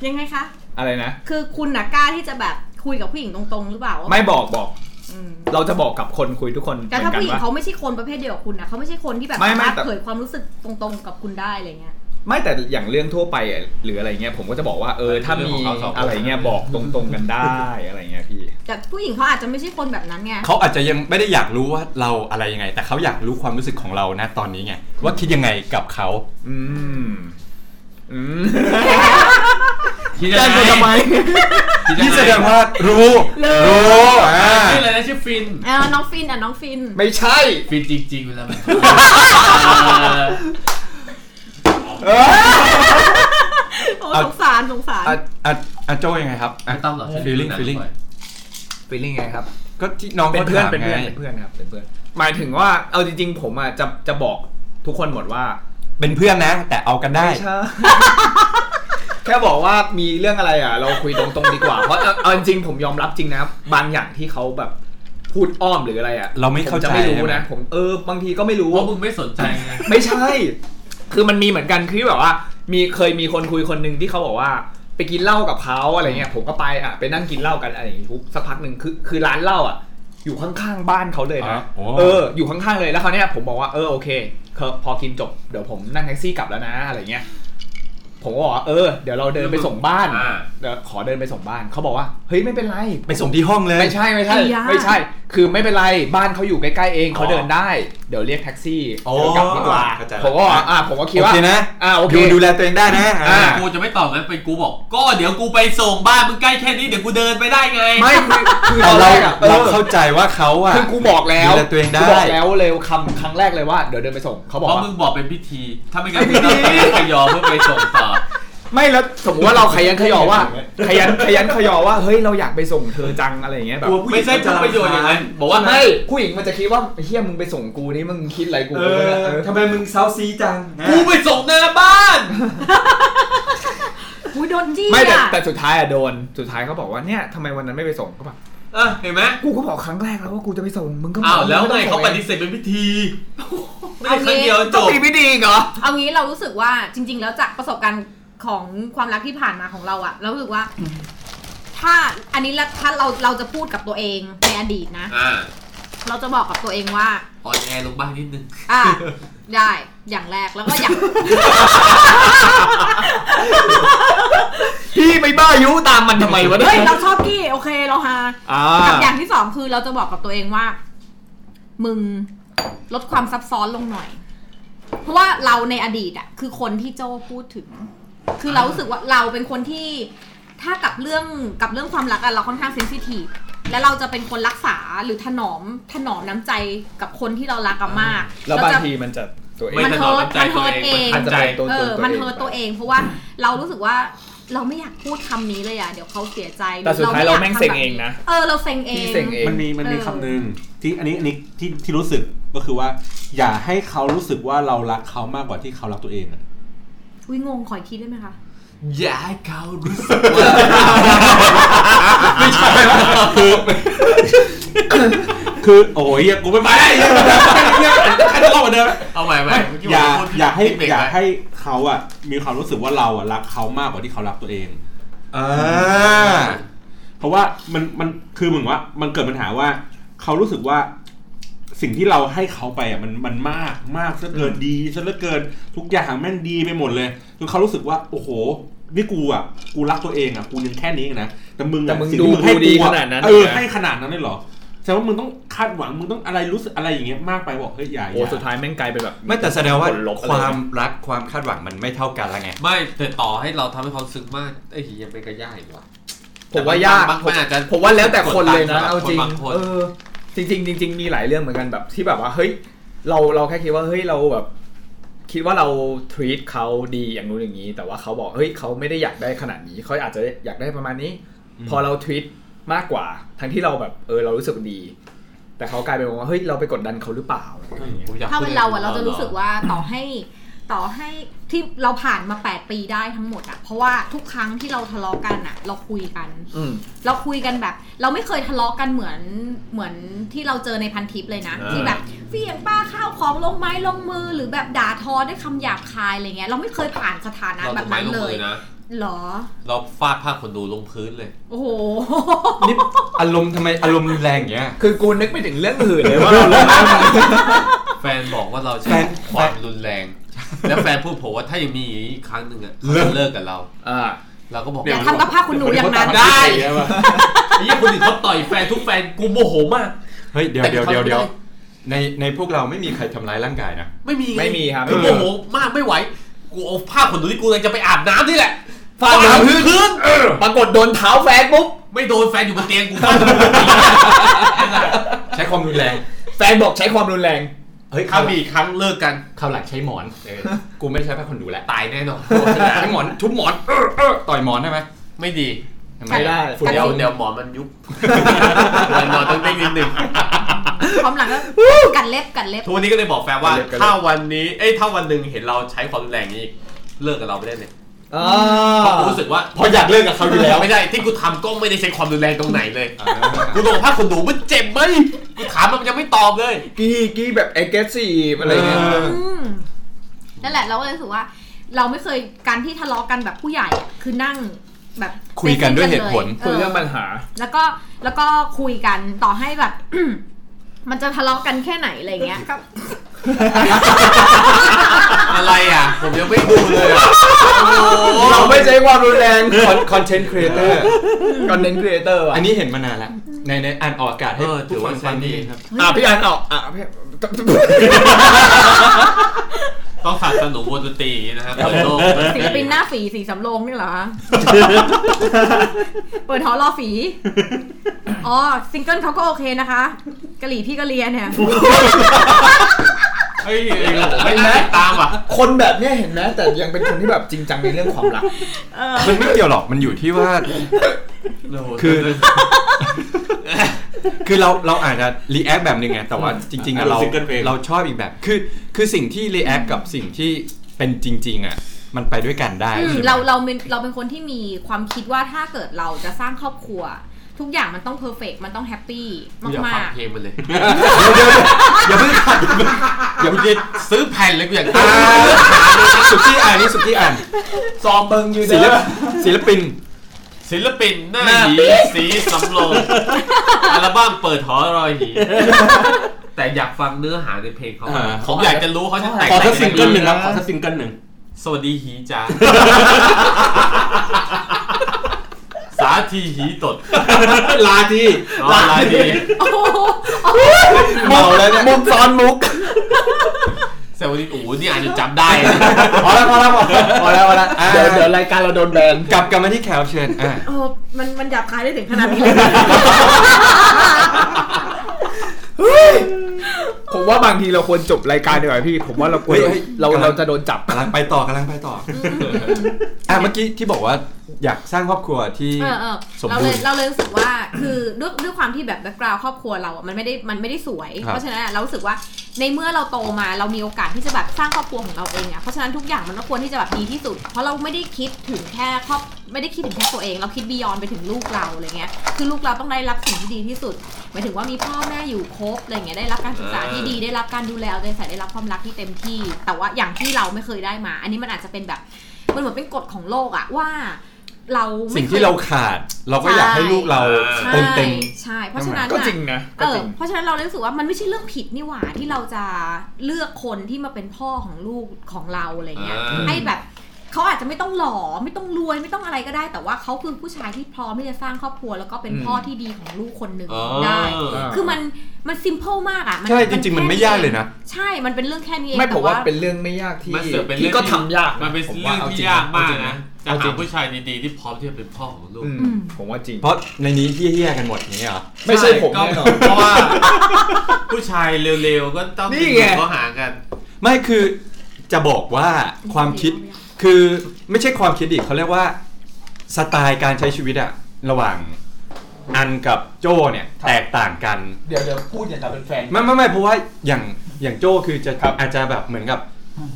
Speaker 6: ยังไงคะ
Speaker 5: อะไรนะ
Speaker 6: คือคุณน่ะกล้าที่จะแบบคุยกับผู้หญิงตรงๆ หรือเปล่าว่า
Speaker 5: ไม่บอกบอก
Speaker 6: อืม
Speaker 5: เราจะบอกกับคนคุยทุกคน
Speaker 6: แต่ถ้า
Speaker 5: เหมือนกัน
Speaker 6: ผู้หญิง
Speaker 5: ว่า
Speaker 6: เขาไม่ใช่คนประเภทเดียวกับคุณนะเขาไม่ใช่คนที่แบบ
Speaker 5: ไม่
Speaker 6: สา
Speaker 5: ไม่
Speaker 6: มารถ
Speaker 5: แต่
Speaker 6: เผยความรู้สึกตรงๆ กับคุณได้อะไรเงี้ย
Speaker 5: ไม่แต่อย่างเรื่องทั่วไปอะหรืออะไรเงี้ยผมก็จะบอกว่าเออถ้า
Speaker 3: เรื่อง
Speaker 5: มี
Speaker 3: ของเขาสองคน
Speaker 5: อะไรเงี้ยบอกตรงๆกันได้อะไรเงี้ยพี่
Speaker 6: แต่ผู้หญิงเขาอาจจะไม่ใช่คนแบบนั้นไง
Speaker 2: เขาอาจจะยังไม่ได้อยากรู้ว่าเราอะไรยังไง แต่เขาอยากรู้ความรู้สึกของเรานะตอนนี้ไงว่าคิดยังไงกับ
Speaker 5: *laughs*
Speaker 2: เขา
Speaker 5: อืมอื
Speaker 6: *laughs*
Speaker 5: ม
Speaker 3: คิด
Speaker 5: แจ้งกูทำไม
Speaker 3: คิด
Speaker 2: นี่แส
Speaker 3: ยั
Speaker 2: ด
Speaker 3: งไง
Speaker 2: งว่ารู้
Speaker 6: รู้
Speaker 2: รู้อ่า
Speaker 3: ชื่ออะไรนะชื่อฟิน
Speaker 6: เออน้องฟินอ่ะน้องฟิน
Speaker 5: ไม่ใช่
Speaker 3: ฟินจริงๆเวลามัน
Speaker 5: *laughs* เอ้ย
Speaker 6: โอ้สงสารสงสาร
Speaker 2: อ่ะอ่ะอ่ะโจยังไงครับอ่ะ
Speaker 3: ไม่ต้องหรอก
Speaker 2: feeling
Speaker 3: ฉัน
Speaker 2: feeling
Speaker 5: เป็นยังไงครับ
Speaker 2: ก็ที่น้อง
Speaker 5: เป็น
Speaker 2: ขา
Speaker 5: เพื่อน
Speaker 2: ถาม
Speaker 5: เป็นเพื่อน
Speaker 2: ไง
Speaker 5: เป็นเพื่อนครับเป็นเพื่อน หมายถึงว่าเอาจริง ๆ ผมอ่ะจะจะบอกทุกคนหมดว่า
Speaker 2: เป็นเพื่อนนะ แต่เอากันได้
Speaker 5: ไม่ใช่ *laughs* แค่บอกว่ามีเรื่องอะไรอ่ะ เราคุยตรงๆดีกว่าเพราะเอาเอาจริงๆผมยอมรับจริงนะบางอย่างที่เขาแบบพูดอ้อมหรืออะไรอ่ะ
Speaker 2: เราไม่เข้าใจ
Speaker 5: ผจะไม่
Speaker 2: ใช่
Speaker 5: รู้
Speaker 2: ไหม
Speaker 5: นะผมเออบางทีก็ไม่รู้
Speaker 3: เพราะมึงไม่สนใจไง
Speaker 5: ไม่ใช่ คือมันมีเหมือนกันคือแบบว่า มีเคยมีคนคุยคนหนึ่งที่เขาบอกว่า ไปกินเหล้ากับเขาอะไรเงี้ย ผมก็ไปอ่ะไปนั่งกินเหล้ากันอะไรอย่างงี้ทุกสักพักหนึ่งคือคือร้านเหล้าอ่ะ อยู่ข้างๆบ้านเขาเลยนะ
Speaker 2: อ่ะโอ้
Speaker 5: เอออยู่ข้างๆเลยแล้วเขาวเนี้ยผมบอกว่าเออโอเคครับพอกินจบเดี๋ยวผมนั่งแท็กซี่กลับแล้วนะอะไรเงี้ยผมก็บอกว่าเออเดี๋ยวเราเดินไปส่งบ้าน
Speaker 3: อ่า
Speaker 5: เดี๋ยวขอเดินไปส่งบ้านเขาบอกว่าเฮ้ยไม่เป็นไร
Speaker 2: ไปส่งที่ห้องเลย
Speaker 5: ไม่ใช่ไม่ใช่
Speaker 6: ไอ้ยา
Speaker 5: ไม่ใช่ คือไม่เป็นไรบ้านเขาอยู่ใกล้ๆเองเขาเดินได้ เดี๋ยวเรียกแท็กซี่
Speaker 2: อ๋อ
Speaker 5: เดี๋ยวกลับดีกว่า
Speaker 2: เข้าใจละ
Speaker 5: ผมก็ว่าอ่าผมก็คิด
Speaker 2: โอ
Speaker 5: ว่า
Speaker 2: เคนะ
Speaker 5: อ่าโอเค
Speaker 2: ยู่ดูแลตัวเองได้นะ
Speaker 5: อ่ะ
Speaker 3: กูจะไม่ตอบงั้นเป็นกูบอก ก็เดี๋ยวกูไปส่งบ้านมึงใกล้แค่นี้เดี๋ยวกูเดินไปได้ไง
Speaker 5: ไม่คือคือ
Speaker 2: แต่
Speaker 5: เรา
Speaker 2: เรา
Speaker 5: อะ
Speaker 2: เรา
Speaker 5: ออ
Speaker 2: เข้าใจว่าเขาอ่ะ
Speaker 5: คือกูบอกแล้ว
Speaker 2: ดูแลตัวเองได้
Speaker 5: กูบอกแล้วเลยคำครั้งแรกเลยว่าเดี๋ยวเดินไปส่งเขาบอก
Speaker 3: เพราะ
Speaker 5: ว่า
Speaker 3: มึงบอกเป็นพิธี ถ้าไม่งั้นมึงต้องไปพยอมเพื่อไปส่งต่อ
Speaker 5: ไม่แล้วสมมติว่าเราขยันขยอว่า ขยันขยันขยอว่าเฮ้ยเราอยากไปส่งเธอจังอะไรอย่างเงี้ยแบบ
Speaker 3: ไม่ใช่ผลประโยชน์อย่างนั้น บอกว่า
Speaker 5: ไม่ผู้หญิงมันจะคิดว่าไอ้เฮียมึงไปส่งกูนี่มึงคิดอะไรกู
Speaker 2: เออ
Speaker 5: ไม่รู้นะเออ
Speaker 2: ทำไมมึงเซาซีจังนะ
Speaker 3: กูไปส่งหน้าบ้าน
Speaker 6: หูโดนจี้
Speaker 5: ไม่แต่
Speaker 6: อ่ะ
Speaker 5: แต่สุดท้ายอะโดนสุดท้ายเขาบอกว่าเนี่ยทำไมวันนั้นไม่ไปส่งก็แบบ
Speaker 3: เออเห็นไหม
Speaker 5: กูก็บอกครั้งแรกแล้วว่ากูจะไปส่งมึงก็บก
Speaker 3: อ้าวแล้วไง
Speaker 5: ม่ต้อ
Speaker 3: เขา
Speaker 5: ส่
Speaker 3: ป
Speaker 5: อง
Speaker 3: ฏิเสธเป็นพิธี ไม่ได้ครั้งเดียวจบ
Speaker 5: มีไม่ดีอีกเหรอ
Speaker 6: เอางี้เรารู้สึกว่าจริง ๆ แล้วจากประสบการณ์ของความรักที่ผ่านมาของเราอะเรารู้สึกว่า ถ้าอันนี้ละถ้าเราเราจะพูดกับตัวเองในอดีตนะ
Speaker 3: อ่า
Speaker 6: เราจะบอกกับตัวเองว่า
Speaker 3: อ่อนแอลงบ้างนิดนึง
Speaker 6: อ่ะ ได้อย่างแรกแล้วก็อย่าง
Speaker 5: พี่ไปบ้ายุตามมันทำไมวะ
Speaker 6: เฮ้ยเราชอบกี้โอเคเราฮา
Speaker 5: อ่า
Speaker 6: กับอย่างที่สองคือเราจะบอกกับตัวเองว่า มึงลดความซับซ้อนลงหน่อย เพราะว่าเราในอดีตอะคือคนที่โจ้พูดถึง คือเรารู้สึกว่าเราเป็นคนที่ ถ้ากับเรื่องกับเรื่องความรักอะเราค่อนข้างเซนซิทีฟและเราจะเป็นคนรักษาหรือถนอมถนอมน้ำใจกับคนที่เรารักกันมาก
Speaker 5: แล้วบาง
Speaker 6: จะ
Speaker 5: ทีมันจะตัวเอง
Speaker 3: ไม่
Speaker 6: มัน
Speaker 3: ถนอ
Speaker 6: เฮิ
Speaker 3: ม
Speaker 6: ร์ต
Speaker 3: น้ำใจตัวเอง
Speaker 5: มัน
Speaker 6: มันเฮิร์ตเอง
Speaker 5: ขัดใจตัว
Speaker 6: เออ
Speaker 5: ตัวเอง
Speaker 6: มันเฮิร์ตตัวเอง เพราะว่าเรารู้สึกว่าเราไม่อยากพูดคำนี้เลยอ่ะ เดี๋ยวเขาเสียใจ
Speaker 5: แต่สุดท้าย
Speaker 6: หอ
Speaker 5: เราแม่งเซ็งเองนะ
Speaker 6: เออ เราเซ็งเอง
Speaker 5: พี่เซ็งเอง
Speaker 4: มันมีมันมี
Speaker 6: เออ
Speaker 4: คำหนึ่งที่อันนี้อันนี้ที่ที่รู้สึกก็คือว่า อย่าให้เขารู้สึกว่าเรารักเขามากกว่าที่เขารักตัวเองอะ
Speaker 6: อุ้ยงงขออีกทีได้ไหมคะ
Speaker 3: อย่าให้เขารู้สึกว่าเรา
Speaker 2: ไม่ใช่ว่าคือ
Speaker 4: คือโอ้ยเหี้ยกูไม่ไปได้เหี้ยใครจะรอดเหมือนเดิม
Speaker 3: เอาใหม่ใหม่เมื่กี้
Speaker 4: อย่า
Speaker 3: ผมพูดผิด
Speaker 4: อย่าให้
Speaker 3: นิดเบรก
Speaker 4: อย่า
Speaker 3: ไว้
Speaker 4: ให้เขาอ่ะมีความรู้สึกว่าเราอ่ะรักเขามากกว่าที่เขารักตัวเอง
Speaker 2: อ่า
Speaker 4: เพราะว่ามันมันคือเหมือนว่า มันเกิดปัญหาว่า เขารู้สึกว่า สิ่งที่เราให้เขาไปอ่ะมันมันมากมากซะเกินดีซะเหลือเกินทุกอย่างแม่งดีไปหมดเลยจนเขารู้สึกว่า โอ้โหนี่กูอ่ะกูรักตัวเองอ่ะกูยังแค่นี้เองนะแต่มึง
Speaker 5: แต่
Speaker 4: อ่ะ
Speaker 5: มึง
Speaker 4: สิ่งที่
Speaker 5: ดู
Speaker 4: มึงให้
Speaker 5: ดี
Speaker 4: กูอ่ะ
Speaker 5: ขนาดนั้น
Speaker 4: เออ
Speaker 5: เลยนะ
Speaker 4: ให้ขนาดนั้นเลยเหรอแต่ว่ามึงต้องคาดหวังมึงต้องอะไรรู้สึกอะไรอย่างเงี้ยมากไปบอกเฮ้ยอย่า
Speaker 5: โอ้
Speaker 4: อย่า
Speaker 5: สุดท้ายแม่งกลายเป็นแบบ
Speaker 2: ไม่แต่แสดงว่า
Speaker 5: ผลลบอะไร
Speaker 2: ความรักความคาดหวังมันไม่เท่ากันละไง
Speaker 3: ไม่แต่ต่อให้เราทำให้เขาซึ้งมากไอ้เหียยังเป็นกระย่ายอีกว่ะ
Speaker 5: ผมว่ายาก
Speaker 3: แต่บางคนอาจจะ
Speaker 5: ผมว่าแล้วแต่คนเลย
Speaker 3: กด
Speaker 5: นะ
Speaker 3: ดัน
Speaker 5: เอาจริง
Speaker 3: บางคน
Speaker 5: เออจริงๆจริงๆมีหลายเรื่องเหมือนกันแบบที่แบบว่าเฮ้ยเราเราแค่คิดว่าเฮ้ยเราแบบ คิดว่าเราทรีตเขาดีอย่างนู้นอย่างนี้ แต่ว่าเขาบอกเฮ้ยเขาไม่ได้อยากได้ขนาดนี้เขาอาจจะอยากได้ประมาณนี้ พอเราทรีต มากกว่า ทั้งที่เราแบบเออเรารู้สึกดี แต่เขากลายเป็นว่าเฮ้ยเราไปกดดันเขาหรือเปล่า
Speaker 3: ผมอยก
Speaker 6: ถ้าเป็นเราอะเราจะรู้สึก
Speaker 3: ว่า
Speaker 6: ว่าต่อให้ต่อให้ที่เราผ่านมา 8 ปีได้ทั้งหมดอะเพราะว่าทุกครั้งที่เราทะเลาะกันอะเราคุยกัน
Speaker 5: อืม
Speaker 6: เราคุยกันแบบ เราไม่เคยทะเลาะกันเหมือนเหมือนที่เราเจอในพันทิปเลยนะ
Speaker 3: เออ
Speaker 6: ที่แบบเฟียงป้าข้าวของลงไม้ลงมือหรือแบบด่าทอด้วยคำหยาบคายอะไรเงี้ยเราไม่เคยผ่านสถานะ
Speaker 3: เรา
Speaker 6: แบ
Speaker 3: จะ
Speaker 6: บ
Speaker 3: ไม้
Speaker 6: นั้น
Speaker 3: ลงมื
Speaker 6: เลย
Speaker 3: อนะ
Speaker 6: หรอ
Speaker 3: เราฟาดผ้าขนหนูลงพื้น
Speaker 6: *laughs*
Speaker 3: เลย
Speaker 6: โอ้โห
Speaker 2: นี่อารมณ์ทำไมอารมณ์รุนแรงอย่างเงี้ย
Speaker 5: คือกูนึกไม่ถึงเรื่องอื่นเลยว่าเราเลิก
Speaker 3: แฟนบอกว่าเราใช้
Speaker 2: แฟน
Speaker 3: ความรุนแรง แล้วแฟนพูดผมว่าถ้ายังมีอย่างนี้อีกครั้งหนึ่งอะเขาจะเลิกกับเรา
Speaker 5: อ่า
Speaker 3: เราก็บอก
Speaker 6: อย่าทำกับผ้าขนหนูอย่างนั้น
Speaker 4: ได้
Speaker 3: ไอ้ยี่คนอื่นเขาต่อยแฟนทุกแฟนกูโมโหมาก
Speaker 2: เฮ้ยเดี๋ยว
Speaker 3: แต่
Speaker 2: เดี๋ยว
Speaker 3: เขา
Speaker 2: เดี๋ยวเดี๋ยว
Speaker 3: ไม่ได้
Speaker 2: ในในพวกเราไม่มีใครทำร้ายร่างกายนะ
Speaker 3: ไม่มีง
Speaker 5: ไม่มีครับ
Speaker 3: กูโมโหมากไม่ไหว กูเอาผ้าขนหนูที่กูกำลังจะไปอาบน้ำนี่แหละ
Speaker 5: ฟาดลงพื้นปรากฏโดนเท้าแฟนปุ๊บ
Speaker 3: ไม่โดนแฟนอยู่บนเตียงกูฟาดลง
Speaker 2: ใช้ความรุนแรง
Speaker 5: แฟนบอกใช้ความรุนแรง
Speaker 2: เฮ้ย
Speaker 3: ถ้า
Speaker 2: ข้าวห
Speaker 3: มี
Speaker 2: ลัง
Speaker 3: อีกครั้งเลิกกัน
Speaker 2: ข้าวหลังใช้หมอนเออกูไม่ใช้ผ้าขนหนูแล้ว
Speaker 3: ตายแน่นอน
Speaker 2: ใช้หมอนทุบหมอนเออเออต่อยหมอนได้ไหม
Speaker 3: ไม่ดี
Speaker 5: ไม่ได้
Speaker 6: กระ
Speaker 3: เดี๋ยว
Speaker 6: ทิง
Speaker 3: เดี๋ยวหมอมันยุบมันนอนต้องได้นิดนึง
Speaker 6: พร้อมหลังก็กัดเล็บกัดเล็บ
Speaker 3: ทุกวันนี้ก็เลยบอกแฟนว่า
Speaker 5: เลิกกันเลย
Speaker 3: ถ้าวันนี้เอ้ยถ้าวันหนึ่งเห็นเราใช้ความรุนแรงนี้อีกเลิกกับเราไปได้เลย
Speaker 5: อ่า
Speaker 3: เพราะกูรู้สึกว่า
Speaker 2: เพราะอยากเลิกกับเขาอยู่แล้ว
Speaker 3: ไม่ได้ที่กูทำก็ไม่ได้ใช้ความรุนแรงตรงไหนเลยกูบอกถ้าคนหนูมันเจ็บไหมกูถามมันมันยังไม่ตอบเลย
Speaker 5: กี้กี้แบบ aggressive อะไรเงี้ย
Speaker 2: เออ
Speaker 6: อืมนั่นแหละเราก็เลยรู้สึกว่า เราไม่เคยการที่ทะเลาะกันแบบผู้ใหญ่อะคือนั่งแบบ
Speaker 2: คุยกันด้วยเหตุผล
Speaker 6: เอ
Speaker 5: คุย
Speaker 6: อ
Speaker 5: เรื่องปัญหา
Speaker 6: แล้วก็แล้วก็คุยกันต่อให้แบบ *clears throat* มันจะทะเลาะกันแค่ไหนอะไรเงี้ยก็
Speaker 3: อะไรอ่ะ ผมยังไม่ดูเลยอ่ะ
Speaker 5: เราไม่ใช้ความรุนแรง
Speaker 2: คอนเทนต์ครีเอเตอร์
Speaker 5: คอนเทนต์ครีเอเตอร์
Speaker 2: อั
Speaker 5: อั
Speaker 2: น
Speaker 5: นนี้
Speaker 2: นี้เห็นมานานแล้วในในอ่านออกอากาศให้
Speaker 3: เออ
Speaker 2: ทุ
Speaker 3: ถื
Speaker 2: ก
Speaker 3: อ
Speaker 2: ค
Speaker 3: ว่าน ใช้
Speaker 2: ฟัง
Speaker 3: ดี
Speaker 2: ดี
Speaker 3: ค
Speaker 2: ค
Speaker 3: รั
Speaker 2: รับ บ
Speaker 5: อ่ะพี่อันออกอ่ะพี่
Speaker 3: ต้องสนับสนุนวงดนตรีอย่างนี้นะครับเปิดโลก
Speaker 6: ศิลปินหน้าฝีสีสำโรงนี่เหรอ *laughs* คะเปิดหอรอฝีอ๋อซิงเกิลเขาก็โอเคนะคะกะหรี่พี่ก็เรียนเนี่ย
Speaker 3: เฮ้ยไม่น่าติดตามอ่ะ
Speaker 5: คนแบบเนี้ยเห็นไหมแต่ยังเป็นคนที่แบบจริงจังในเรื่องความรัก
Speaker 6: เออ
Speaker 2: มันไม่เกี่ยวหรอกมันอยู่ที่ว่า คือ คือเราเราอาจจะรีแอคแบบหนึงไงแต่ว่าจริงๆอะ
Speaker 4: อ่ะ
Speaker 2: เรา
Speaker 4: single page
Speaker 2: เราชอบอีกแบบ คือคือสิ่งที่รีแอคกับสิ่งที่เป็นจริง ๆอะมันไปด้วยกันได้
Speaker 6: อืม
Speaker 2: ใช่ไหม
Speaker 6: เราเราเป็นเราเป็นคนที่มีความคิดว่าถ้าเกิดเราจะสร้างครอบครัว ทุกอย่างมันต้องเพอร์เฟกมันต้องแฮปปี้
Speaker 3: กูอยากฟั
Speaker 6: มาง ก
Speaker 3: เพลงมันเลย
Speaker 2: เดี๋ยวเดี๋ยวอย่าเพิ่งขัดอย่าเพิ่งอย่าเพิ่ง
Speaker 5: *laughs*
Speaker 2: ยึด
Speaker 3: ซื้อแผ่นเลยกูอยาก
Speaker 2: อ่า
Speaker 3: ตาม
Speaker 2: สุกี้อ่านนี่สุกี้อ่าน
Speaker 5: ซอมเบิงอยู่
Speaker 2: ศิ
Speaker 5: เด้
Speaker 2: ล
Speaker 5: อ
Speaker 2: ปศิลปิน
Speaker 3: ศิลปินหน้าหีสีสำโรง *laughs* อัลบั้มเปิดหอรอยหี *laughs* แต่อยากฟังเนื้อหาในเพลงเขา
Speaker 4: อ่า
Speaker 3: ผมอยากจะรู้เขาจะแต่ง
Speaker 4: ขอสัก
Speaker 3: แต่
Speaker 4: ซิงเกิลหนึ่ง
Speaker 3: ยัไ
Speaker 4: ครับขอสักซิงเกิลหนึ่ง
Speaker 3: สวัสดีหีจ้าสาธีหีตด
Speaker 4: ลาที
Speaker 3: นอนลายดี
Speaker 6: ๆโอ้โห
Speaker 2: เมาแล้วเนี่ย
Speaker 5: มุกซ้อนมุก
Speaker 3: สวัสดีโอ้โหนี่อาจจะจำได้นะ
Speaker 2: พอแล้วพอแล้วพอแล้วพอแล้วพอแล้วอ่ะ
Speaker 5: เดี๋ยวเดี๋ยวรายการเราโดนแบน
Speaker 2: กลับกลับมาที่แขกรับเชิญอ่ะ
Speaker 6: เออมันมันหยาบคายได้ถึงขนาดนี้เลย
Speaker 5: ผมว่าบางทีเราควรจบรายการดีกว่าพี่ ผมว่าเราควรเราเราจะโดนจับ
Speaker 2: กำลังไปต่อกำลังไป
Speaker 6: *laughs*
Speaker 2: ต่ออ่ะเมื่อกี้ที่บอกว่าอยากสร้างครอบครัวที่
Speaker 6: เออเออ
Speaker 2: สม
Speaker 6: เรา
Speaker 2: บู
Speaker 6: เล
Speaker 2: ร
Speaker 6: ย
Speaker 2: ณ์
Speaker 6: เราเลยรู้สึกว่า คือ *coughs* ด้วยด้วยความที่แบบแบ็กกราวครอบครัวเราอะมันไม่ได้มันไม่ได้สวย
Speaker 2: ครับ
Speaker 6: เพราะฉะนั้นอะเรารู้สึกว่าในเมื่อเราโตมาเรามีโอกาสที่จะแบบสร้างครอบครัวของเราเองอะเพราะฉะนั้นทุกอย่างมันก็ควรที่จะแบบดีที่สุด เพราะเราไม่ได้คิดถึงแค่ครอบไม่ได้คิดถึงแค่ตัวเอง เราคิดบียอนไปถึงลูกเราอะไรเงี้ยคือลูกเราต้องได้รับสิ่งที่ดีที่สุดหมายถึงว่ามีพ่อแม่อยู่ครบอะไรเงี้ยได้รับการศึกษาที่ดีได้รับการดูแลเอาใจใส่ได้รับความรักที่เต็มที่ แต่ว่าอย่างที่เราไม่เคยได้มา อันนี้มันอาจจะเป็นแบบมันเหมือนเป็นกฎของโลกอะว่า เราไม่
Speaker 2: สิ่ง
Speaker 6: คย
Speaker 2: ที่เราขาดเราก็อยากให้ลูกเรา
Speaker 6: ใช่
Speaker 2: เติมเต็ม
Speaker 6: ใช่เพราะฉะนั้น
Speaker 5: ก็
Speaker 6: น่ะ
Speaker 5: จริงนะ
Speaker 6: เอ
Speaker 5: ก็จ
Speaker 6: อ
Speaker 5: ริง
Speaker 6: เพราะฉะนั้นเราเลยรู้สึกว่ามันไม่ใช่เรื่องผิดนี่หว่าที่เราจะเลือกคนที่มาเป็นพ่อของลูกของเราอะไรเงี้ย
Speaker 5: ม
Speaker 6: ให้แบบเขาอาจจะไม่ต้องหล่อไม่ต้องรวยไม่ต้องอะไรก็ได้ แต่ว่าเขาคือผู้ชายที่พร้อมที่จะสร้างครอบครัว แล้วก็เป็นพ่อที่ดีของลูกคนหนึ่ง
Speaker 3: เอ
Speaker 6: ได้
Speaker 3: อ
Speaker 6: คือมันมันซิมเพิลมากอ่ะ
Speaker 2: ใช่จริงๆมันไม่ยากเลยนะ
Speaker 6: ใช่มันเป็นเรื่องแค่นี้เอง
Speaker 5: ไม่ผม
Speaker 6: แต่
Speaker 5: ว่า
Speaker 6: ว่า
Speaker 5: เป็นเรื่องไม่ยากที่
Speaker 3: มันเสือกเป็น
Speaker 5: ที่
Speaker 3: เรื่อง
Speaker 5: ก็ทำยากะ
Speaker 3: มันเป็น
Speaker 5: ผว่
Speaker 3: เรื่อง
Speaker 5: จ
Speaker 3: ที่ยากมากนะจะ
Speaker 5: เอาจริ
Speaker 3: หาง ผู้ชายดีๆที่พร้อมที่จะเป็นพ่อของลูก
Speaker 5: อืม
Speaker 6: อืม
Speaker 5: ผมว่าจริง
Speaker 2: เพราะในนี้เฮี้ยๆกันหมดอย่างนี้เหรอ
Speaker 5: ไม่ใช่ผมแน่นอน
Speaker 3: เพราะว่า ผู้ชายเร็วๆก็ต้อง
Speaker 5: นี่ไง
Speaker 3: เขาหากัน
Speaker 2: ไม่คือจะบอกว่าความคิดคือไม่ใช่ความคิดดิเขาเรียกว่าสไตล์การใช้ชีวิตอะระหว่าง อันกับโจ้เนี่ยแตกต่างกัน
Speaker 5: เดี๋ยวเดี๋ยวพูดอย่างกับเป็นแฟน
Speaker 2: ไม่ไม่ไม่เพราะว่าอย่างอย่างโจ้คือจะอาจจะแบบเหมือนกับ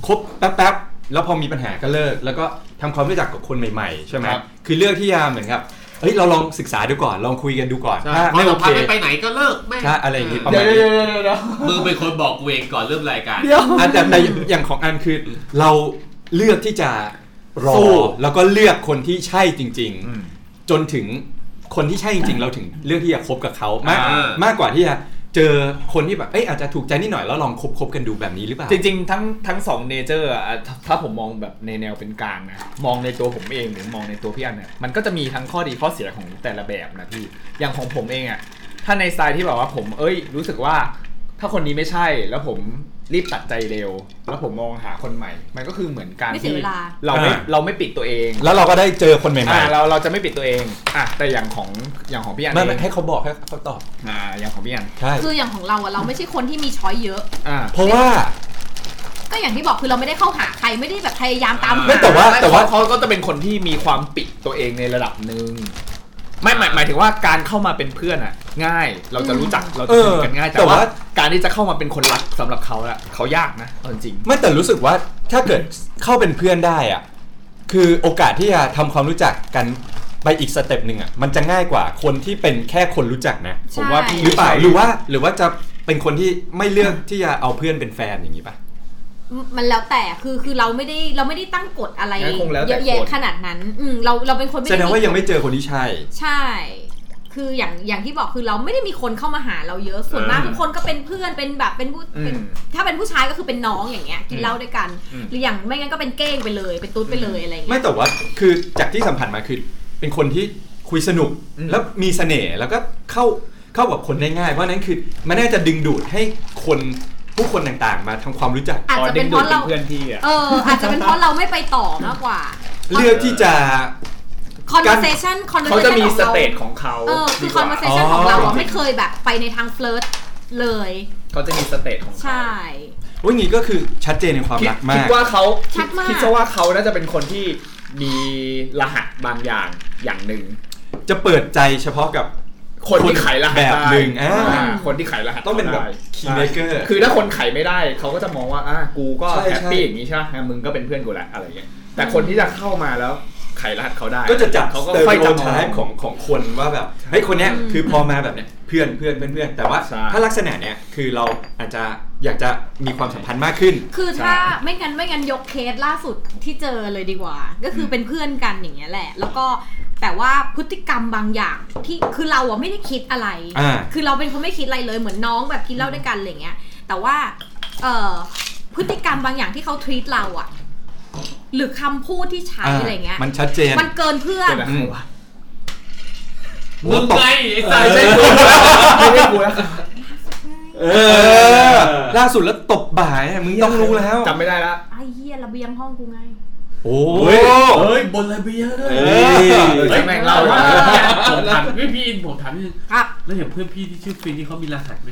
Speaker 2: คบแป๊บๆแล้วพอมีปัญหาก็เลิก แล้วก็ทำความรู้จักกับคนใหม่ๆใช่ไหม
Speaker 7: ครับ
Speaker 2: คือเลือกที่จะเหมือนกับเฮ้ยเราลองศึกษาดูก่อนลองคุยกันดูก่อนถ้า
Speaker 3: ไม่
Speaker 2: ไม่โอ
Speaker 3: โอ
Speaker 2: เค
Speaker 3: เคไปไหนก็เลิกแม่ง
Speaker 2: ใช่อะไรอย่างนี้ประ
Speaker 5: เดี๋
Speaker 2: มา
Speaker 5: ยว
Speaker 2: ณนี้
Speaker 5: เดี๋ยวเดี๋ยวเดี๋ยว
Speaker 3: มึงเป็นคนบอกกูเองก่อนเริ่มรายการ
Speaker 2: อันแต่แต่อย่างของอันคือเราเลือกที่จะรอแล้วก็เลือกคนที่ใช่จริง ๆ จนถึงคนที่ใช่จริง ๆ เราถึงเลือกที่จะคบกับเขามาก
Speaker 3: อ่าม
Speaker 2: มากกว่าที่จะเจอคนที่แบบเอ้ยอาจจะถูกใจนิดหน่อยแล้วลองคบคบกันดูแบบนี้หรือเปล่า
Speaker 5: จริงๆ ทั้งทั้งสองเนเจอร์อะถ้าถ้าผมมองแบบในแนวเป็นกลางนะ มองในตัวผมเองหรือมองในตัวพี่อันเนี่ยมันก็จะมีทั้งข้อดีข้อเสียของแต่ละแบบนะพี่ อย่างของผมเองอะถ้าในสไตล์ที่แบบว่าผมเอ้ย รู้สึกว่า ถ้าคนนี้ไม่ใช่แล้วผมรีบตัดใจเร็ว แล้วผมมองหาคนใหม่ มันก็คือเหมือนการ
Speaker 6: ไม่เสีย
Speaker 5: ที่
Speaker 6: เวลา
Speaker 5: เราไม่
Speaker 2: อ่า
Speaker 5: เราไม่ปิดตัวเอง
Speaker 2: แล้วเราก็ได้เจอคนใหม่ๆ
Speaker 5: อ่าเราเราจะไม่ปิดตัวเองอ่ะแต่อย่างของอย่างของพี่อัน
Speaker 2: ไม่
Speaker 5: เอ
Speaker 2: ไม่
Speaker 5: ง
Speaker 2: ให้เขาบอกให้เขาตอบ
Speaker 5: อ่าอย่างของพี่อัน
Speaker 2: ใช่
Speaker 6: คืออย่างของเราอะเราไม่ใช่คนที่มีช้อยเยอะ
Speaker 5: อ่า
Speaker 2: เพราะว่า
Speaker 6: ก็อย่างที่บอกคือเราไม่ได้เข้าหาใครไม่ได้แบบพยายามตามหา
Speaker 2: ไม่แต่ว่า
Speaker 5: แต่ว่าเขาก็จะเป็นคนที่มีความปิดตัวเองในระดับหนึ่งไม่หมายหมายถึงว่าการเข้ามาเป็นเพื่อนอ่ะ ง่ายเราจะรู้จักเราจะสนิทกันง่าย
Speaker 2: เออแต่
Speaker 5: แต่ว่า
Speaker 2: ว่า
Speaker 5: การที่จะเข้ามาเป็นคนรักสำหรับเขาอะเขายากนะเอาจริง
Speaker 2: ไม่แต่รู้สึกว่าถ้าเกิดเข้าเป็นเพื่อนได้อ่ะคือโอกาสที่จะทำความรู้จักกันไปอีกสเต็ปหนึ่งอ่ะมันจะง่ายกว่าคนที่เป็นแค่คนรู้จักนะ
Speaker 6: ใช่
Speaker 5: ผมว่าพี่
Speaker 2: หรือเปล่าหรือว่าหรือว่าจะเป็นคนที่ไม่เลือกที่จะเอาเพื่อนเป็นแฟนอย่างนี้ป่ะ
Speaker 6: มันแล้วแต่คือคือเราไม่ได้เราไม่ได้ตั้งกฎอะไร
Speaker 5: งั้นคงแล้วแต่
Speaker 6: เยอะแยะ
Speaker 5: คน
Speaker 6: ขนาดนั้นอืมเราเราเป็นคนไม่
Speaker 2: แสดง
Speaker 6: มี
Speaker 2: ว่ายังไม่เจอคนที่ใช่
Speaker 6: ใช่ คืออย่างอย่างที่บอกคือเราไม่ได้มีคนเข้ามาหาเราเยอะ ส่วนมาก
Speaker 3: เออ
Speaker 6: ทุกคนก็เป็นเพื่อนเป็นแบบเป็นผู้
Speaker 5: อืม
Speaker 6: เป็นถ้าเป็นผู้ชายก็คือเป็นน้องอย่างเงี้ยกินเหล้าด้วยกัน
Speaker 5: อืม
Speaker 6: หรืออย่างไม่งั้นก็เป็นเก้งไปเลย เป็นตุ๊ดไปเลยอะไร
Speaker 2: ไม่
Speaker 6: เงี้ย
Speaker 2: แต่ว่าคือจากที่สัมผัสมาคือเป็นคนที่คุยสนุก
Speaker 5: อืม
Speaker 2: แล้วมีเสน่ห์แล้วก็เข้าเข้ากับคนได้ง่ายเพราะฉะนั้นคือมันน่าจะดึงดูดให้คนผู้คนต่างๆ มาทำความรู้จัก
Speaker 5: ๆ
Speaker 6: อาจจะเป็นเพราะเรา
Speaker 5: เพื่อนพี่อะ
Speaker 6: เออ อาจจะเป็นเพราะเราไม่ไปต่อมากกว่า
Speaker 2: เลือกที่จะ
Speaker 6: conversation
Speaker 5: เขา
Speaker 6: conversation
Speaker 5: จะมี
Speaker 6: ของ
Speaker 5: ส
Speaker 6: เรา
Speaker 5: เตจของเขา
Speaker 6: เออคือ
Speaker 5: ดีกว่า
Speaker 6: conversation
Speaker 2: อ๋อ
Speaker 6: ของเราอะไม่เคยแบบไปในทางเฟลิร์ตเลย
Speaker 5: เขาจะมีสเตจของเขา
Speaker 6: ใช่
Speaker 2: ว่าอย่างนี้ก็คือชัดเจนในความ
Speaker 5: คิด
Speaker 2: รัก
Speaker 5: คิ
Speaker 2: มา
Speaker 5: ด
Speaker 2: ก
Speaker 5: ว่าเขา
Speaker 6: ชัดมาก
Speaker 5: คิดซะว่าเขาน่าจะเป็นคนที่มีรหัสบางอย่างอย่างหนึ่ง
Speaker 2: จะเปิดใจเฉพาะกับ
Speaker 5: คนที่ไขรหัส
Speaker 2: แบบหนึ่ง
Speaker 5: ได้
Speaker 2: อ่า
Speaker 5: อ่าคนที่ไขรหัส
Speaker 2: ต้องเป็นแบบ
Speaker 5: ได้
Speaker 2: คีย์เมเกอร์
Speaker 5: คือถ้าคนไขไม่ได้เขาก็จะมองว่าอ่ะกูก็
Speaker 2: ใช่ใช่
Speaker 5: แฮปปี้อย่างนี้ใช่ไหมมึงก็เป็นเพื่อนกูแหละอะไรอย่างเงี้ยแต่คนที่จะเข้ามาแล้วไขรหัสเขาได้
Speaker 2: ก็จะจับ
Speaker 5: เขาก็
Speaker 2: เตอร์
Speaker 5: ค่อย
Speaker 2: โอ
Speaker 5: จำ
Speaker 2: ไท
Speaker 5: มอง
Speaker 2: ป์ของของคนว่าแบบเฮ้ยคนเนี้ย
Speaker 6: อืม
Speaker 2: คือพอมาแบบเนี้ยเพื่อนเพื่อนเพื่อนเพื่อนแต่ว่า
Speaker 5: ใช่
Speaker 2: ถ้าลักษณะเนี้ยคือเราอาจจะอยากจะมีความสัมพันธ์มากขึ้น
Speaker 6: คือถ้าไม่งั้นไม่งั้นยกเคสล่าสุดที่เจอเลยดีกว่า ก็คือเป็นเพื่อนกันอย่างเงี้ยแหละ แล้วก็แต่ว่าพฤติกรรมบางอย่างที่คือเราอะไม่ได้คิดอะไร
Speaker 2: อ่า
Speaker 6: คือเราเป็นคนไม่คิดอะไรเลยเหมือนน้องแบบกินเหล้าด้วยกันอะไรเงี้ย แต่ว่าเอ่อพฤติกรรมบางอย่างที่เขาทวีตเราอะหรือคำพูดที่ใช้
Speaker 2: อ่า
Speaker 6: อะไรเงี้ย
Speaker 2: มันชัดเจน
Speaker 6: มันเกินเพื่อน
Speaker 5: เป็นอะไรวะ
Speaker 3: มึงไงไอ้สาย
Speaker 5: ไม่ใช่กูไม่ใช่กูแล้ว
Speaker 2: เออ ล่าสุดแล้วตบบ่ายมึงต้องรู้แล้ว
Speaker 5: จำไม่ได้ละ
Speaker 6: ไอ้เหี้ยระเบียงห้องกูไง
Speaker 2: โอ้ย
Speaker 3: เฮ้ยบนระเบียงเลย
Speaker 2: เออ
Speaker 5: เออใช่แม่งเล่า
Speaker 3: ผม
Speaker 5: ละ
Speaker 3: ถามพี่พี่อินผมถามนิดนึง
Speaker 6: ครับ
Speaker 3: แล้วอย่างเพื่อนพี่ที่ชื่อฟินที่เขามีรหัสไหม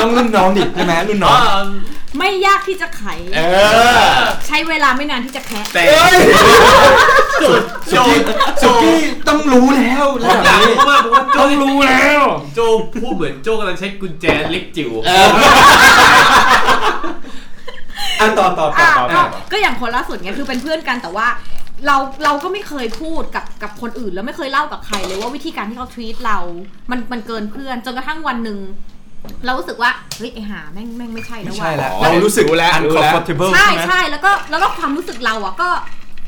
Speaker 2: ต้องรุ่นน้องดิใช่ไหมรุ่นน้อง
Speaker 6: ไม่ยากที่จะไข
Speaker 2: เออ
Speaker 6: ใช้เวลาไม่นานที่จะแคะ
Speaker 5: แต่
Speaker 2: สุกี้สุกี้ต้องรู้แล้ว
Speaker 3: ผ
Speaker 2: แล้
Speaker 3: ม
Speaker 2: ว
Speaker 3: อยาก
Speaker 2: นี้
Speaker 3: รู้มากเพราะว่าโจ
Speaker 2: ต้องรู้แล้ว
Speaker 3: โจพูดเหมือนโจกำลังใช้กุญแจเล็กจิ๋ว
Speaker 2: อ่ะต่อต่อต่อ
Speaker 6: อ่ะ
Speaker 2: ต่อ
Speaker 6: ก็
Speaker 2: ต่อ
Speaker 6: ก็อย่างคนล่าสุดไงคือเป็นเพื่อนกันแต่ว่า เราเราก็ไม่เคยพูดกับกับคนอื่น แล้วไม่เคยเล่ากับใครเลยว่าวิธีการที่เขาทวีตเรา มันมันเกินเพื่อนจนกระทั่งวันหนึ่งเรารู้สึกว่าเฮ้ยไอหาแม่งแม่งไม่ใช่แล้ว
Speaker 2: ไม่ใช่
Speaker 6: ว่ะ
Speaker 2: แล้วเรารู้สึก uncomfortable
Speaker 6: ใช่
Speaker 2: ใช่ไหม
Speaker 6: ใช่แล้วก็แล้วก็ความรู้สึกเราอ่ะก็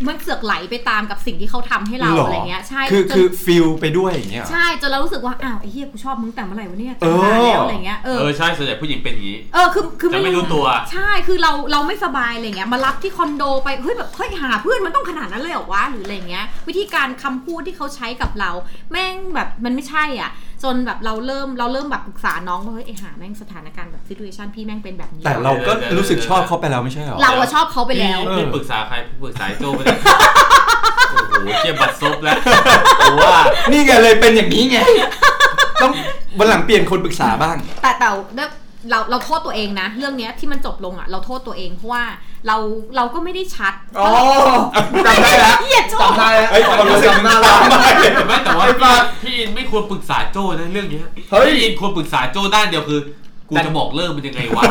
Speaker 6: มันเสือกไหลไปตามกับสิ่งที่เขาทำให้เรา
Speaker 2: ห
Speaker 6: อะไรเงี้ยใช่
Speaker 2: คือ
Speaker 6: จน
Speaker 2: คือฟิลไปด้วยอย่างเงี้ยเหรอ
Speaker 6: ใช่จนเรารู้สึกว่าอ้าวไอ้เหี้ยกูชอบมึงแต่เมื่อไหร่วะเนี่ย
Speaker 2: เออ
Speaker 6: นานแล้วอะไรเงี้ยเออ
Speaker 3: เออใช่ส่วนใหญ่ผู้หญิงเป็นอย่างนี้
Speaker 6: เออคือคือ
Speaker 3: จะไม่รู้ตัว
Speaker 6: ใช่คือเราเราไม่สบายอะไรเงี้ยมารับที่คอนโดไปเฮ้ยแบบเฮ้ยหาเพื่อนมันต้องขนาดนั้นเลยเหรอวะหรืออะไรเงี้ย วิธีการคำพูดที่เขาใช้กับเรา แม่งแบบมันไม่ใช่อ่ะ จนแบบเราเริ่มเราเริ่มแบบปรึกษาน้องว่าเฮ้ยไอหาแม่งสถานการณ์แบบซิทูเอชันพี่แม่งเป็นแบบนี้
Speaker 2: แต่เราก็รู้สึกชอบเขาไปแล้วไม่ใช่เหรอ
Speaker 6: เราอะชอบเขาไปแล้ว
Speaker 3: พี่พี่ปรึกษาใครพี่ปรึกษาไอ้โจไปเลยโอ้โหเชี่ยบัตรซบแล้วกูว่า
Speaker 6: *laughs*
Speaker 2: นี่ไงเลยเป็นอย่างนี้ไง ต้องวันหลังเปลี่ยนคนปรึกษาบ้าง
Speaker 6: แต่แต่ว่า เราเราโทษตัวเองนะ เรื่องเนี้ยที่มันจบลงอ่ะ เราโทษตัวเองเพราะว่าเราเราก็ไม่ได้ชัด
Speaker 8: อ๋อจำได้แล้ว
Speaker 6: เหี้ยโจ้
Speaker 8: จำได้แล้ว
Speaker 2: เอ้ยความรู้สึก
Speaker 8: จำได้แล้ว
Speaker 3: ไม่แต่ว่าพี่อินไม่ควรปรึกษาโจ้นะเรื่องเนี้ย
Speaker 8: เฮ้ย
Speaker 3: พี่อินควรปรึกษาโจ้ด้านเดียวคือ กูจะบอกเลิกมันยังไงวะ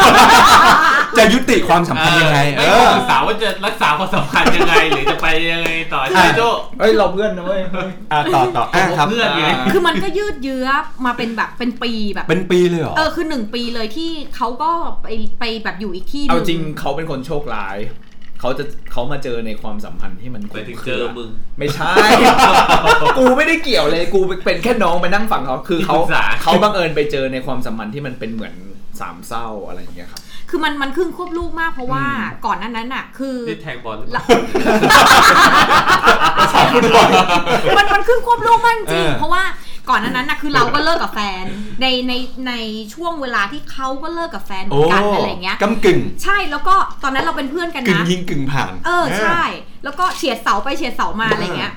Speaker 2: จะยุติความสัมพันธ์ยังไง
Speaker 3: เออไม่ควรปรึกษาว่าจะรักษาความสัมพันธ์ยังไง หรือจะไปยังไงต่อใช่ไหมโจ้
Speaker 8: เฮ้ยเราเพื่อนนะเว้ย
Speaker 2: อ่ะต่อต่ออ่ะครับ
Speaker 3: เพื่อนไง
Speaker 6: คือมันก็ยืดเยื้อมาเป็นแบบเป็นปีแบบ
Speaker 2: เป็นปีเลยเหรอ
Speaker 6: เออคือหนึ่งปีเลยที่เขาก็ไปไปแบบอยู่อีกที่ห
Speaker 5: เอา
Speaker 6: นึ่ง
Speaker 5: จริงเขาเป็นคนโชคร้าย เขาจะเขามาเจอในความสัมพันธ์ที่มัน
Speaker 3: ไปถึง
Speaker 5: ค
Speaker 3: เจ
Speaker 5: รือ
Speaker 3: มึง
Speaker 5: ไม่ใช่
Speaker 2: *laughs*
Speaker 5: กูไม่ได้เกี่ยวเลยกูเป็นแค่น้องไปนั่งฟังเขาคือเขา
Speaker 3: ที่ปรึกษา
Speaker 5: เขาบังเอิญไปเจอในความสัมพันธ์ที่มันเป็นเหมือนสามเศร้าอะไรอย่างเงี้ยครับ
Speaker 6: คือมันมันขึ้นควบลูกมากเพราะว่าก่อนหนั้นนั้นอ่ะ คือ
Speaker 3: นี่แทงบอลหรือเป
Speaker 6: ละ
Speaker 3: ล่า
Speaker 6: มันมันขึ้นควบลูกมากจริง
Speaker 2: เออ
Speaker 6: เพราะว่าก่อนหนานั้นน่ะคือเราก็เลิกกับแฟน ในในในช่วงเวลาที่เขาก็เลิกกับแฟนเหมื
Speaker 2: โอ้
Speaker 6: อนกันอะไรเงี้ย
Speaker 2: กำกึ่ง
Speaker 6: ใช่แล้วก็ตอนนั้นเราเป็นเพื่อนกัน
Speaker 2: กึ่ง
Speaker 6: นะ
Speaker 2: ยิงกึ่งผ่าน
Speaker 6: เออใช่ แล้วก็เฉียดเสาไปเฉียดเสามาอะไรเงี้ย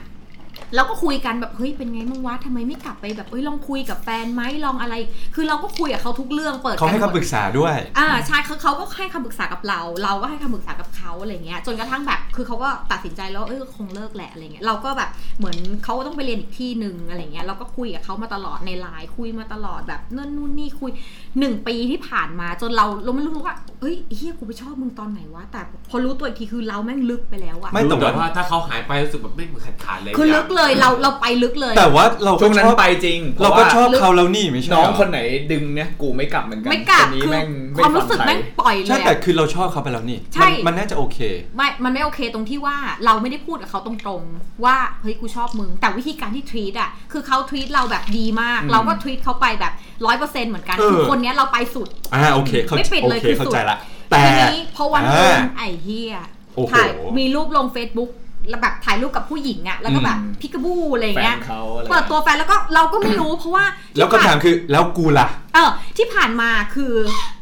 Speaker 6: แล้วก็คุยกันแบบเฮ้ยเป็นไงมั่งวะทำไมไม่กลับไปแบบเอ้ยลองคุยกับแฟนไหมลองอะไร คือเราก็คุยกับเขาทุกเรื่องเปิด
Speaker 2: เขาให้
Speaker 6: นมด
Speaker 2: คำปรึกษาด้วย
Speaker 6: อ่าใช่คือเขาก็ให้คำปรึกษากับเรา เราก็ให้คำปรึกษากับเขาอะไรเงี้ยจนกระทั่งแบบคือเขาก็ตัดสินใจแล้วเออคงเลิกแหละอะไรเงี้ยเราก็แบบเหมือนเขาก็ต้องไปเรียนอีกที่หนึ่งอะไรเงี้ยเราก็คุยกับเขามาตลอดในไลน์คุยมาตลอดแบบนู่นนู่นนี่คุยหนึ่งปีที่ผ่านมาจนเราเราไม่รู้ว่าเอ้ยเฮียกูไปชอบมึงตอนไหนวะแต่พอรู้ตัวอีกทีคือเราแม่งลึกไปแล้วอะ
Speaker 2: ไม่
Speaker 3: แต่
Speaker 2: แต่ว่า
Speaker 3: ว่าถ้าเขาหายไปรู้สึกแบบไม่เหมือนขาดขาดเลย
Speaker 6: คือลึกเลยเราเราไปลึกเลย
Speaker 2: แต่ว่าเรา
Speaker 5: ช่
Speaker 2: ก็
Speaker 5: วง
Speaker 2: ช
Speaker 5: นั้น
Speaker 2: อบ
Speaker 5: ไปจริง
Speaker 2: เราก็
Speaker 5: พะว่
Speaker 2: ชอบเขาแล้วนี่ไม่ใช่
Speaker 5: น้อง
Speaker 2: เหรอ
Speaker 5: คนไหนดึงเนี่ยกูไม่กลับเหมือนกัน
Speaker 6: ไม่กลับ
Speaker 5: นนี้
Speaker 6: คือ
Speaker 5: แม่งไ
Speaker 6: ความรู้สึก
Speaker 5: ฟัใร
Speaker 6: แม่งปล่อยเล
Speaker 2: ใช่
Speaker 6: ย
Speaker 2: แต่
Speaker 6: อะ
Speaker 2: คือเราชอบเขาไปแล้วนี่
Speaker 6: ใช่
Speaker 2: มันมันน่าจะโอเค
Speaker 6: ไม่ มันไม่โอเคตรงที่ว่าเราไม่ได้พูดกับเขาตรงๆ ว่าเฮ้ยกูชอบมึง แต่วิธีการที่ท e ีตอ่ะ คือเขาท e ีตเราแบบดีมาก เราก็ท e ีตเขาไปแบบร้อยเปอร์เซ็นต์เหมือนกัน
Speaker 2: เออ
Speaker 6: คือคนเนี้ยเราไปสุด
Speaker 2: อ่าโอเคเขา
Speaker 6: ไม่ปิด
Speaker 2: โอ
Speaker 6: เลย
Speaker 2: เค
Speaker 6: คือ
Speaker 2: เข้า
Speaker 6: สุด
Speaker 2: ใจละ แต่
Speaker 6: ทีนี้พอวันหนึง
Speaker 2: อ่า
Speaker 6: ไอ้เฮีย
Speaker 2: โอ้โห
Speaker 6: ถ่ายมีรูปลง Facebook แล้วแบบถ่ายรูปกับผู้หญิงอ่ะ แล้วก็แบบพิกาบูอะไร
Speaker 5: แฟ
Speaker 6: เงี้
Speaker 5: น
Speaker 6: ย
Speaker 5: เขาอะไร
Speaker 6: เปิดตัวแฟนแล้วก็เราก็ไม่รู้เพราะว่า
Speaker 2: แล้วก็ถามคือแล้วกูล่ะ
Speaker 6: เออที่ผ่านมาคือ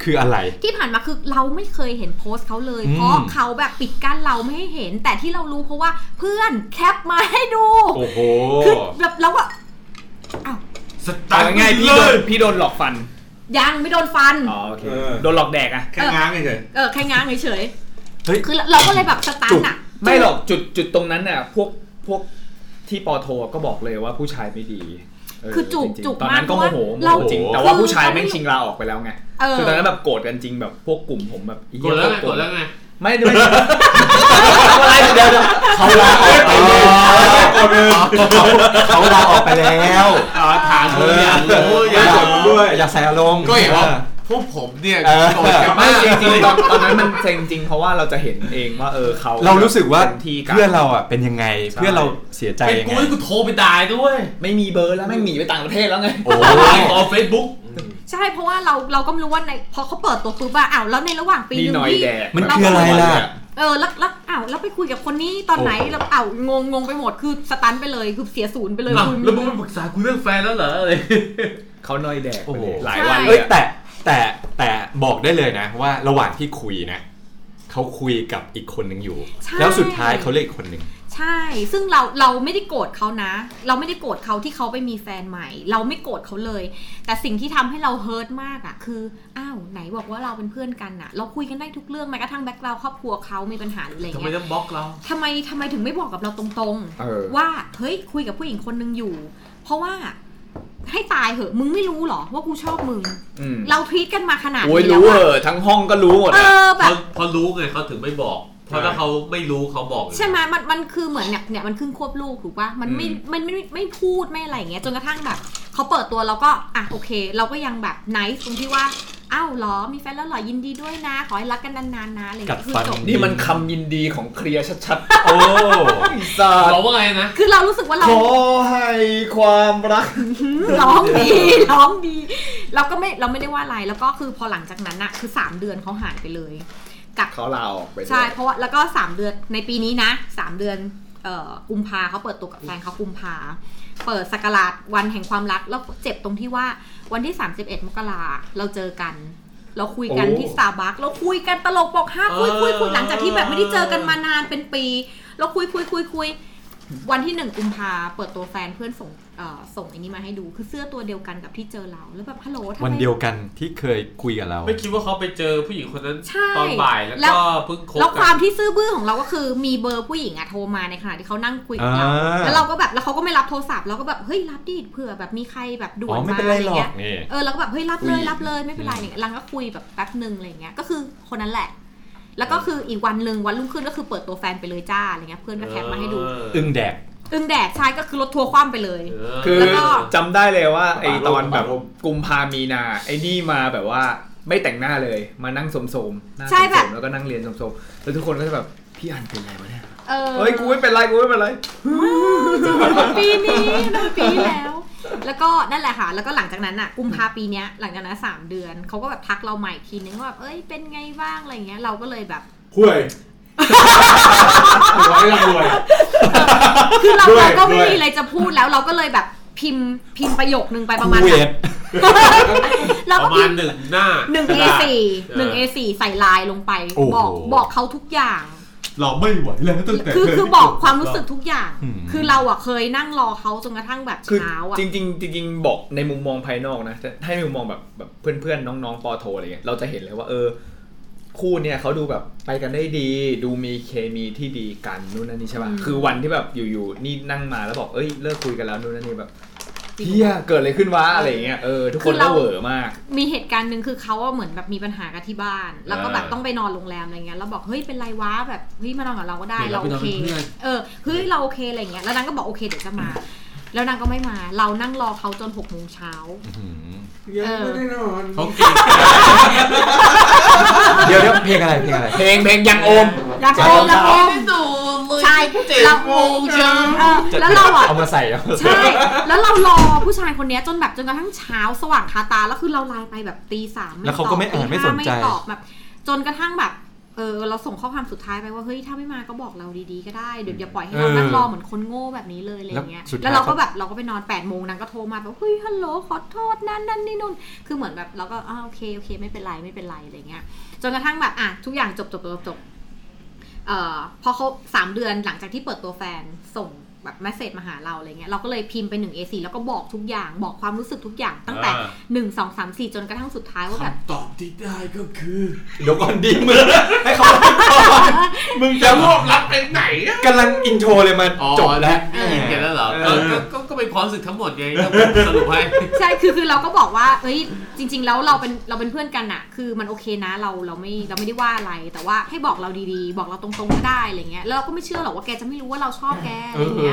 Speaker 2: คืออะไร
Speaker 6: ที่ผ่านมาคือเราไม่เคยเห็นโพสต์เขาเลย
Speaker 2: อืม
Speaker 6: เพราะเขาแบบปิดกั้นเราไม่ให้เห็น แต่ที่เรารู้เพราะว่าเพื่อนแคปมาให้ดู
Speaker 2: โอ้โห
Speaker 6: คือแบบเราก็อ้าว
Speaker 3: สตัน
Speaker 5: เอาง่ายๆพี่โดนพี่โดนหลอกฟัน
Speaker 6: ยังไม่โดนฟัน
Speaker 5: อ๋อโอเค
Speaker 4: เออ
Speaker 5: โดนหลอกแดกอะ
Speaker 4: แค่ง้างเฉย
Speaker 6: เออแค่ง้างเฉย
Speaker 2: เฮ้ย
Speaker 6: ๆคือเราก็เลยแบบสตันอะ
Speaker 5: ไม่หรอกจุดจุดตรงนั้นน่ะพวกพวกที่ปอโทก็บอกเลยว่าผู้ชายไม่ดีเ
Speaker 6: คือจุก
Speaker 5: ริงๆ
Speaker 6: จุก
Speaker 5: ตอน
Speaker 6: มา
Speaker 5: นั้
Speaker 6: ก
Speaker 5: นก็โมโหโม
Speaker 6: เรา
Speaker 5: โหจริง
Speaker 2: โอ้โห
Speaker 5: แต่ว่า
Speaker 6: คือ
Speaker 5: ผู้ชายแม่ง
Speaker 6: เขาไม่
Speaker 5: ชิงลาออกไปแล้วไง
Speaker 6: เออ
Speaker 5: คือตอนนั้นแบบโกรธกันจริงแบบพวกกลุ่มผมแบบอี
Speaker 3: ก
Speaker 5: เหี้
Speaker 3: ด
Speaker 5: ย
Speaker 3: แล้วไง
Speaker 5: พว
Speaker 3: กดแล้วไง
Speaker 5: ไม่ไม่ อะไรเดี๋ยวเดี๋ยว
Speaker 2: เขาลาออกไปแล้วเขาลาออกไปแล้ว
Speaker 3: เออถามเลยอยากรู้อยาก
Speaker 4: เออ
Speaker 3: รู้
Speaker 2: ด้วยอย่าใส่อารมณ์
Speaker 3: ก็เห็นว่าพวกผมเนี่ย
Speaker 2: เออ
Speaker 3: โกรธกัน
Speaker 5: ไม่
Speaker 3: มาก
Speaker 5: จริงๆตอนตอนนั้นมันเซ็งจริงเพราะว่าเราจะเห็นเองว่าเออเขา
Speaker 2: เรารู้สึกว่า
Speaker 5: ต็มที่กั
Speaker 2: เพื่อนเราอ่ะเป็นยังไง
Speaker 5: ใช่
Speaker 2: เพื่อนเราเสียใจ
Speaker 3: เป็น
Speaker 2: ยัง
Speaker 3: กู
Speaker 2: ไง
Speaker 3: ให้กูโทรไปด่าด้วย
Speaker 5: ไม่มีเบอร์แล้วแม่งหนีไปต่างประเทศแล้วไง
Speaker 2: โอ้
Speaker 3: โอ้ยออกเฟซบุ๊ก
Speaker 6: ใช่เพราะว่าเราเราก็ไม่รู้ว่าในพอเขาเปิดตัวปุ๊บว่าอ้าวแล้วในระหว่างปี
Speaker 5: มี
Speaker 6: ห
Speaker 5: ห
Speaker 6: นึ่
Speaker 5: น่
Speaker 6: ง
Speaker 5: อย
Speaker 6: ที่
Speaker 5: แดก
Speaker 2: มันคืออะไรล่ะ
Speaker 6: เออแล้วแล้วอ้าวแล้วไปคุยกับคนนี้ตอนไหนแล้วอ้าวงงงงไปหมดคือสตันไปเลยคือเสียศูนย์ไปเลย
Speaker 3: อ้าว
Speaker 6: คุณ
Speaker 3: แล้วมึงไม่ปรึกษากูเรื่องแฟนแล้วเหรออะไร
Speaker 5: เขาหน่อยแดกไปเล
Speaker 2: โอ้
Speaker 5: ย
Speaker 2: โห
Speaker 5: หลายวันเล
Speaker 2: เอ้
Speaker 5: ย
Speaker 2: ย
Speaker 5: อะ
Speaker 2: แต่แต่แต่บอกได้เลยนะว่าระหว่างที่คุยนะเขาคุยกับอีกคนหนึ่งอยู่
Speaker 6: ใช่
Speaker 2: แล้วสุดท้ายเขาเลือกอีกคนหนึ่ง
Speaker 6: ใช่ ซึ่งเราเราไม่ได้โกรธเขานะ เราไม่ได้โกรธเขาที่เขาไปมีแฟนใหม่ เราไม่โกรธเขาเลย แต่สิ่งที่ทำให้เราเฮิร์ตมากอะ่ะ คือ อ้าว ไหนบอกว่าเราเป็นเพื่อนกันอะ่ะ เราคุยกันได้ทุกเรื่องแม้กระทั่งแบ็คกราวครอบครัวเขามีปัญหาหรืออะไร
Speaker 3: ทำไม
Speaker 6: เงี้ย
Speaker 3: ต้องบล็อกเรา
Speaker 6: ทำไมทำไมถึงไม่บอกกับเราตรง
Speaker 5: เออ
Speaker 6: ๆ ว่า เฮ้ย คุยกับผู้หญิงคนหนึงอยู่ เพราะว่า ให้ตายเหอะ มึงไม่รู้เหรอว่ากูชอบมึง
Speaker 5: อืม
Speaker 6: เราทวีตกันมาขนาด
Speaker 5: โอ้ย
Speaker 6: นี้แล้ว
Speaker 5: รู้เอ
Speaker 6: อะ
Speaker 5: อทั้งห้องก็รู้หมด
Speaker 6: เอ
Speaker 5: อะ
Speaker 6: อ
Speaker 3: เพ
Speaker 6: แบบ
Speaker 3: ราะเพราะรู้ไงเขาถึงไม่บอก เพราะถ้าเขาไม่รู้เขาบอกอยู่
Speaker 6: ใช่ไหมมันมันคือเหมือนเนี่ยเนี่ยมันขึ้นควบลูกถูกปะมันไม่มันไม่ไม่ไม่พูดไม่อะไรอย่างเงี้ยจนกระทั่งแบบเขาเปิดตัวเราก็อ่ะโอเค เราก็ยังแบบไนท์ตรงที่ว่าอ้าวเหรอมีแฟนแล้วเหรอยินดีด้วยนะ ขอให้รักกันนานๆนะอะไรอย่าง
Speaker 2: กั
Speaker 6: เงี้ย
Speaker 2: ด
Speaker 6: คือ
Speaker 2: ฟัน
Speaker 6: จบ
Speaker 5: นี่มันคำยินดีของเคลียร์ชัด
Speaker 2: โอ้
Speaker 5: ๆสาด
Speaker 3: บอกว่าไงนะ
Speaker 6: คือเรารู้สึกว่าเรา
Speaker 5: ขอให้ความรัก
Speaker 6: ร้องดี *laughs* ร้องดี เราก็ไม่เราไม่ได้ว่าอะไรแล้วก็คือพอหลังจากนั้นอะคือ 3 เดือนเขาหายไปเลยกับ
Speaker 5: เขาลาออกไปเลย
Speaker 6: ใช่เพราะว่าแล้วก็สามเดือนในปีนี้นะสามเดือนเอ่อกุมภาเขาเปิดตัวกับแฟนเขากุมภาเปิดสกราชวันแห่งความรักแล้วเจ็บตรงที่ว่าวันที่ 31 มกราเราเจอกัน เราคุยกันที่สตาร์บัคเราคุยกันตลกบอกห้าคุยคุยคุยหลังจากที่แบบไม่ได้เจอกันมานานเป็นปี เราคุยคุยคุยคุยวันที่หนึ่งกุมภาเปิดตัวแฟนเพื่อนส่ง เอ่อส่งอันนี้มาให้ดูคือเสื้อตัวเดียวกันกับที่เจอเราแล้วแบบฮัลโหลทำไม
Speaker 2: วันเดียวกันที่เคยคุยกับเรา
Speaker 3: ไม่คิดว่าเขาไปเจอผู้หญิงคนนั้น
Speaker 6: ใช่
Speaker 3: ตอนบ่ายแล้ว
Speaker 6: แล้ว
Speaker 3: ก็เพิ่งคบ
Speaker 6: แล้วค
Speaker 3: กั
Speaker 6: วาม
Speaker 3: น
Speaker 6: ที่ซื่อบื้อของเราก็คือมีเบอร์ผู้หญิงอะโทรมาในขณะที่เขานั่งคุยกับเรา
Speaker 2: อ่า
Speaker 6: แล้วเราก็แบบแล้วเขาก็ไม่รับโทรศัพท์เราก็แบบเฮ้ยรับดิเผื่อแบบมีใครแบบด่ว
Speaker 2: อ๋อน ไม่
Speaker 6: มา
Speaker 2: เป็น
Speaker 6: อะ
Speaker 2: ไร
Speaker 6: ไร
Speaker 2: หรอ
Speaker 6: เงี้
Speaker 2: ก
Speaker 6: ย
Speaker 2: นี่
Speaker 6: เออเราก็แบบเฮ้ยรับเลย
Speaker 2: อืม
Speaker 6: รับเลยไม่เป็นไรอะไรเงี้ยรังก็คุยแบบแป๊บหนึ่งอะไรเงี้ยก็คือคนนั้นแหละ แล้วก็คืออีกวันหนึ่งวันรุ่งขึ้นก็คือเปิดตัวแฟนไปเลยจ้าอะไรเงี้ยเพื่อนก็แคปมาให้ดู
Speaker 3: เออ
Speaker 2: อึ้งแดก
Speaker 6: อึ้งแดกชายก็คือรถทัวร์คว่ำไปเลย
Speaker 3: เออ
Speaker 9: คือ
Speaker 6: แล้วก็
Speaker 9: จำได้เลยว่าไอตอนแบบ
Speaker 4: ปากลม
Speaker 9: กุมภามีนา ไอนี่มาแบบว่าไม่แต่งหน้าเลยมานั่งโสมๆหน้า
Speaker 6: ใช่แบบ
Speaker 9: โสมๆแล้วก็นั่งเรียนโสมๆแล้วทุกคนก็จะแบบพี่อันเป็นไรวะเนี่ย
Speaker 6: เออ
Speaker 9: เฮ้ยกูไม่เป็นไรกูไม่เป็นไร
Speaker 6: ปีนี้เป็นปีแล้ว แล้วก็นั่นแหละค่ะ แล้วก็หลังจากนั้นอ่ะ กุมภาปีเนี้ยหลังจากนั้นสามเดือน เขาก็แบบทักเราใหม่อีกทีนึงว่าแบบเอ้ย เป็นไงบ้างอะไรเงี้ย เราก็เลยแบบ
Speaker 4: ห่วยรวยรวย
Speaker 6: คือเรา
Speaker 4: ด้วย
Speaker 6: เราก็ไม่
Speaker 4: ด้วย
Speaker 6: มีอะไรจะพูดแล้วเราก็เลยแบบพิมพ์พิมพ์ประโยคนึงไปประมาณ
Speaker 2: คูเว
Speaker 6: แบบ
Speaker 2: ต
Speaker 6: เรา
Speaker 3: ป
Speaker 6: ก็
Speaker 3: ระมา
Speaker 6: พิ
Speaker 3: ณ
Speaker 6: มพ์
Speaker 3: หนึ่งหน้า
Speaker 6: หนึ่ง A4 หนึ่ง A4 ใส่ลายลงไป
Speaker 2: โอ้โห
Speaker 6: บอกบอกเขาทุกอย่าง
Speaker 4: เราไม่ไหวแล้วตั้งแต่
Speaker 6: คือ
Speaker 4: เธ
Speaker 6: คือ
Speaker 4: ที่
Speaker 6: บอก
Speaker 4: จ
Speaker 6: ความรู้สึกทุกอย่าง
Speaker 2: อืม
Speaker 6: คือเราอ่ะเคยนั่งรอเขาจนกระทั่งแบบ
Speaker 9: คือ
Speaker 6: เช้าอ่ะ
Speaker 9: จริงจริงๆจริงๆบอกในมุมมองภายนอกนะแต่ให้มุมมองแบบแบบเพื่อนๆ น้องๆปอโทอะไรเงี้ยเราจะเห็นเลยว่าเออ คู่เนี่ยเขาดูแบบไปกันได้ดี ดูมีเคมีที่ดีกันนู่นนั่นนี่ใช่ป่ะ
Speaker 6: อืม
Speaker 9: คือวันที่แบบอยู่ๆนี่นั่งมาแล้วบอกเอ้ยเลิกคุยกันแล้วนู่นนั่นนี่แบบเฮียเกิดอะไรขึ้นวะอะไรเงี้ยเออทุกคนก็เหวอมาก
Speaker 6: มีเหตุการณ์หนึ่งคือเขาอะเหมือนแบบมีปัญหากับที่บ้าน แล้วก็แบบ
Speaker 3: อ่า
Speaker 6: ต้องไปนอนโรงแรมอะไรเงี้ยแล้วบอกเฮ้ยเป็นไรวะแบบเฮ้ยมานอนกับเราก็ได้
Speaker 3: เดี๋ยว
Speaker 6: เรา
Speaker 3: เรา
Speaker 6: โอเค
Speaker 3: ไปนอนเป็นเพื่อน
Speaker 6: เออเฮ้ยเราโอเคอะไรเงี้ยแล้วนางก็บอกโอเคเดี๋ยวจะมา แล้วนางก็ไม่มาเรานั่งรอเขาจนหกโมงเช้า
Speaker 2: อืม
Speaker 4: ยังไม่ได้นอน
Speaker 3: เขาเก่ง
Speaker 2: เดี๋ยวเดี๋ยวเพลงอะไรเพลงอะไร
Speaker 9: เพลงเพลงยังโอม
Speaker 6: ยังโอมยังโอมใช่เราโอมเออแล้วเราอะ
Speaker 2: เอามาใส่เอา *laughs* มาใส่
Speaker 6: ใช่ แล้วเรารอผู้ชายคนเนี้ยจนแบบจนกระทั่งเช้าสว่างคาตา แล้วคือเราไลน์ไปแบบตีสาม
Speaker 2: แล้วเขาก็ไม่อ่านไม่สนใจ
Speaker 6: ตอบแบบ จนกระทั่งแบบ เออ เราส่งข้อความสุดท้ายไปว่าเฮ้ยถ้าไม่มาก็บอกเราดีๆก็ได้เดี๋ยวอย่าปล่อยให้เรา
Speaker 2: เออ
Speaker 6: นั่งรอเหมือนคนโง่แบบนี้เลยอะไรเงี้ย
Speaker 2: แล้วสุดท้าย
Speaker 6: แล้วเราก็แบบเราก็ไปนอน8ปดโมงนางก็โทรมาแบบเฮ้ยฮัลโหลขอโทษนั่นนั่นนี่นู่น คือเหมือนแบบเราก็อ้าวโอเคโอเคไม่เป็นไรไม่เป็นไรอะไรเงี้ย จนกระทั่งแบบอ่ะทุกอย่างจบจบจบจบเอ่อพอเขาสามเดือนหลังจากที่เปิดตัวแฟนส่งแบบเมสเซจมาหาเราอะไรเงี้ยเราก็เลยพิมพ์ไปหนึ่ง A4 แล้วก็บอกทุกอย่างบอกความรู้สึกทุกอย่างตั้งแต่หนึ่งสองสามสี่จนกระทั่งสุดท้ายว่าแบบ
Speaker 4: คำตอบที่ได้ก็คือ
Speaker 2: เดี๋ยวก่อนดีมือให้เขาเล่าก่อน
Speaker 4: มึงจะรวบรักไปไหนอะ
Speaker 2: กำลังอินโทรเลยมัน
Speaker 3: อ๋อ
Speaker 2: จบแล้ว
Speaker 3: ได้ยินกันแล้วเหรอ
Speaker 2: เออ
Speaker 3: ก็ก็ก็เป็นความรู้สึกทั้งหมดไงก็สรุปให้
Speaker 6: ใช่คือคือเราก็บอกว่าเอ้ยจริง ๆ แล้วเราเป็นเราเป็นเพื่อนกันอะคือมันโอเคนะเราเราไม่เราไม่ได้ว่าอะไร แต่ว่าให้บอกเราดีๆ บอกเราตรงๆก็ได้อะไรเงี้ยแล้วเราก็ไม่เชื่อหรอกว่าแกจะไม่รู้ว่าเราชอบแกอะไรเงี้ย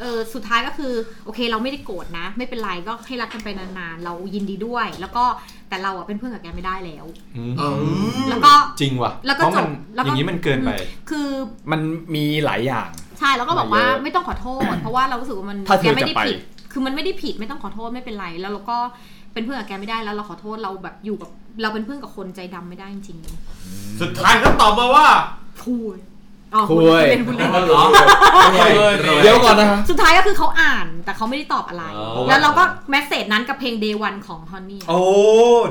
Speaker 6: เออสุดท้ายก็คือโอเคเราไม่ได้โกรธนะ ไม่เป็นไรก็ให้รักกันไปนานๆ เรายินดีด้วย แล้วก็แต่เราอะเป็นเพื่อนกับแกไม่ได้แล้ว
Speaker 2: อืม
Speaker 6: แล้วก็
Speaker 2: จริงว่ะ
Speaker 6: แล้วก็
Speaker 2: เพราะมัน
Speaker 6: จบแล้วก็
Speaker 2: อย่างนี้มันเกินไป
Speaker 6: คือ
Speaker 9: มันมีหลายอย่าง
Speaker 6: ใช่แล้วก็บอกว่า
Speaker 9: ไม่เยอะ
Speaker 6: ไม่ต้องขอโทษ เพราะว่าเรารู้สึกว่ามัน
Speaker 9: ถ้าเธ
Speaker 6: แก
Speaker 9: อ
Speaker 6: ไม่
Speaker 9: จะ
Speaker 6: ได้
Speaker 9: ไป
Speaker 6: ผิด คือมันไม่ได้ผิดไม่ต้องขอโทษไม่เป็นไร แล้วเราก็เป็นเพื่อนกับแกไม่ได้แล้วเราขอโทษเราแบบอยู่กับเราเป็นเพื่อนกับคนใจดำไม่ได้จริงๆ
Speaker 3: สุดท้ายก็ตอบมาว่า
Speaker 6: คุยอ๋อ
Speaker 9: คุย
Speaker 6: เล่นคุณเล่น
Speaker 3: เหรอ
Speaker 9: เดี๋ยวก่อนนะฮะ
Speaker 6: สุดท้ายก็คือเขาอ่านแต่เขาไม่ได้ตอบอะไร
Speaker 2: อ๋อ
Speaker 6: แล้วเราก็แมสเซจนั้นกับเพลง day one ของฮอนนี่
Speaker 2: โอ้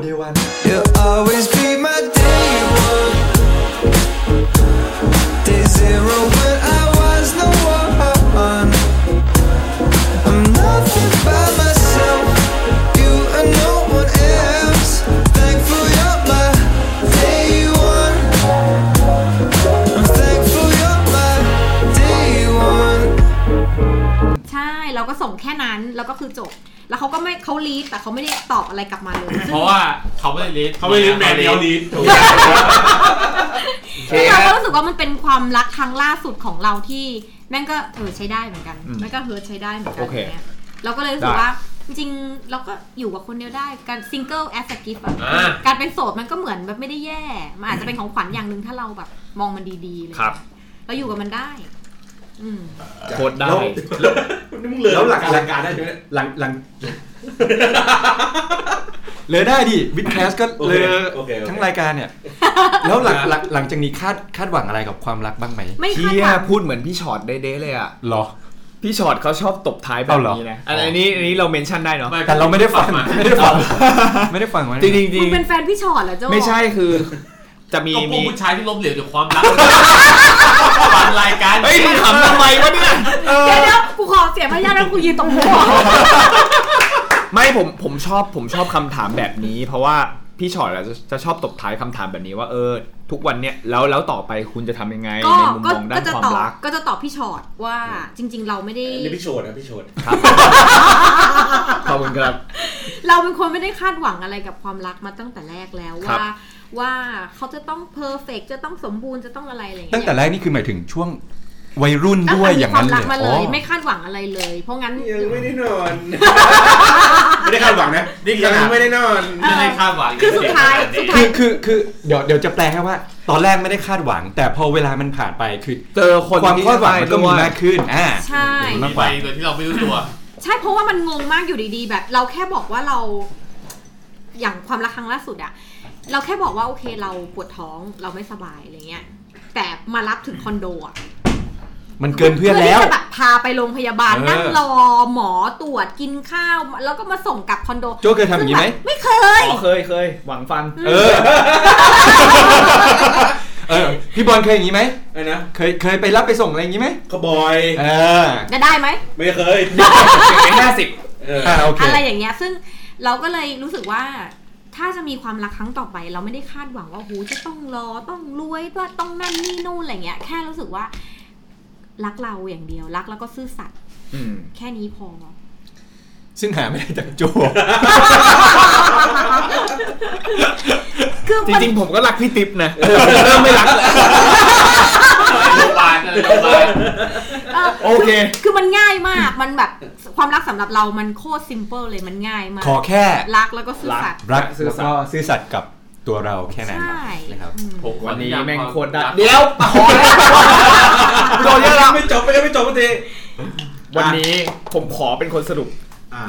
Speaker 2: เดวัน
Speaker 1: You'll always be my day one. Day zero when I was no one. I'm nothing by myself. You and no one else. Thankful you're my day one. I'm thankful you're my day one.
Speaker 6: ใช่เราก็ส่งแค่นั้นแล้วก็คือจบ แล้วเขาก็ไม่เขาลีดแต่เขาไม่ได้ตอบอะไรกลับมาเลย
Speaker 3: เพราะว่าเขาไม่ได้ลิส
Speaker 4: เขาไม่เลี้ยงแมวเดียวลิ้นถูก
Speaker 6: ซึ่งเราก็รู้สึกว่ามันเป็นความรักครั้งล่าสุดของเราที่แม่งก็เออใช้ได้เหมือนกันแม่งก็เฮิร์ตใช้ได้เหมือนกัน
Speaker 9: โอเค
Speaker 6: ย่างงี้ยเราก็เลยรู้สึกว่าจริงๆเราก็อยู่กับคนเดียวได้การซิงเกิลแอสกิฟต์
Speaker 3: า
Speaker 6: การเป็นโสดมันก็เหมือนแบบไม่ได้แย่มันอาจจะเป็นของขวัญอย่างหนึ่งถ้าเราแบบมองมันดีๆเลย
Speaker 9: ครับ
Speaker 6: เราอยู่กับมันได้ อืม
Speaker 9: โคตรได้
Speaker 4: นี่มึงเหลือ
Speaker 2: แล้วหลัก
Speaker 4: หลักการได้ด้วย
Speaker 2: หลังหลังเลยได้ดิวิดแคสก็
Speaker 4: โอ
Speaker 2: เล
Speaker 4: เค
Speaker 2: ย
Speaker 4: โอเคโอเค
Speaker 2: ทั้งรายการเนี่ย แล้วหลังหลังหลังจากนี้คาดคาดหวังอะไรกับความรักบ้างไหม
Speaker 6: ไม่คาด
Speaker 9: เฮี
Speaker 6: ห
Speaker 9: ย
Speaker 6: วัง
Speaker 9: พูดเหมือนพี่ช็อตเด้ๆเลยอ่ะ
Speaker 2: หรอ
Speaker 9: พี่ช็อตเขาชอบตบท้ายแบบ
Speaker 2: เอาเหรอ
Speaker 9: นี้นะอันอันนี้อันนี้เราเมนชั่นได้เนาะ
Speaker 2: แต่เราไม่ได้ฟังไม่ได้ฟังไม่ได้ฟังไว้
Speaker 9: จริงจริงจริ
Speaker 6: คุณ
Speaker 9: ง
Speaker 6: เป็นแฟนพี่ชอตเหรอโจ
Speaker 9: ไม่ใช่คือ จะมี
Speaker 3: ก็พว
Speaker 9: มี
Speaker 3: กผู้ชายที่ล้มเหลวจากความรักฟังรายการ
Speaker 9: เฮ้ยมึงขำทำไมวะเนี่ย
Speaker 6: เดี๋ยวเดี๋ยว กูขอเสียมารยาทแล้วกูยืนตรงหัว
Speaker 5: ไม่ผมผมชอบผมชอบคำถามแบบนี้ เพราะว่าพี่ชอตอะจะจะชอบตบท้ายคำถามแบบนี้ว่าเออ ทุกวันเนี้ยแล้วแล้วต่อไปคุณจะทำยังไง
Speaker 6: ก็
Speaker 5: ในมุม
Speaker 6: ก็
Speaker 5: มองด้า
Speaker 6: ก็
Speaker 5: น
Speaker 6: จะ
Speaker 5: ควา
Speaker 6: ต
Speaker 5: ม
Speaker 6: อบ
Speaker 5: รัก
Speaker 6: ก็จะตอบพี่ชอตว่าจริง ๆ เราไม่ได้
Speaker 10: นี่พี่โชดนะพี่โชด
Speaker 5: ขอบคุณครับ
Speaker 6: เราเป็นคนไม่ได้คาดหวังอะไรกับความรักมาตั้งแต่แรกแล้ว
Speaker 5: ครับ
Speaker 6: ว่า ว่าเขาจะต้องเพอร์เฟกจะต้องสมบูรณ์จะต้องอะไรอะไรอย่าง
Speaker 2: ตั้ง
Speaker 6: เงี้ย
Speaker 2: แต่แรกนี่คือหมายถึงช่วงวัยรุ่น
Speaker 6: ตั้ง
Speaker 2: ด้ว
Speaker 6: แต่
Speaker 2: ย
Speaker 6: มี
Speaker 2: อย่าง
Speaker 6: ควา
Speaker 2: นั้นเล
Speaker 6: มรัก
Speaker 2: ย
Speaker 6: มาเล
Speaker 2: อ๋
Speaker 6: ย
Speaker 2: อ
Speaker 6: ไม่คาดหวังอะไรเลย เพราะงั้น
Speaker 10: ยังไม่ได้นอน ไม่ได้คาดหวังนะนี่ยังไม่ได้นอน
Speaker 3: ไม่ได้คาดหวัง
Speaker 6: คือสุดท้าย
Speaker 3: เด็
Speaker 6: สุ
Speaker 3: ก
Speaker 6: ด
Speaker 3: ๆ
Speaker 6: ท้า
Speaker 2: คือ
Speaker 6: ย
Speaker 2: คือคือเดี๋ยวเดี๋ยวจะแปลให้ว่า ตอนแรกไม่ได้คาดหวัง แต่พอเวลามันผ่านไปคือ
Speaker 5: เจอคน
Speaker 2: ความ
Speaker 5: ที่
Speaker 2: คาดหวังมันก็มี
Speaker 5: ใช่ด้ย
Speaker 2: มากขึ้นอ่า
Speaker 6: ใช่
Speaker 2: มาก
Speaker 3: มี
Speaker 2: ก
Speaker 3: ไป
Speaker 2: ว่า
Speaker 3: โดยที่เราไม่รู้ตัว
Speaker 6: ใช่เพราะว่ามันงงมากอยู่ดีๆ แบบ เราแค่บอกว่าเรา อย่างความรักครั้งล่าสุดอะเราแค่บอกว่าโอเคเราปวดท้องเราไม่สบายอะไรเงี้ย แต่มารับถึงคอนโดอะ
Speaker 2: มันเกินเพื่อนแล้ว
Speaker 6: ที่จะบบพาไปโรงพยาบาล
Speaker 2: เออ
Speaker 6: นั่งรอหมอตรวจกินข้าว แล้วก็มาส่งกลับคอนโด
Speaker 2: โจ้เคยทำอย่างนี้ไหม
Speaker 6: ซึ่แบบไม่เคย
Speaker 9: อ๋อเคยเคยหวังฟัน
Speaker 2: เออ เออ พี่บอลเคยอย่างนี้ไหม
Speaker 10: ไอ้นะ
Speaker 2: เคยเคยไปรับไปส่งอะไรอย่างนี้ไหม
Speaker 10: ขบอย
Speaker 2: เออ
Speaker 6: จะได้ไหม
Speaker 10: ไม่เคย
Speaker 9: เป็นห้าสิบ
Speaker 10: เออ
Speaker 2: อ่าโอเค
Speaker 6: อะไรอย่างเงี้ย ซึ่งเราก็เลยรู้สึกว่า ถ้าจะมีความรักครั้งต่อไป เราไม่ได้คาดหวังว่าโหจะต้องรอต้องรวยว่าต้องนั่นนี่นู่นอะไรเงี้ย แค่รู้สึกว่า รักเราอย่างเดียวรักแล้วก็ซื่อสัตย์แค่นี้พอ
Speaker 2: ซึ่งหาไม่ได้จาก
Speaker 10: *laughs*
Speaker 2: โจ
Speaker 6: คือ
Speaker 5: จ
Speaker 6: มัน
Speaker 5: ริงๆผมก็รักพี่ติ๊บนะ เริ่มไม่รักแล้ว
Speaker 3: โรงพยาบาลอะไรโรงพยาบาล
Speaker 6: เออ
Speaker 5: โอเค
Speaker 6: คือมันง่ายมากมันแบบความรักสำหรับเรามันโคตรซิมเปิลเลยมันง่ายมาก
Speaker 2: ขอแค่
Speaker 6: รักแล้วก็ซื่อสัตย์
Speaker 2: รัก
Speaker 5: ซื่อ
Speaker 2: แล้ว
Speaker 5: สัตย์
Speaker 2: ก็ซื่อสัตย์กับตัวเราแค่นั้น
Speaker 6: ใช่
Speaker 2: นะครับ
Speaker 6: อืม
Speaker 3: ผมขอ
Speaker 9: วันนี้
Speaker 3: ยาม
Speaker 9: แม่งโคตร
Speaker 3: วา
Speaker 9: ได้
Speaker 3: ม
Speaker 9: เดี๋ยวขอแล้ว
Speaker 10: โดนยังไม่จบไปยังไม่จบสักที
Speaker 9: วันนี้ผมขอเป็นคนสรุป
Speaker 10: อ่ะ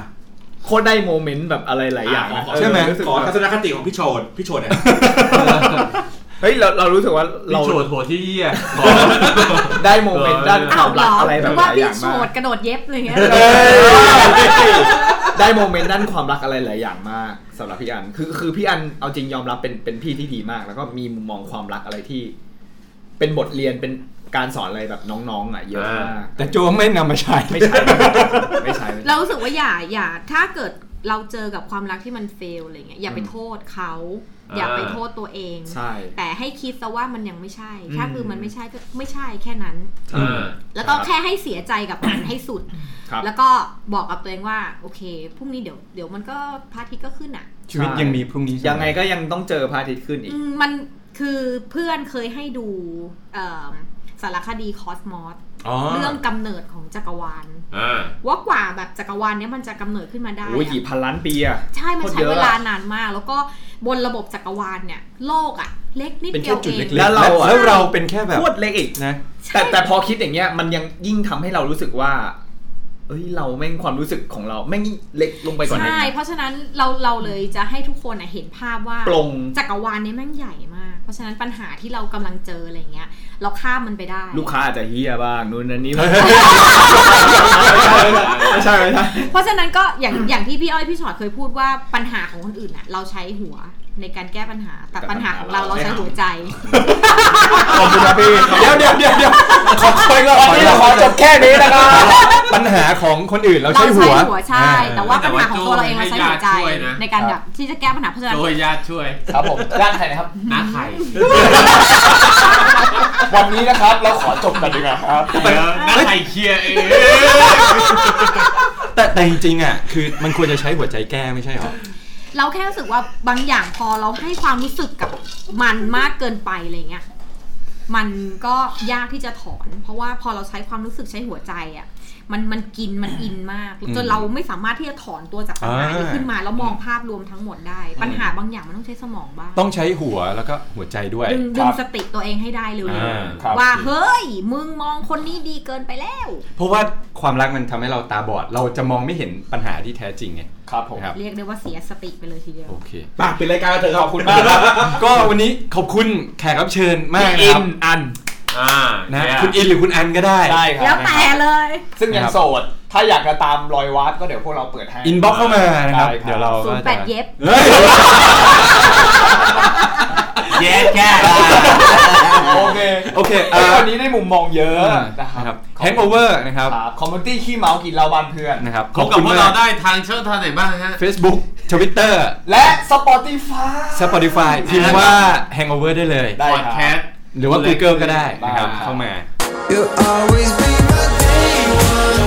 Speaker 9: โคตรได้โมเมนต์แบบอะไรหลายอย่างนะ
Speaker 3: อ่ะขอ
Speaker 9: เออ
Speaker 2: ใช่ไหม
Speaker 9: รู้สึก
Speaker 10: ขอ
Speaker 9: ว่า
Speaker 10: ทัศนคติของพี่โชดพี่โชดเนี่ย
Speaker 9: เฮ้ยเราเรารู้สึกว่า
Speaker 3: พี่
Speaker 9: เรา
Speaker 3: โจทย์โหดที่เยี่ย
Speaker 9: ได้โมเมนต์ด้านค
Speaker 6: อ้าว
Speaker 9: าว มรัก
Speaker 6: เหรอ
Speaker 9: อะไรแบบ
Speaker 6: นึก
Speaker 9: ห
Speaker 6: ว่า
Speaker 9: ลายอ
Speaker 6: พี่
Speaker 9: ย่าง
Speaker 6: โฉ
Speaker 9: มา
Speaker 6: ด
Speaker 9: ก
Speaker 6: กระโดดเย็บอะไรเงี้ย
Speaker 9: ได้โมเมนต์ด้านความรักอะไรหลายอย่างมากสำหรับพี่อันคือคือพี่อันเอาจริงยอมรับเป็นเป็นพี่ที่ดีมาก แล้วก็มีมุมมองความรักอะไรที่ เป็นบทเรียนเป็นการสอนอะไรแบบน้องๆอ่ะเยอะมาก
Speaker 2: แต่โจไม่นำมาใช้
Speaker 9: ไม่ใช่ไม่ใช่ไม่ใช่
Speaker 6: เรารู้สึกว่าอย่าอย่าถ้าเกิดเราเจอกับความรักที่มันเฟลอะไรเงี้ยอย่าไป
Speaker 9: อืม
Speaker 6: โทษเขา
Speaker 3: อ่า
Speaker 6: อย่าไปโทษตัวเอง
Speaker 9: ใช่
Speaker 6: แต่ให้คิดซะว่ามันยังไม่ใช่ ถ้าคืออ
Speaker 9: ม
Speaker 6: มันไม่ใช่ก็ไม่ใช่แค่นั้น
Speaker 3: เออ
Speaker 6: แล้วก็แค่ให้เสียใจกับมันให้สุด
Speaker 9: ครับ
Speaker 6: แล้วก็บอกกับตัวเองว่า โอเคพรุ่งนี้เดี๋ยวเดี๋ยวมันก็พระอาทิตย์ก็ขึ้นอ่ะ
Speaker 2: ชีวิตยังมีพรุ่งนี้ใช่หม
Speaker 9: ยังไงก็ยังต้องเจอพระอาทิตย์ขึ้นอีก
Speaker 6: อืมมันคือเพื่อนเคยให้ดูเอิ่มสารคดีคอสมอส
Speaker 2: อ๋อ
Speaker 6: เรื่องกำเนิดของจักรวาล
Speaker 3: อ่า
Speaker 6: ว่ากว่าแบบจักรวาลเนี้ยมันจะกำเนิดขึ้นมาได้
Speaker 9: โอ้ย
Speaker 6: อะ
Speaker 9: กี่พันล้านปีอะ
Speaker 6: ใช่มัน
Speaker 9: โคตร
Speaker 6: ใช้
Speaker 9: เยอะอะ
Speaker 6: เวลานานมาก แล้วก็บนระบบจักรวาลเนี่ย โลกอะเล็กนิด
Speaker 2: เป็น
Speaker 6: เดี
Speaker 2: แค่
Speaker 6: ยว
Speaker 2: จุด
Speaker 6: เอ
Speaker 2: เล็ก
Speaker 6: ง
Speaker 2: ๆ
Speaker 9: แล้
Speaker 2: แล้ว
Speaker 9: วเราอะ
Speaker 2: เราเป็นแค่แบบ
Speaker 9: โคตรเล็กอีก
Speaker 2: นะ
Speaker 9: แต่แต่พอคิดอย่างเงี้ยมันยังยิ่งทำให้เรารู้สึกว่า เอ้ยเราแม่งความรู้สึกของเราแม่งยิ่งเล็กลงไปกว่านั้น
Speaker 6: ใช่ เพราะฉะนั้นเราเราเลยจะให้ทุกคนน่ะเห็นภาพว่า
Speaker 9: ปลง
Speaker 6: จักรวาลเนี้แม่งใหญ่มาก เพราะฉะนั้นปัญหาที่เรากำลังเจออะไรเงี้ย เราข้ามมันไปได้
Speaker 9: ลูกค้าอาจจะเฮียบ้างนู่นนั่นนี่ ไม่ใช่ไม่ใช่ไม่ใช่
Speaker 6: เพราะฉะนั้นก็อย่าง อย่างที่พี่อ้อยพี่ชอดเคยพูดว่าปัญหาของคนอื่นน่ะ เราใช้หัวในการแก้ปัญหา แต่
Speaker 9: แต่ปั
Speaker 6: ปัญ
Speaker 9: ญ
Speaker 6: หา
Speaker 9: หา
Speaker 6: ของเราเรา
Speaker 9: เรา
Speaker 6: ใช้หัวใจ
Speaker 2: ขอบคุณครับพี่ เดี๋ยวเดี๋ยวเดี๋ยวเดี๋ยวขอคอยก่อน
Speaker 5: วันนี้เราขอจบแค่นี้นะครับ
Speaker 2: ปัญหาของคนอื่นเรา
Speaker 6: เรา
Speaker 2: ใช้
Speaker 6: ใช้
Speaker 2: หัว
Speaker 6: หัวใช่ แต่ว่าปัญหาของตัวเราเองเราใช้หัวใจ
Speaker 3: ให้ญาติช่วยนะ
Speaker 6: ในการแบบที่จะแก้ปัญหาเพราะฉะนั้น
Speaker 3: โดยญาติช่วย
Speaker 9: ครับผมด้านใครนะครับ
Speaker 3: น้าไข่
Speaker 5: วันนี้นะครับเราขอจบกันดีกว่าครับ
Speaker 3: เออน้าไข่เคลียร์เอง
Speaker 2: แต่แต่จริงๆอ่ะคือมันควรจะใช้หัวใจแก้ไม่ใช่หรอ
Speaker 6: เราแค่รู้สึกว่าบางอย่างพอเราให้ความรู้สึกกับมันมากเกินไปอะไรเงี้ยมันก็ยากที่จะถอน เพราะว่าพอเราใช้ความรู้สึกใช้หัวใจอ่ะ มันมันกินมันอินมากจนเราไม่สามารถที่จะถอนตัวจากปัญหานี้
Speaker 2: อ่า
Speaker 6: ขึ้นมาแล้วมองภาพรวมทั้งหมดได้ ปัญหาบางอย่างมันต้องใช้สมองบ้าง
Speaker 2: ต้องใช้หัวแล้วก็หัวใจด้วย
Speaker 6: ดึง
Speaker 5: ค
Speaker 6: ดึ
Speaker 5: รั
Speaker 6: ง
Speaker 5: บ
Speaker 6: สติตัวเองให้ได้เร็ว
Speaker 2: อ่า
Speaker 5: ครับ
Speaker 6: ๆว่า
Speaker 5: จริง
Speaker 6: เฮ้ย มึงมองคนนี้ดีเกินไปแล้ว
Speaker 2: เพราะว่าความรักมันทำให้เราตาบอด เราจะมองไม่เห็นปัญหาที่แท้จริงไง
Speaker 5: ครับผม
Speaker 2: นะครับ
Speaker 6: เรียกได้ว่าเสียสติไปเลยทีเดียว
Speaker 2: โอเค
Speaker 10: ปากปิดรายการเถอะค
Speaker 5: ข
Speaker 10: รั
Speaker 5: อ
Speaker 10: บบ
Speaker 5: คุณมากครับ
Speaker 2: ก็วันนี้ขอบคุณแขกรับเชิญมากนะ
Speaker 5: อิ
Speaker 2: ครับ
Speaker 5: นอัน
Speaker 3: อ่า
Speaker 2: นะ
Speaker 3: เนี่ย
Speaker 2: คุณอินหรือคุณอันก็ได้
Speaker 5: ได้ครั
Speaker 6: แล้วแต่เลย
Speaker 5: ซึ่งยังโสด ถ้าอยากจะตามรอยวัดก็เดี๋ยวพวกเราเปิดให้
Speaker 2: อินบ็อกเข้ามานะครับ
Speaker 5: ได้ครับ
Speaker 2: เดี๋ยวเรา
Speaker 6: ศู
Speaker 2: ก็
Speaker 6: นย์แป
Speaker 2: จะ
Speaker 6: ดเย็บ
Speaker 2: เฮ้ย
Speaker 3: แย่แก้
Speaker 11: โอเค
Speaker 2: โอเค
Speaker 5: เอ้ย
Speaker 2: อ่า
Speaker 5: วันนี้ได้มุมมองเยอะนะครับ
Speaker 2: นะครับ Hangover นะครับ
Speaker 5: คอมมูนิตี้ขี้เมากินเหล้าบ้านเพื่อน
Speaker 2: นะครับ
Speaker 3: พบกับพวกเราได้ทางช่องทางไหนบ้างฮะ
Speaker 2: Facebook Twitter
Speaker 5: และ Spotify
Speaker 2: Spotify พิมพ์ว่า Hangover ได้เลย
Speaker 5: ได้
Speaker 3: พ
Speaker 5: ค
Speaker 3: อ
Speaker 5: รับ
Speaker 3: ดแคสต์
Speaker 2: หรือว่า Google ก็ได้นะครับ
Speaker 5: ได้
Speaker 2: เข้ามา
Speaker 1: You'll always be my day one.